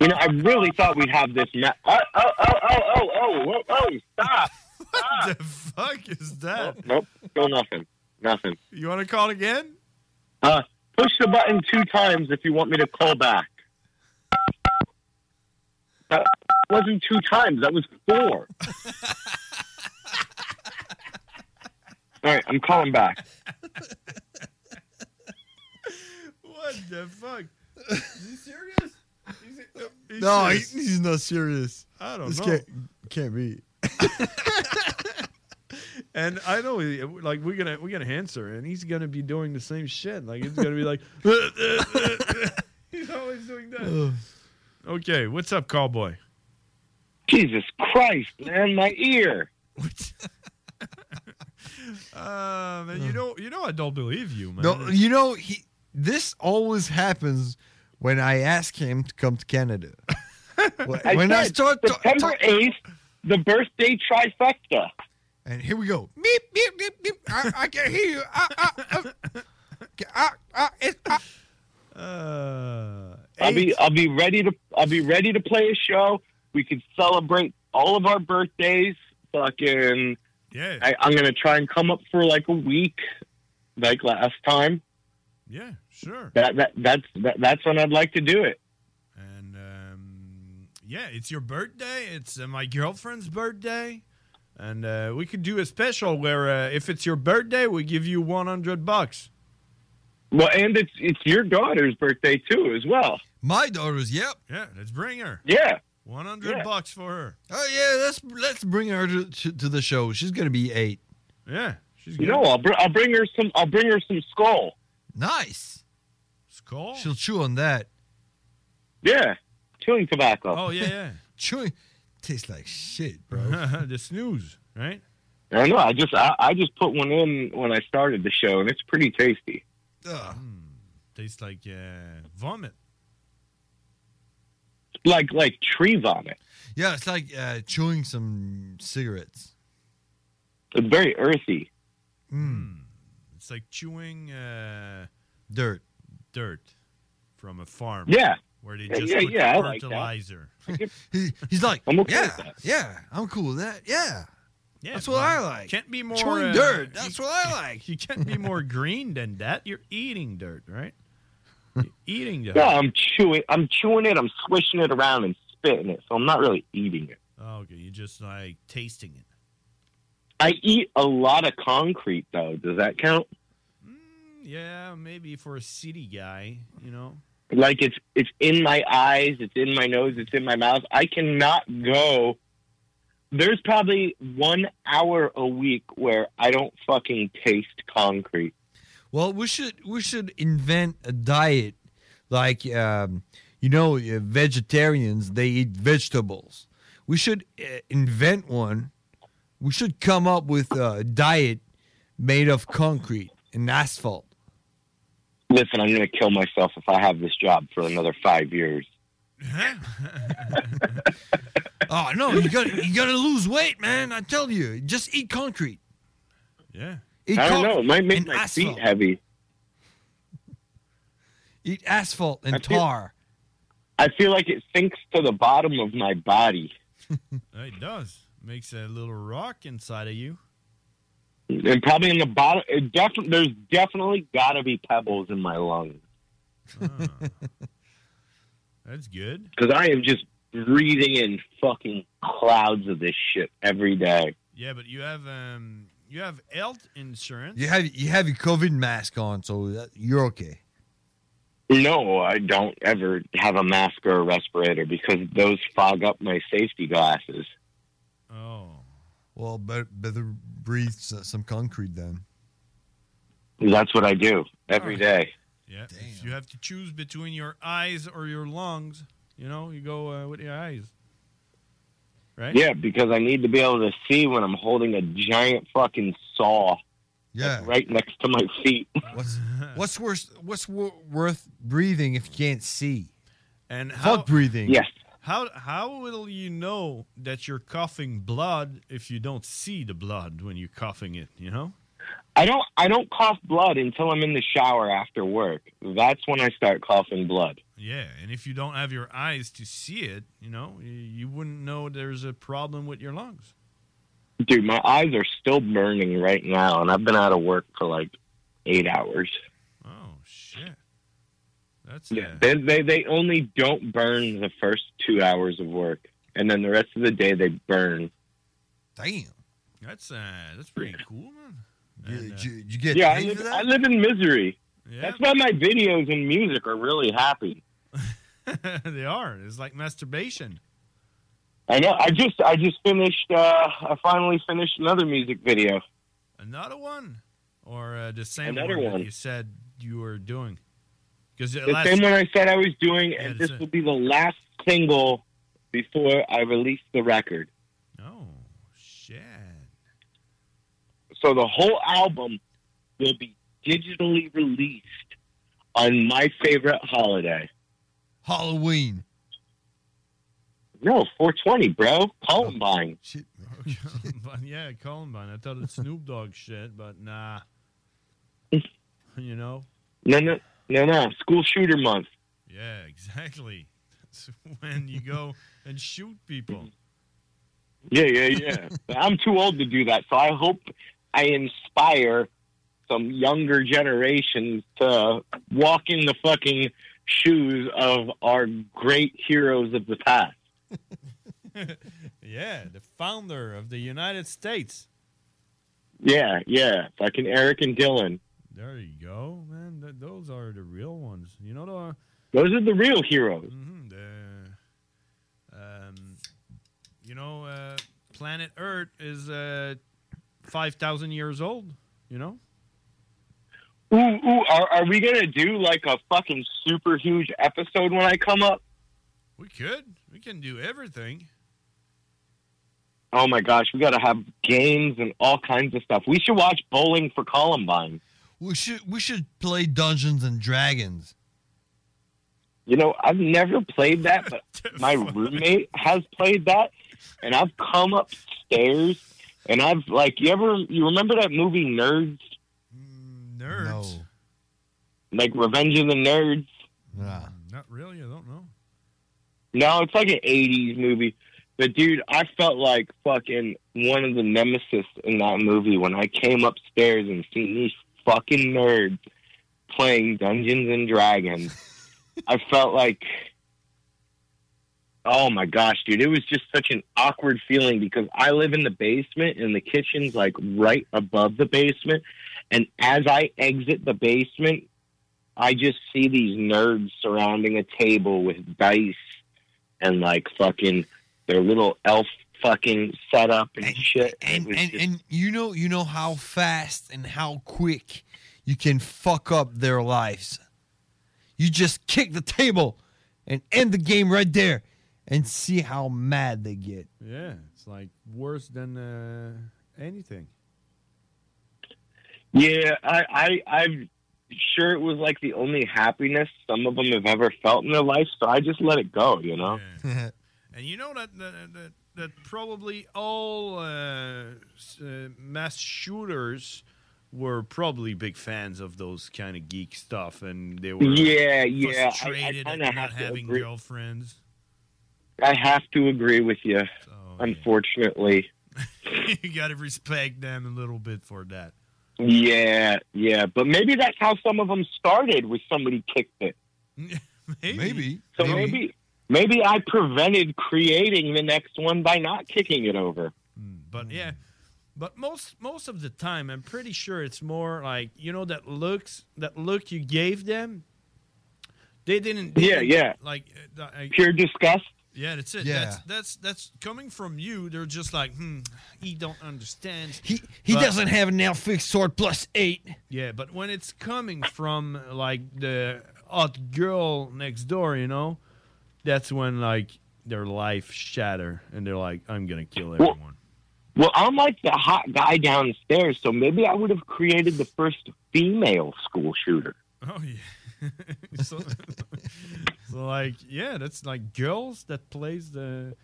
Speaker 22: You know, I really thought we'd have this. Ma- oh, oh, oh, oh, oh, oh, oh, oh, stop.
Speaker 7: What the fuck is that?
Speaker 22: Nope, still nothing. Nothing.
Speaker 7: You want to call again?
Speaker 22: Uh, push the button two times if you want me to call back. That wasn't two times. That was four. All right, I'm calling back.
Speaker 7: What the fuck? Is he serious? Is he- he's
Speaker 9: No, he-
Speaker 7: serious.
Speaker 9: he's not serious.
Speaker 7: I don't
Speaker 9: This
Speaker 7: know.
Speaker 9: Can't, can't be.
Speaker 7: And I know, he- like we're gonna we're gonna answer, and he's gonna be doing the same shit. Like it's gonna be like, he's always doing that. okay, what's up, cowboy?
Speaker 22: Jesus Christ, man, my ear.
Speaker 7: Uh, man, you know, you know, I don't believe you, man.
Speaker 9: No, you know he. This always happens when I ask him to come to Canada. When-
Speaker 22: I
Speaker 9: when I
Speaker 22: said
Speaker 9: start to-
Speaker 22: September
Speaker 9: to-
Speaker 22: eighth, the birthday trifecta.
Speaker 9: And here we go.
Speaker 27: Beep, beep, beep, beep. I, I can hear you. Ah, ah, ah. Ah, ah, it's, ah.
Speaker 7: Uh,
Speaker 22: I'll be I'll be ready to I'll be ready to play a show. We can celebrate all of our birthdays. Fucking
Speaker 7: Yeah.
Speaker 22: I, I'm gonna try and come up for like a week, like last time.
Speaker 7: Yeah, sure.
Speaker 22: That that that's that, that's when I'd like to do it.
Speaker 7: Yeah, it's your birthday. It's uh, my girlfriend's birthday. And uh, we could do a special where uh, if it's your birthday, we give you 100 bucks.
Speaker 22: Well, and it's it's your daughter's birthday too, as well.
Speaker 9: My daughter's, yep.
Speaker 7: Yeah, let's bring her.
Speaker 22: Yeah.
Speaker 7: 100
Speaker 9: Yeah.
Speaker 7: bucks for her.
Speaker 9: Oh yeah, let's let's bring her to, to, to the show. She's gonna be eight.
Speaker 7: Yeah, she's.
Speaker 22: You know, I'll br- I'll bring her some I'll bring her some skull.
Speaker 9: Nice.
Speaker 7: Skull.
Speaker 9: She'll chew on that.
Speaker 22: Yeah, chewing tobacco.
Speaker 7: Oh yeah, yeah.
Speaker 9: chewing tastes like shit, bro.
Speaker 7: the snooze, right?
Speaker 22: I don't know. I just I, I just put one in when I started the show, and it's pretty tasty.
Speaker 7: Hmm. Tastes like uh, vomit.
Speaker 22: Like like tree vomit.
Speaker 9: Yeah, it's like uh, chewing some cigarettes.
Speaker 22: It's very earthy.
Speaker 7: It's like chewing uh,
Speaker 9: dirt.
Speaker 7: Dirt from a farm.
Speaker 9: Yeah.
Speaker 7: Where they
Speaker 9: Yeah,
Speaker 7: just
Speaker 9: yeah,
Speaker 7: put
Speaker 9: yeah, I like that.
Speaker 7: fertilizer.
Speaker 9: He- he's like,
Speaker 7: I'm okay
Speaker 9: yeah,
Speaker 7: with that.
Speaker 9: yeah, I'm cool with that. Yeah,
Speaker 7: Yeah,
Speaker 9: that's what I
Speaker 7: man.
Speaker 9: like.
Speaker 7: Can't be more
Speaker 9: chewing
Speaker 7: uh,
Speaker 9: dirt.
Speaker 7: you-
Speaker 9: That's what I like.
Speaker 7: You can't be more green than that. You're eating dirt, right? You're eating dirt.
Speaker 22: No, I'm chewing. I'm chewing it. I'm swishing it around and spitting it. So I'm not really eating it.
Speaker 7: Oh, okay, you're just like tasting it.
Speaker 22: I eat a lot of concrete though. Does that count?
Speaker 7: Yeah, maybe for a city guy, you know.
Speaker 22: Like it's it's in my eyes, it's in my nose, it's in my mouth. I cannot go. There's probably one hour a week where I don't fucking taste concrete.
Speaker 9: Well, we should we should invent a diet like um, you know uh, vegetarians they eat vegetables. We should uh, invent one. We should come up with a diet made of concrete and asphalt.
Speaker 22: Listen, I'm going to kill myself if I have this job for another five years.
Speaker 9: Oh no, you got to you got to lose weight, man. I tell you, just eat concrete.
Speaker 7: Yeah.
Speaker 9: Eat
Speaker 22: I don't
Speaker 9: conc-
Speaker 22: know. It might make
Speaker 9: and
Speaker 22: my
Speaker 9: asphalt.
Speaker 22: feet heavy.
Speaker 9: Eat asphalt and
Speaker 22: I feel-
Speaker 9: tar.
Speaker 22: I feel like it sinks to the bottom of my body.
Speaker 7: It does. Makes a little rock inside of you.
Speaker 22: And probably in the bottom, it defi- there's definitely got to be pebbles in my lungs.
Speaker 7: That's good.
Speaker 22: because I am just breathing in fucking clouds of this shit every day.
Speaker 7: Yeah, but you have um you have health insurance.
Speaker 9: You have you have your COVID mask on, so that, you're okay.
Speaker 22: No, I don't ever have a mask or a respirator because those fog up my safety glasses.
Speaker 9: Well, better, better breathe s- some concrete then.
Speaker 22: That's what I do every day.
Speaker 7: Yeah. if You have to choose between your eyes or your lungs. You know, you go uh, with your eyes. Right?
Speaker 22: Yeah, because I need to be able to see when I'm holding a giant fucking saw.
Speaker 9: Yeah.
Speaker 22: Right next to my feet.
Speaker 9: What's what's worse? What's wor- worth breathing if you can't see?
Speaker 7: And how,
Speaker 9: Fuck breathing.
Speaker 7: How how will you know that you're coughing blood if you don't see the blood when you're coughing it? You know.
Speaker 22: I don't I don't cough blood until I'm in the shower after work. That's when I start coughing blood.
Speaker 7: Yeah, and if you don't have your eyes to see it, you know, y- you wouldn't know there's a problem with your lungs.
Speaker 22: Dude, my eyes are still burning right now and I've been out of work for like 8 hours.
Speaker 7: Oh shit. That's
Speaker 22: Yeah, they, they they only don't burn the first two hours of work, and then the rest of the day they burn.
Speaker 9: Damn.
Speaker 7: That's uh that's pretty cool, man. uh,
Speaker 9: you, you, you get
Speaker 22: yeah, I
Speaker 9: paid
Speaker 22: live,
Speaker 9: for
Speaker 22: I
Speaker 9: that?
Speaker 22: live in misery.
Speaker 7: Yeah.
Speaker 22: That's why my videos and music are really happy.
Speaker 7: they are. It's like masturbation.
Speaker 22: I know. I just I just finished. Uh, I finally finished another music video.
Speaker 7: Another one, or uh, the same
Speaker 22: Another
Speaker 7: one,
Speaker 22: one.
Speaker 7: that you said you were doing? Because
Speaker 22: The same one I said I was doing, and this will be the last single before I release the record.
Speaker 7: shit.
Speaker 22: So the whole album will be digitally released on my favorite holiday.
Speaker 9: Halloween.
Speaker 22: No, 420, bro. Columbine.
Speaker 9: Shit.
Speaker 7: but yeah, I called man. I thought it's Snoop Dogg shit, but nah. you know?
Speaker 22: No, no, no, no. School shooter month.
Speaker 7: Yeah, exactly. That's when you go and shoot people.
Speaker 22: Yeah, yeah, yeah. But I'm too old to do that, so I hope I inspire some younger generations to walk in the fucking shoes of our great heroes of the past.
Speaker 7: Yeah, the founder of the United States.
Speaker 22: Yeah, yeah. Fucking Eric and Dylan.
Speaker 7: There you go, man. Th- those are the real ones. You know the
Speaker 22: Those are the real heroes.
Speaker 7: Mhm, the, um, you know, uh, planet Earth is uh, five thousand years old. You know,
Speaker 22: Ooh, ooh, are, are we gonna do like a fucking super huge episode when I come up?
Speaker 7: we could, we can do everything.
Speaker 22: Oh my gosh, we gotta have games and all kinds of stuff. We should watch Bowling for Columbine.
Speaker 8: We should we should play Dungeons and Dragons.
Speaker 22: You know, I've never played that, but my roommate has played that, and I've come upstairs and I've like you ever you remember that movie Nerds?
Speaker 7: Nerds.
Speaker 22: Like Revenge of the Nerds?
Speaker 7: Not really. I don't know.
Speaker 22: No, it's like an '80s movie. But dude, I felt like fucking one of the nemesis in that movie when I came upstairs and seen these fucking nerds playing Dungeons and Dragons. I felt like, oh my gosh, dude, it was just such an awkward feeling because I live in the basement and the kitchen's like right above the basement, and as I exit the basement. I just see these nerds surrounding a table with dice and like fucking their little elf fucking setup and, shit. And,
Speaker 8: And and you know you know how fast and how quick you can fuck up their lives. You just kick the table and end the game right there and see how mad they get.
Speaker 7: Yeah, it's like worse than uh, anything.
Speaker 22: yeah, I, I I'm sure it was like the only happiness some of them have ever felt in their life. So I just let it go, you know.
Speaker 7: And you know that that, that, that probably all uh, s- uh, mass shooters were probably big fans of those kind of geek stuff, and they were
Speaker 22: Yeah, yeah, I- I
Speaker 7: frustrated at
Speaker 22: kinda
Speaker 7: not
Speaker 22: have to
Speaker 7: having
Speaker 22: agree.
Speaker 7: girlfriends.
Speaker 22: I have to agree with you, unfortunately.
Speaker 7: you got to respect them a little bit for that.
Speaker 22: Yeah, yeah, but maybe that's how some of them started. Was somebody kicked it?
Speaker 7: Maybe.
Speaker 22: So maybe. maybe I prevented creating the next one by not kicking it over.
Speaker 7: But yeah, but most most of the time, I'm pretty sure it's more like you know that looks that look you gave them. They didn't. they
Speaker 22: Yeah,
Speaker 7: didn't,
Speaker 22: yeah.
Speaker 7: Like uh, I-
Speaker 22: Pure disgust.
Speaker 7: Yeah, that's it.
Speaker 22: Yeah.
Speaker 7: That's, that's that's coming from you. They're just like, hmm, he don't understand.
Speaker 8: He he
Speaker 7: But-
Speaker 8: doesn't have an outfit sword plus eight.
Speaker 7: Yeah, but when it's coming from like the hot girl next door, you know, that's when like their life shatter and they're like, I'm gonna kill everyone.
Speaker 22: Well, I'm like the hot guy downstairs, so maybe I would have created the first female school shooter.
Speaker 7: Oh yeah. so, so, like yeah, that's like girls that plays the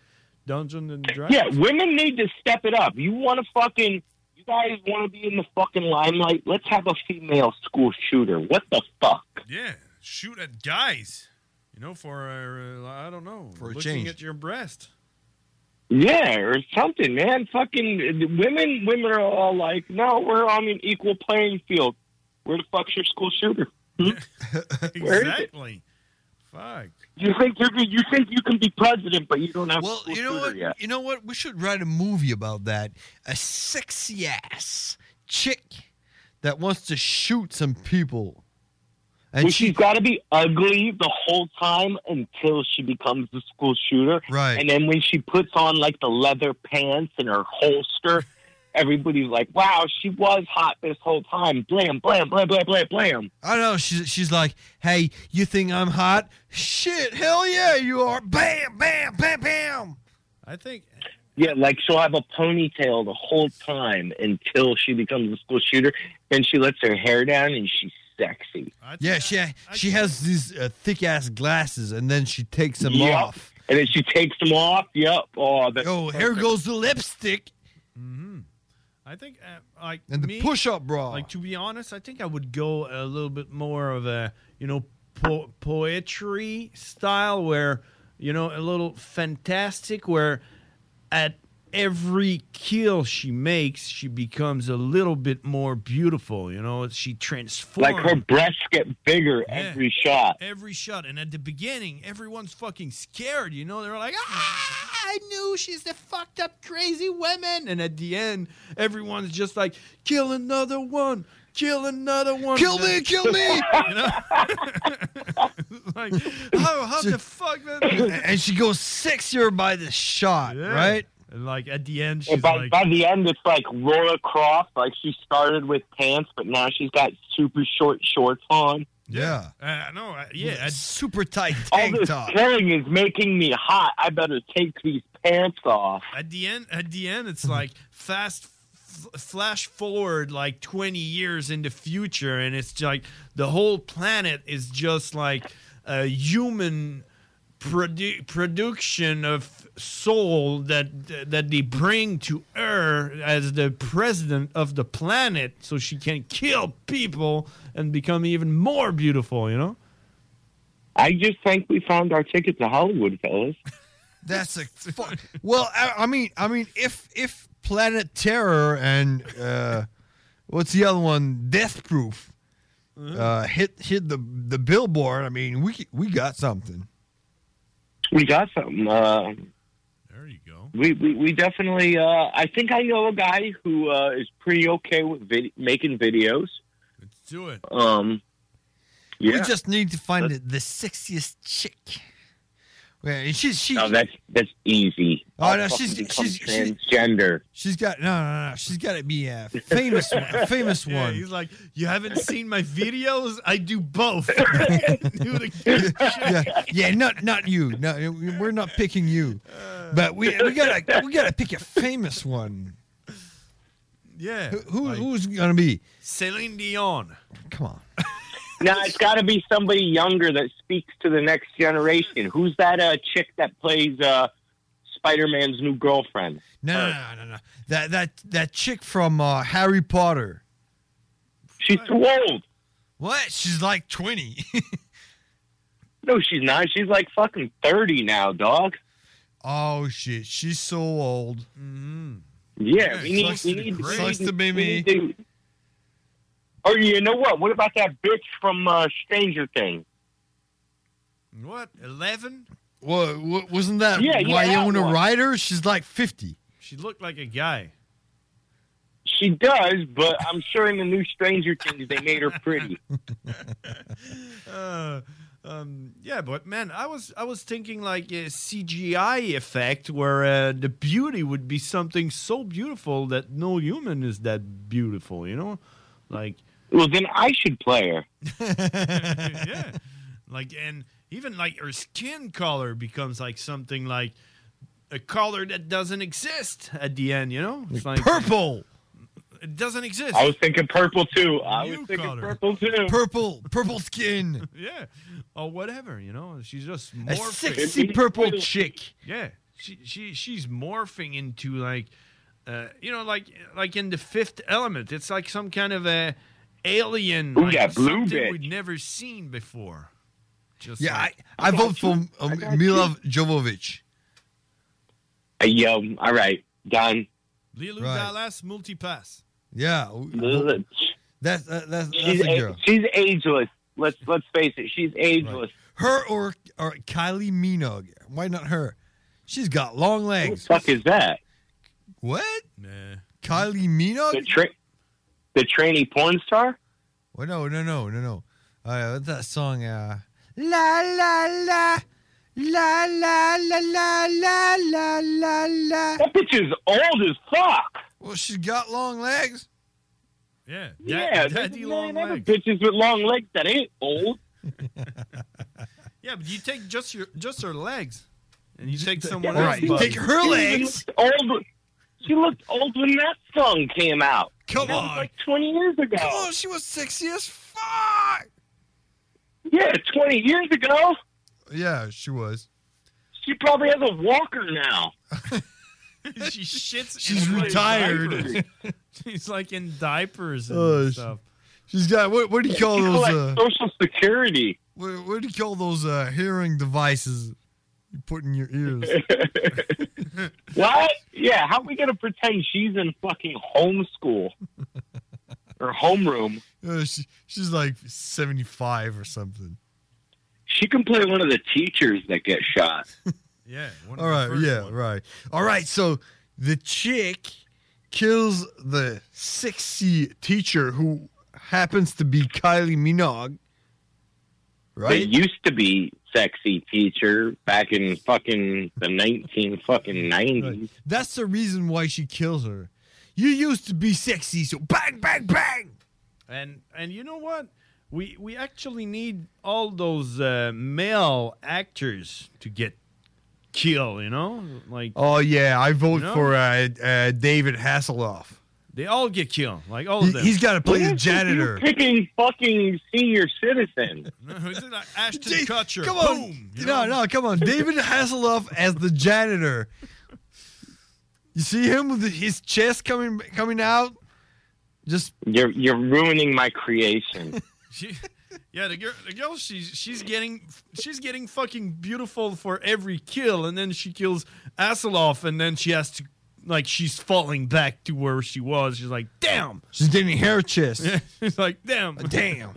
Speaker 7: Dungeon and Dragons.
Speaker 22: Yeah, women need to step it up. You want to fucking, you guys want to be in the fucking limelight? Let's have a female school shooter. What the fuck?
Speaker 7: Yeah, shoot at guys. You know, for uh, I don't know, for
Speaker 22: a
Speaker 7: looking
Speaker 22: change.
Speaker 7: at your breast.
Speaker 22: Yeah, or something, man. Fucking women, women are all like, no, we're on an equal playing field. Where the fuck's your school shooter? Hmm? Where is it?
Speaker 7: Exactly. Fuck.
Speaker 22: You think you're, you think you can be president, but you don't have
Speaker 8: Well,
Speaker 22: school
Speaker 8: you know
Speaker 22: shooter
Speaker 8: what?
Speaker 22: yet?
Speaker 8: You know what? We should write a movie about that. A sexy ass chick that wants to shoot some people. And
Speaker 22: well, she's got to be ugly the whole time until she becomes the school shooter.
Speaker 8: Right.
Speaker 22: And then when she puts on like the leather pants and her holster, everybody's like, wow, she was hot this whole time. Blam, blam, blam, blam, blam, blam.
Speaker 8: I don't know. She's she's like, hey, you think I'm hot? Shit, hell yeah, you are. Bam, bam, bam, bam.
Speaker 7: I think
Speaker 22: Yeah, like she'll have a ponytail the whole time until she becomes the school shooter. Then she lets her hair down and she's sexy.
Speaker 8: yeah, she she has these uh, thick ass glasses, and then she takes them
Speaker 22: Yep.
Speaker 8: off.
Speaker 22: And then she takes them off. Yep. Oh, that's
Speaker 8: Yo, here goes the lipstick.
Speaker 7: mm-hmm. I think uh, like
Speaker 9: And the
Speaker 7: me,
Speaker 9: push-up bra.
Speaker 7: Like to be honest, I think I would go a little bit more of a you know po- poetry style, where you know a little fantastic, where at every kill she makes, she becomes a little bit more beautiful. You know, she transforms.
Speaker 22: Like her breasts get bigger every shot.
Speaker 7: Every shot. And at the beginning, everyone's fucking scared. You know, they're like, ah, I knew she's the fucked up crazy woman. And at the end, everyone's just like, kill another one. Kill another one.
Speaker 9: Kill me, kill me.
Speaker 7: You know? like, how, how the fuck?
Speaker 9: and she goes sexier by the shot,
Speaker 7: Yeah.
Speaker 9: right?
Speaker 7: And like at the end,
Speaker 22: And
Speaker 7: she's
Speaker 22: by,
Speaker 7: like,
Speaker 22: by the end, it's like Laura Croft. Like she started with pants, but now she's got super short shorts on.
Speaker 9: Yeah.
Speaker 7: uh, no, uh, yeah, at-
Speaker 9: super tight
Speaker 22: All
Speaker 9: tank
Speaker 22: this
Speaker 9: top.
Speaker 22: killing is making me hot. I better take these pants off.
Speaker 7: at the end at the end
Speaker 9: Mm-hmm.
Speaker 7: it's like fast f- flash forward like 20 years in the future and it's like the whole planet is just like a human produ- production of soul that that they bring to her as the president of the planet so she can kill people and become even more beautiful you know
Speaker 22: I just think we found our ticket to Hollywood, fellas.
Speaker 9: That's a fuck. Well, I, I mean, I mean, if if Planet Terror and uh, what's the other one, Death Proof, uh, hit hit the the billboard, I mean, we c- we got something.
Speaker 22: We got something. Uh,
Speaker 7: there you go.
Speaker 22: We we, we definitely. Uh, I think I know a guy who uh, is pretty okay with vid- making videos.
Speaker 7: Let's do it.
Speaker 22: Um, yeah.
Speaker 9: We just need to find the, the sexiest chick. Yeah, and she's she.
Speaker 22: No, that's that's easy.
Speaker 9: Oh,
Speaker 22: I'll
Speaker 9: no,
Speaker 22: fucking
Speaker 9: she's-
Speaker 22: become
Speaker 9: she's- she's-
Speaker 22: transgender.
Speaker 9: She's got no, no, no. She's got to be a famous one. A famous
Speaker 7: Yeah,
Speaker 9: one.
Speaker 7: he's like, you haven't seen my videos? I do both.
Speaker 9: yeah, yeah, not not you. No, we're not picking you. But we we gotta we gotta pick a famous one.
Speaker 7: yeah.
Speaker 9: Who, who who's gonna be?
Speaker 7: Celine Dion.
Speaker 9: Come on.
Speaker 22: No, it's got to be somebody younger that speaks to the next generation. Who's that uh, chick that plays uh, Spider-Man's new girlfriend?
Speaker 9: No, no, no, no, no. That that that chick from uh, Harry Potter.
Speaker 22: She's too old.
Speaker 9: What? She's like twenty.
Speaker 22: No, she's not. She's like fucking thirty now, dog.
Speaker 9: oh shit, she's so old.
Speaker 22: Mm-hmm. Yeah, we need
Speaker 9: Sucks
Speaker 22: we
Speaker 9: to
Speaker 22: need
Speaker 9: be Sucks
Speaker 22: we
Speaker 9: to be
Speaker 22: need- we
Speaker 9: me.
Speaker 22: need to- Oh, you know what? What about that bitch from uh, Stranger Things?
Speaker 7: What? 11?
Speaker 9: What, what wasn't that
Speaker 22: Yeah, yeah, that
Speaker 9: Wyona
Speaker 22: one.
Speaker 9: Ryder? She's like fifty.
Speaker 7: She looked like a guy.
Speaker 22: She does, but I'm sure in the new Stranger Things they made her pretty.
Speaker 7: Uh, um, yeah, but man, I was I was thinking like a CGI effect where uh, the beauty would be something so beautiful that no human is that beautiful, you know? Like
Speaker 22: Well, then I should play her.
Speaker 7: yeah. Like and even like her skin color becomes like something like a color that doesn't exist at the end, you know? It's like
Speaker 9: purple.
Speaker 7: It doesn't exist.
Speaker 22: I was thinking purple too. I was
Speaker 7: New
Speaker 22: thinking
Speaker 7: color.
Speaker 22: purple too.
Speaker 9: Purple, purple skin.
Speaker 7: Yeah. Or whatever, you know. She's just
Speaker 9: A
Speaker 7: morphing.
Speaker 9: sexy purple chick.
Speaker 7: Yeah. She she she's morphing into like uh you know like like in the fifth element. It's like some kind of a alien
Speaker 22: Ooh,
Speaker 7: like
Speaker 22: that blue
Speaker 7: something
Speaker 22: bitch.
Speaker 7: we've never seen before. Just
Speaker 9: Yeah, I,
Speaker 7: like-
Speaker 9: I vote for um, Milov Jovovich.
Speaker 22: Uh, Yo, all right, done.
Speaker 7: Lilu
Speaker 9: Right.
Speaker 7: Dallas multipass.
Speaker 9: Yeah, w- w- that's uh, that's, that's
Speaker 22: She's,
Speaker 9: a
Speaker 22: a,
Speaker 9: girl.
Speaker 22: she's ageless. Let's let's face it, she's ageless.
Speaker 9: Her or or Kylie Minogue. Why not her? She's got long
Speaker 22: Who the
Speaker 9: legs.
Speaker 22: fuck is that?
Speaker 9: What?
Speaker 7: Nah.
Speaker 9: Kylie
Speaker 22: The
Speaker 9: Minogue?
Speaker 22: tra- the trainee porn star?
Speaker 9: Oh, no, no, no, no, no. Uh, what's that song? Uh, la la la. La la la la la la la la.
Speaker 22: That bitch is old as fuck.
Speaker 9: Well, she's got long legs.
Speaker 7: Yeah.
Speaker 22: yeah, there's
Speaker 7: daddy
Speaker 22: a
Speaker 7: long
Speaker 22: million other
Speaker 7: legs.
Speaker 22: bitches with long legs that ain't old.
Speaker 7: Yeah, but you take just your just her legs, and you take someone
Speaker 9: All
Speaker 7: else.
Speaker 9: right,
Speaker 7: body.
Speaker 9: take her
Speaker 22: She
Speaker 9: legs.
Speaker 22: looked Old. She looked old when that song came out.
Speaker 9: Come
Speaker 22: That was
Speaker 9: on.
Speaker 22: like twenty years ago.
Speaker 9: Come on, she was sexy as fuck.
Speaker 22: Yeah, twenty years ago.
Speaker 9: Yeah, she was.
Speaker 22: She probably has a walker now.
Speaker 7: she shits.
Speaker 9: She's
Speaker 7: in my
Speaker 9: retired.
Speaker 7: diapers. She's like in diapers and
Speaker 9: Oh, she-
Speaker 7: stuff.
Speaker 9: She's got what? What do you call
Speaker 7: People
Speaker 9: those?
Speaker 7: like
Speaker 9: uh,
Speaker 22: Social Security.
Speaker 9: What, what do you call those uh, hearing devices you put in your ears?
Speaker 22: What? Yeah, how are we going to pretend she's in fucking homeschool or homeroom?
Speaker 9: Uh, she, she's like seventy-five or something.
Speaker 22: She can play one of the teachers that get shot.
Speaker 7: Yeah. One
Speaker 9: All right, yeah, right. All right, so the chick kills the sexy teacher who happens to be Kylie Minogue. Right?
Speaker 22: It used to be sexy teacher back in fucking the 19 fucking 90s.
Speaker 9: That's the reason why she kills her. You used to be sexy, so bang, bang, bang.
Speaker 7: And and you know what? We we actually need all those uh, male actors to get killed. You know, like
Speaker 9: Oh yeah, I vote
Speaker 7: No.
Speaker 9: for uh, uh, David Hasselhoff.
Speaker 7: they all get killed. Like all of
Speaker 9: He-
Speaker 7: them.
Speaker 9: he's gotta play
Speaker 7: What
Speaker 9: the
Speaker 7: is it you
Speaker 9: janitor.
Speaker 7: pick-
Speaker 22: Fucking fucking senior citizen.
Speaker 7: Is it like Ashton Kutcher?
Speaker 9: Come on,
Speaker 7: Boom.
Speaker 9: no, no, come on, David Hasselhoff as the janitor. You see him with his chest coming coming out. Just
Speaker 22: You're you're ruining my creation.
Speaker 7: She, yeah, the girl, the girl, she's she's getting she's getting fucking beautiful for every kill, and then she kills Asseloff, and then she has to like she's falling back to where she was. She's like, damn,
Speaker 9: She's getting hair chest. Uh,
Speaker 7: Yeah, she's like, damn,
Speaker 9: damn.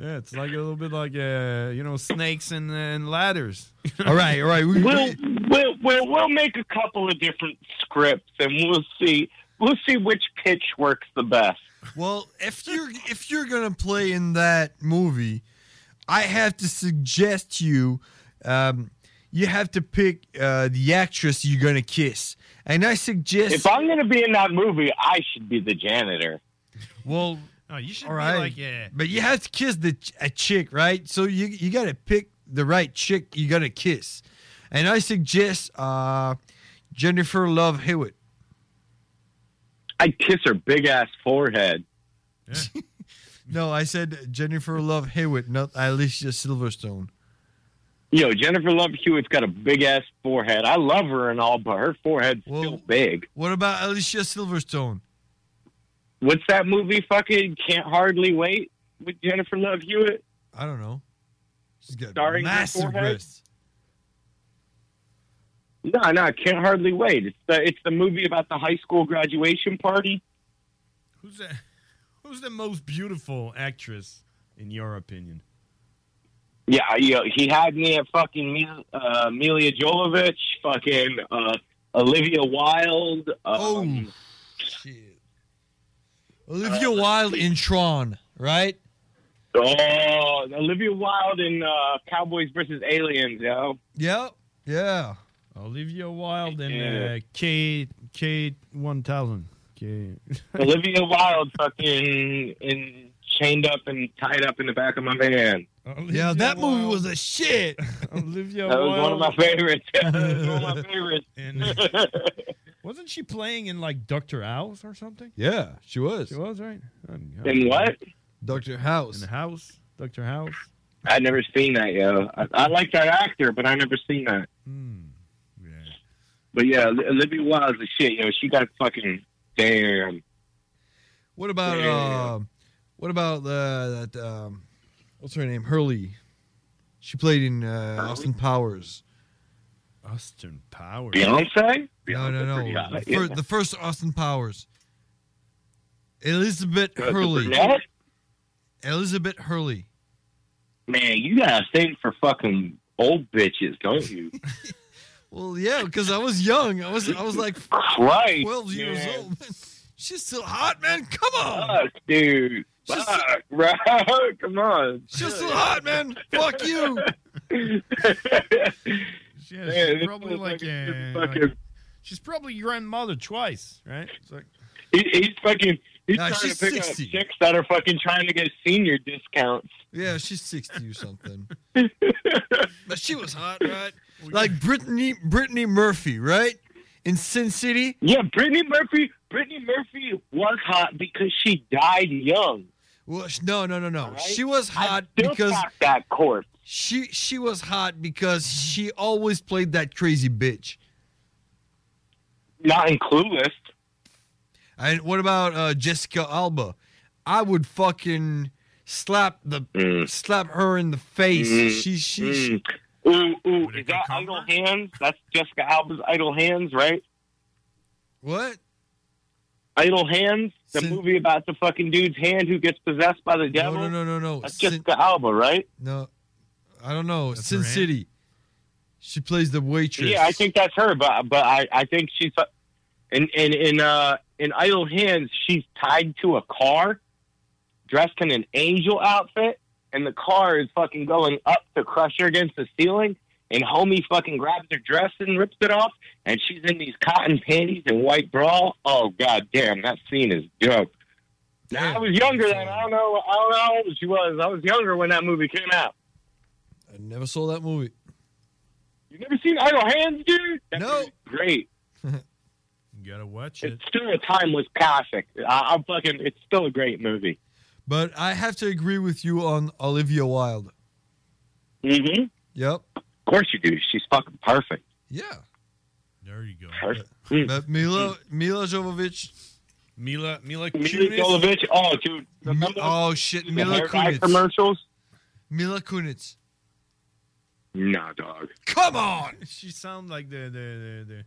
Speaker 7: yeah, it's like a little bit like uh, you know snakes and, and ladders.
Speaker 9: All right, all right. We,
Speaker 22: we'll, we'll we'll we'll make a couple of different scripts, and we'll see we'll see which pitch works the best.
Speaker 9: Well, if you're if you're gonna play in that movie, I have to suggest to you, um, you have to pick uh, the actress you're gonna kiss, and I suggest
Speaker 22: If I'm gonna be in that movie, I should be the janitor.
Speaker 9: well,
Speaker 7: No, Oh, you should
Speaker 9: all
Speaker 7: be
Speaker 9: right,
Speaker 7: like, yeah,
Speaker 9: but you have to kiss the ch- a chick, right? So you you gotta pick the right chick you gotta kiss, and I suggest uh, Jennifer Love Hewitt.
Speaker 22: I'd kiss her big ass forehead.
Speaker 9: No, I said Jennifer Love Hewitt, not Alicia Silverstone.
Speaker 22: Yo, Jennifer Love Hewitt's got a big ass forehead. I love her and all, but her forehead's still big.
Speaker 9: What about Alicia Silverstone?
Speaker 22: What's that movie? Fucking can't hardly wait with Jennifer Love Hewitt
Speaker 9: I don't know. She's got
Speaker 22: starring her
Speaker 9: massive
Speaker 22: forehead.
Speaker 9: wrists.
Speaker 22: No, no, I can't hardly wait. It's the it's the movie about the high school graduation party.
Speaker 7: Who's the, who's the most beautiful actress in your opinion?
Speaker 22: Yeah, I- you know, he had me at fucking Mil- uh, Milia Jovovich, fucking uh, Olivia Wilde. Um,
Speaker 9: Oh,
Speaker 22: uh,
Speaker 9: Olivia Wilde in Tron, right?
Speaker 22: oh, Olivia Wilde in uh, Cowboys versus Aliens, yo.
Speaker 9: Yep. Yeah.
Speaker 7: Olivia Wilde and
Speaker 22: Yeah.
Speaker 7: uh, Kate Kate one thousand. Kate.
Speaker 22: Olivia Wilde fucking in chained up and tied up in the back of my van.
Speaker 9: yeah, that movie was a shit.
Speaker 7: Olivia
Speaker 22: That was one of my
Speaker 7: Wilde.
Speaker 22: favorites. That was one of my favorites.
Speaker 7: uh, Wasn't she playing in like Doctor House or something?
Speaker 9: Yeah, she was. She
Speaker 7: was right.
Speaker 22: In what?
Speaker 9: Doctor House.
Speaker 7: In House, Doctor House.
Speaker 22: I'd never seen that, yo. I, I like that actor, but I never seen that.
Speaker 7: Hmm.
Speaker 22: But yeah, Li- Olivia Wilde's a shit, yo. She got fucking damn.
Speaker 9: What about um what about uh, that um what's her name? Hurley. She played in uh, Austin Powers.
Speaker 7: Austin Powers.
Speaker 22: Beyonce?
Speaker 9: No, no, no. The,
Speaker 7: hot,
Speaker 9: fir-
Speaker 7: yeah.
Speaker 9: the first Austin Powers. Elizabeth
Speaker 22: Uh, the
Speaker 9: Hurley.
Speaker 22: brunette?
Speaker 9: Elizabeth Hurley.
Speaker 22: Man, you got a thing for fucking old bitches, don't you?
Speaker 9: Well, yeah, because I was young. I was I was like
Speaker 22: Christ,
Speaker 9: twelve years
Speaker 22: man.
Speaker 9: old. She's still hot, man. Come on.
Speaker 22: Fuck, dude.
Speaker 9: She's-
Speaker 22: Fuck, bro. Come on.
Speaker 9: She's still hot, man. Fuck you.
Speaker 7: Yeah,
Speaker 22: Man,
Speaker 7: she's
Speaker 22: this
Speaker 7: probably like,
Speaker 22: motherfucker-
Speaker 7: uh,
Speaker 22: this
Speaker 7: like-
Speaker 22: fucking-
Speaker 7: she's probably grandmother twice, right? It's like,
Speaker 22: He, he's fucking. He's
Speaker 7: Nah,
Speaker 22: trying
Speaker 7: she's
Speaker 22: to pick
Speaker 7: 60.
Speaker 22: up chicks that are fucking trying to get senior discounts.
Speaker 9: Yeah, she's sixty or something. but she was hot, right? Like Brittany Brittany Murphy, right? In Sin City.
Speaker 22: Yeah, Brittany Murphy. Brittany Murphy was hot because she died young.
Speaker 9: Well, sh- no, no, no, no. She was hot
Speaker 22: Still
Speaker 9: because
Speaker 22: fuck that corpse.
Speaker 9: she she was hot because she always played that crazy bitch.
Speaker 22: Not in Clueless.
Speaker 9: And what about uh, Jessica Alba? I would fucking slap the slap her in the face. She she, she
Speaker 22: Mm-hmm. Ooh, ooh, is that Idle Hands? That's Jessica Alba's Idle Hands, right?
Speaker 9: What?
Speaker 22: Idle Hands? The movie about the fucking dude's hand who gets possessed by the devil? No,
Speaker 9: no, no, no.
Speaker 22: That's Jessica Alba, right?
Speaker 9: no, I don't know. Sin City. She plays the waitress.
Speaker 22: Yeah, I think that's her, but but I, I think she's in in in uh in Idle Hands she's tied to a car, dressed in an angel outfit, and the car is fucking going up to crush her against the ceiling. And homie fucking grabs her dress and rips it off, and she's in these cotton panties and white bra. Oh god damn, that scene is dope. Now, I was younger then. I don't know. I don't know how old she was. I was younger when that movie came out.
Speaker 9: I never saw that movie.
Speaker 22: You never seen Idle Hands, dude? That no. Great.
Speaker 7: You gotta watch
Speaker 22: It's still a timeless classic. I, I'm fucking. It's still a great movie.
Speaker 9: But I have to agree with you on Olivia Wilde.
Speaker 22: Mm-hmm.
Speaker 9: Yep.
Speaker 22: Of course you do. She's fucking perfect.
Speaker 9: Yeah.
Speaker 7: There you go.
Speaker 22: Perfect.
Speaker 9: But Mila Mila Jovovich.
Speaker 7: Mila Mila
Speaker 22: Hmm. Mila Jovovich. Oh, dude. Remember
Speaker 9: Oh shit,
Speaker 22: the
Speaker 9: Mila
Speaker 22: hair dye
Speaker 9: Kunitz.
Speaker 22: commercials?
Speaker 9: Mila Kunitz.
Speaker 22: Nah, dog.
Speaker 9: Come on!
Speaker 7: She sounds like the the, the, the,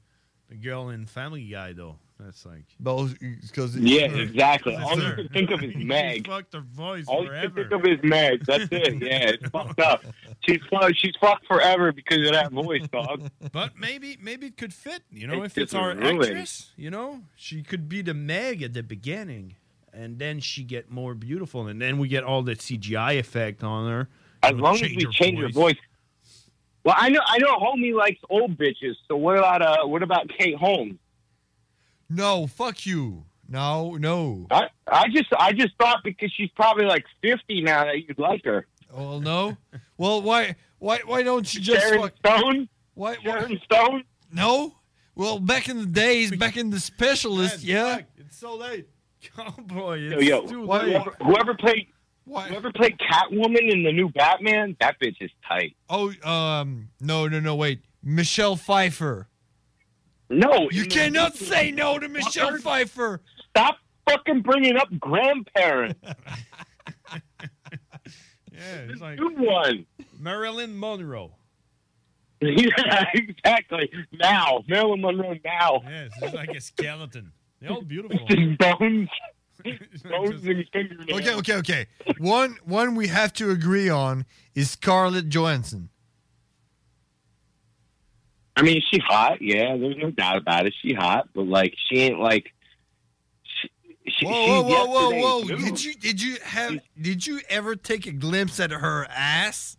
Speaker 7: the girl in Family Guy, though. That's like.
Speaker 9: because
Speaker 22: Yeah, exactly. All you can think of is Meg.
Speaker 7: Fucked her voice
Speaker 22: All you can
Speaker 7: forever.
Speaker 22: think of is Meg. That's it. Yeah, it's fucked up. She's fucked. She's fucked forever because of that voice, dog.
Speaker 7: But maybe maybe it could fit, you know,
Speaker 22: It
Speaker 7: if it's
Speaker 22: just
Speaker 7: our
Speaker 22: ruined.
Speaker 7: actress, you know, she could be the Meg at the beginning, and then she get more beautiful, and then we get all that CGI effect on her.
Speaker 22: As long as we change her voice. Well, I know, I know, homie likes old bitches. So what about uh, what about Kate Holmes?
Speaker 9: No, fuck you. No, no.
Speaker 22: I, I just, I just thought because she's probably like fifty now that you'd like her.
Speaker 9: Well, Oh, no. Well, why why why don't you just
Speaker 22: Sharon
Speaker 9: fuck-
Speaker 22: Stone?
Speaker 9: Why,
Speaker 22: Sharon Stone?
Speaker 9: No. Well, back in the days, back in the specialist, yeah.
Speaker 7: It's so late. Oh boy,
Speaker 22: Yo,
Speaker 7: it's
Speaker 22: yo,
Speaker 7: too late.
Speaker 22: whoever, whoever played, whoever played Catwoman in the new Batman, that bitch is tight.
Speaker 9: Oh, um, no, no, no, wait. Michelle Pfeiffer.
Speaker 22: No,
Speaker 9: You
Speaker 22: in the-
Speaker 9: cannot say no to Michelle Pfeiffer.
Speaker 22: Stop fucking bringing up grandparents.
Speaker 7: Yeah, it's like
Speaker 22: Good one.
Speaker 7: Marilyn Monroe.
Speaker 22: yeah, exactly. Now, Marilyn Monroe. Now,
Speaker 7: Yes, it's like a skeleton. They're all
Speaker 9: Oh.
Speaker 7: beautiful.
Speaker 22: Just bones, bones and fingernails.
Speaker 9: Okay, okay, okay. One one we have to agree on is Scarlett Johansson.
Speaker 22: I mean, she hot. Yeah, there's no doubt about it. She hot, but like, she ain't like. She, she,
Speaker 9: Whoa,
Speaker 22: she's
Speaker 9: whoa, whoa, whoa, whoa!
Speaker 22: yesterday's new.
Speaker 9: Did you did you have did you ever take a glimpse at her ass?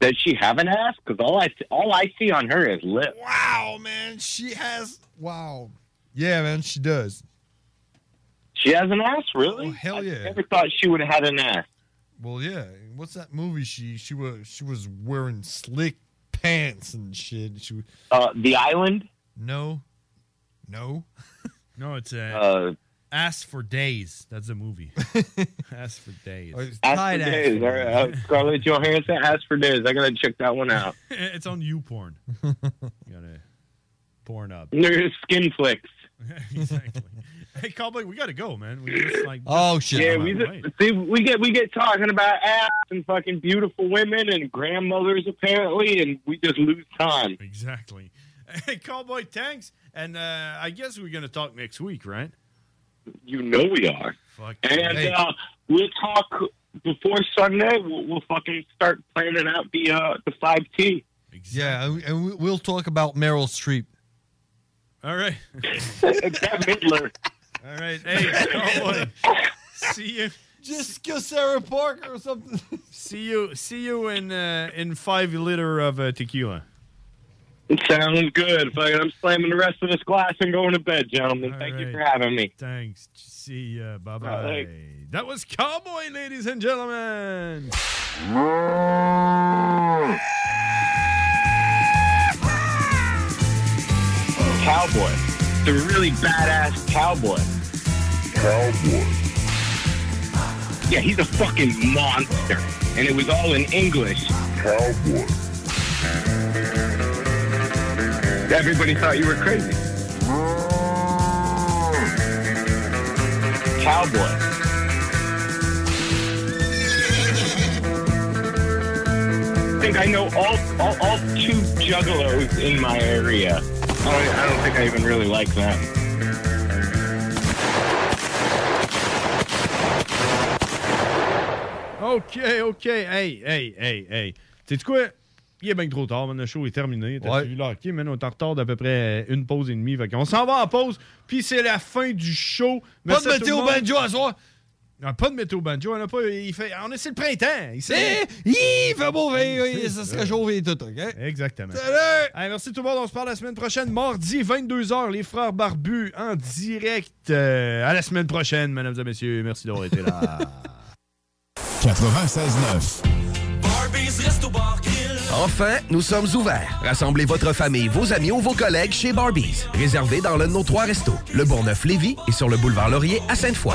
Speaker 22: Does she have an ass? Because all I all I see on her is lip.
Speaker 9: Wow, man, she has wow. Yeah, man, she does.
Speaker 22: She has an ass, really?
Speaker 9: Oh, hell yeah.
Speaker 22: I never thought she would have had an ass.
Speaker 9: Well, yeah. What's that movie? She she was she was wearing slick pants and shit. She was,
Speaker 22: Uh, the Island.
Speaker 9: no, no.
Speaker 7: No, it's
Speaker 22: Uh,
Speaker 7: uh, Ass for Days. That's a movie. Ass for Days.
Speaker 22: ass for days. All right, uh, Scarlett Johansson. Ass for days. I gotta check that one out.
Speaker 7: it's on YouPorn. You gotta porn up.
Speaker 22: There's skin flicks.
Speaker 7: exactly. Hey, Cowboy, we gotta go, man. We just like
Speaker 9: Oh
Speaker 22: Yeah,
Speaker 9: shit!
Speaker 22: we
Speaker 7: Right.
Speaker 22: just, see we get we get talking about ass and fucking beautiful women and grandmothers apparently, and we just lose time.
Speaker 7: exactly. Hey, Cowboy, thanks. And uh, I guess we're gonna talk next week, right?
Speaker 22: You know we are.
Speaker 7: Fuck.
Speaker 22: And
Speaker 7: Hey.
Speaker 22: uh, we'll talk before Sunday. We'll, we'll fucking start planning out the uh, the five T.
Speaker 9: Yeah, and we- and we- we'll talk about Meryl Streep.
Speaker 7: All right.
Speaker 22: Bette Midler.
Speaker 7: All right. Hey, Cowboy. see you.
Speaker 9: Just kill Sarah Parker or something.
Speaker 7: See you. See you in uh, in five liter of uh, tequila.
Speaker 22: Sounds good. Fucking, I'm slamming the rest of this glass and going to bed, gentlemen.
Speaker 7: All
Speaker 22: Thank you
Speaker 7: right.
Speaker 22: for having me.
Speaker 7: Thanks. See ya. Bye
Speaker 22: All
Speaker 7: bye.
Speaker 22: right.
Speaker 7: That was Cowboy, ladies and gentlemen.
Speaker 22: Cowboy. The really badass cowboy. Cowboy. Yeah, he's a fucking monster. And it was all in English. Cowboy. Everybody thought you were crazy. Cowboy. I think I know all, all, all two juggalos in my area. I don't, I don't think I even really like them.
Speaker 7: OK, OK. Hey, hey, hey, hey. Sais-tu quoi? Il est bien trop tard, man. Le show est terminé. T'as vu là? OK, man, on est en retard d'à peu près euh, une pause et demie. Fait qu'on s'en va en pause, puis c'est la fin du show.
Speaker 8: Pas de
Speaker 7: Merci à tout
Speaker 8: météo
Speaker 7: le monde.
Speaker 8: banjo à soir.
Speaker 7: Non, pas de météo banjo. On a pas. Il fait. On a c'est le printemps. Il
Speaker 8: Eh, il fait beau, eh, eh, ça se réchauffe et tout, OK?
Speaker 7: Exactement. Hey, merci tout le monde. On se parle la semaine prochaine, mardi 22h, les frères barbus en direct. Euh, à la semaine prochaine, mesdames et messieurs. Merci d'avoir été là.
Speaker 2: 96.9. Enfin, nous sommes ouverts. Rassemblez votre famille, vos amis ou vos collègues chez Barbies. Réservé dans l'un de nos trois restos, le Bonneuf Lévis et sur le boulevard Laurier à Sainte-Foy.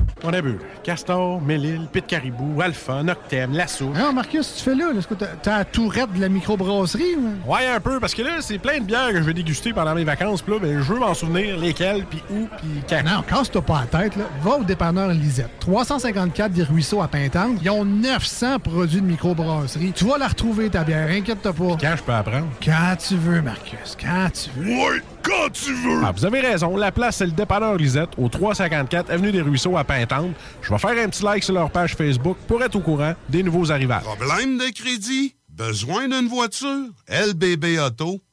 Speaker 1: On a bu. Castor, Mélile, Pit Caribou, Alpha, Noctem, Lasso.
Speaker 23: Non, Ah, Marcus, tu fais là. là. Est-ce que t'as t'as la tourette de la microbrasserie? ou-
Speaker 1: Ouais, un peu, parce que là, c'est plein de bières que je vais déguster pendant mes vacances. Puis là, ben, je veux m'en souvenir lesquelles, puis où, puis quand.
Speaker 23: Non, casse-toi pas la tête. là. Va au dépanneur Lisette. 354 des Ruisseaux à Pintante. Ils ont 900 produits de microbrasserie. Tu vas la retrouver, ta bière. Inquiète-toi pas.
Speaker 1: Quand je peux apprendre?
Speaker 23: Quand tu veux, Marcus. Quand tu veux.
Speaker 1: Ouais, quand tu veux! Ah, vous avez raison. La place, c'est le dépanneur Lisette, au 354 Avenue des Ruisseaux à Pintante. Je vais faire un petit like sur leur page Facebook pour être au courant des nouveaux arrivages.
Speaker 20: Problème de crédit? Besoin d'une voiture?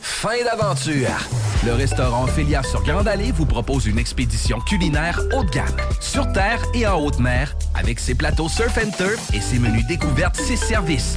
Speaker 2: Fin d'aventure! Le restaurant Filia sur Grande Allée vous propose une expédition culinaire haut de gamme, sur terre et en haute mer, avec ses plateaux surf and turf et ses menus découvertes, ses services.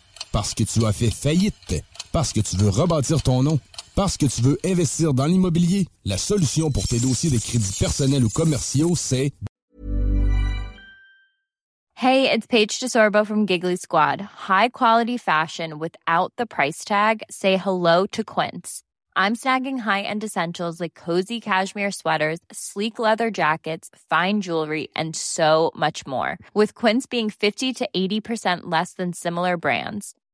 Speaker 5: Parce que tu as fait faillite. Parce que tu veux rebâtir ton nom. Parce que tu veux investir dans l'immobilier. La solution pour tes dossiers de crédits personnels ou commerciaux, c'est
Speaker 18: Hey, it's Paige DeSorbo from Giggly Squad. High quality fashion without the price tag. Say hello to Quince. I'm snagging high-end essentials like cozy cashmere sweaters, sleek leather jackets, fine jewelry, and so much more. With Quince being 50 to 80% less than similar brands.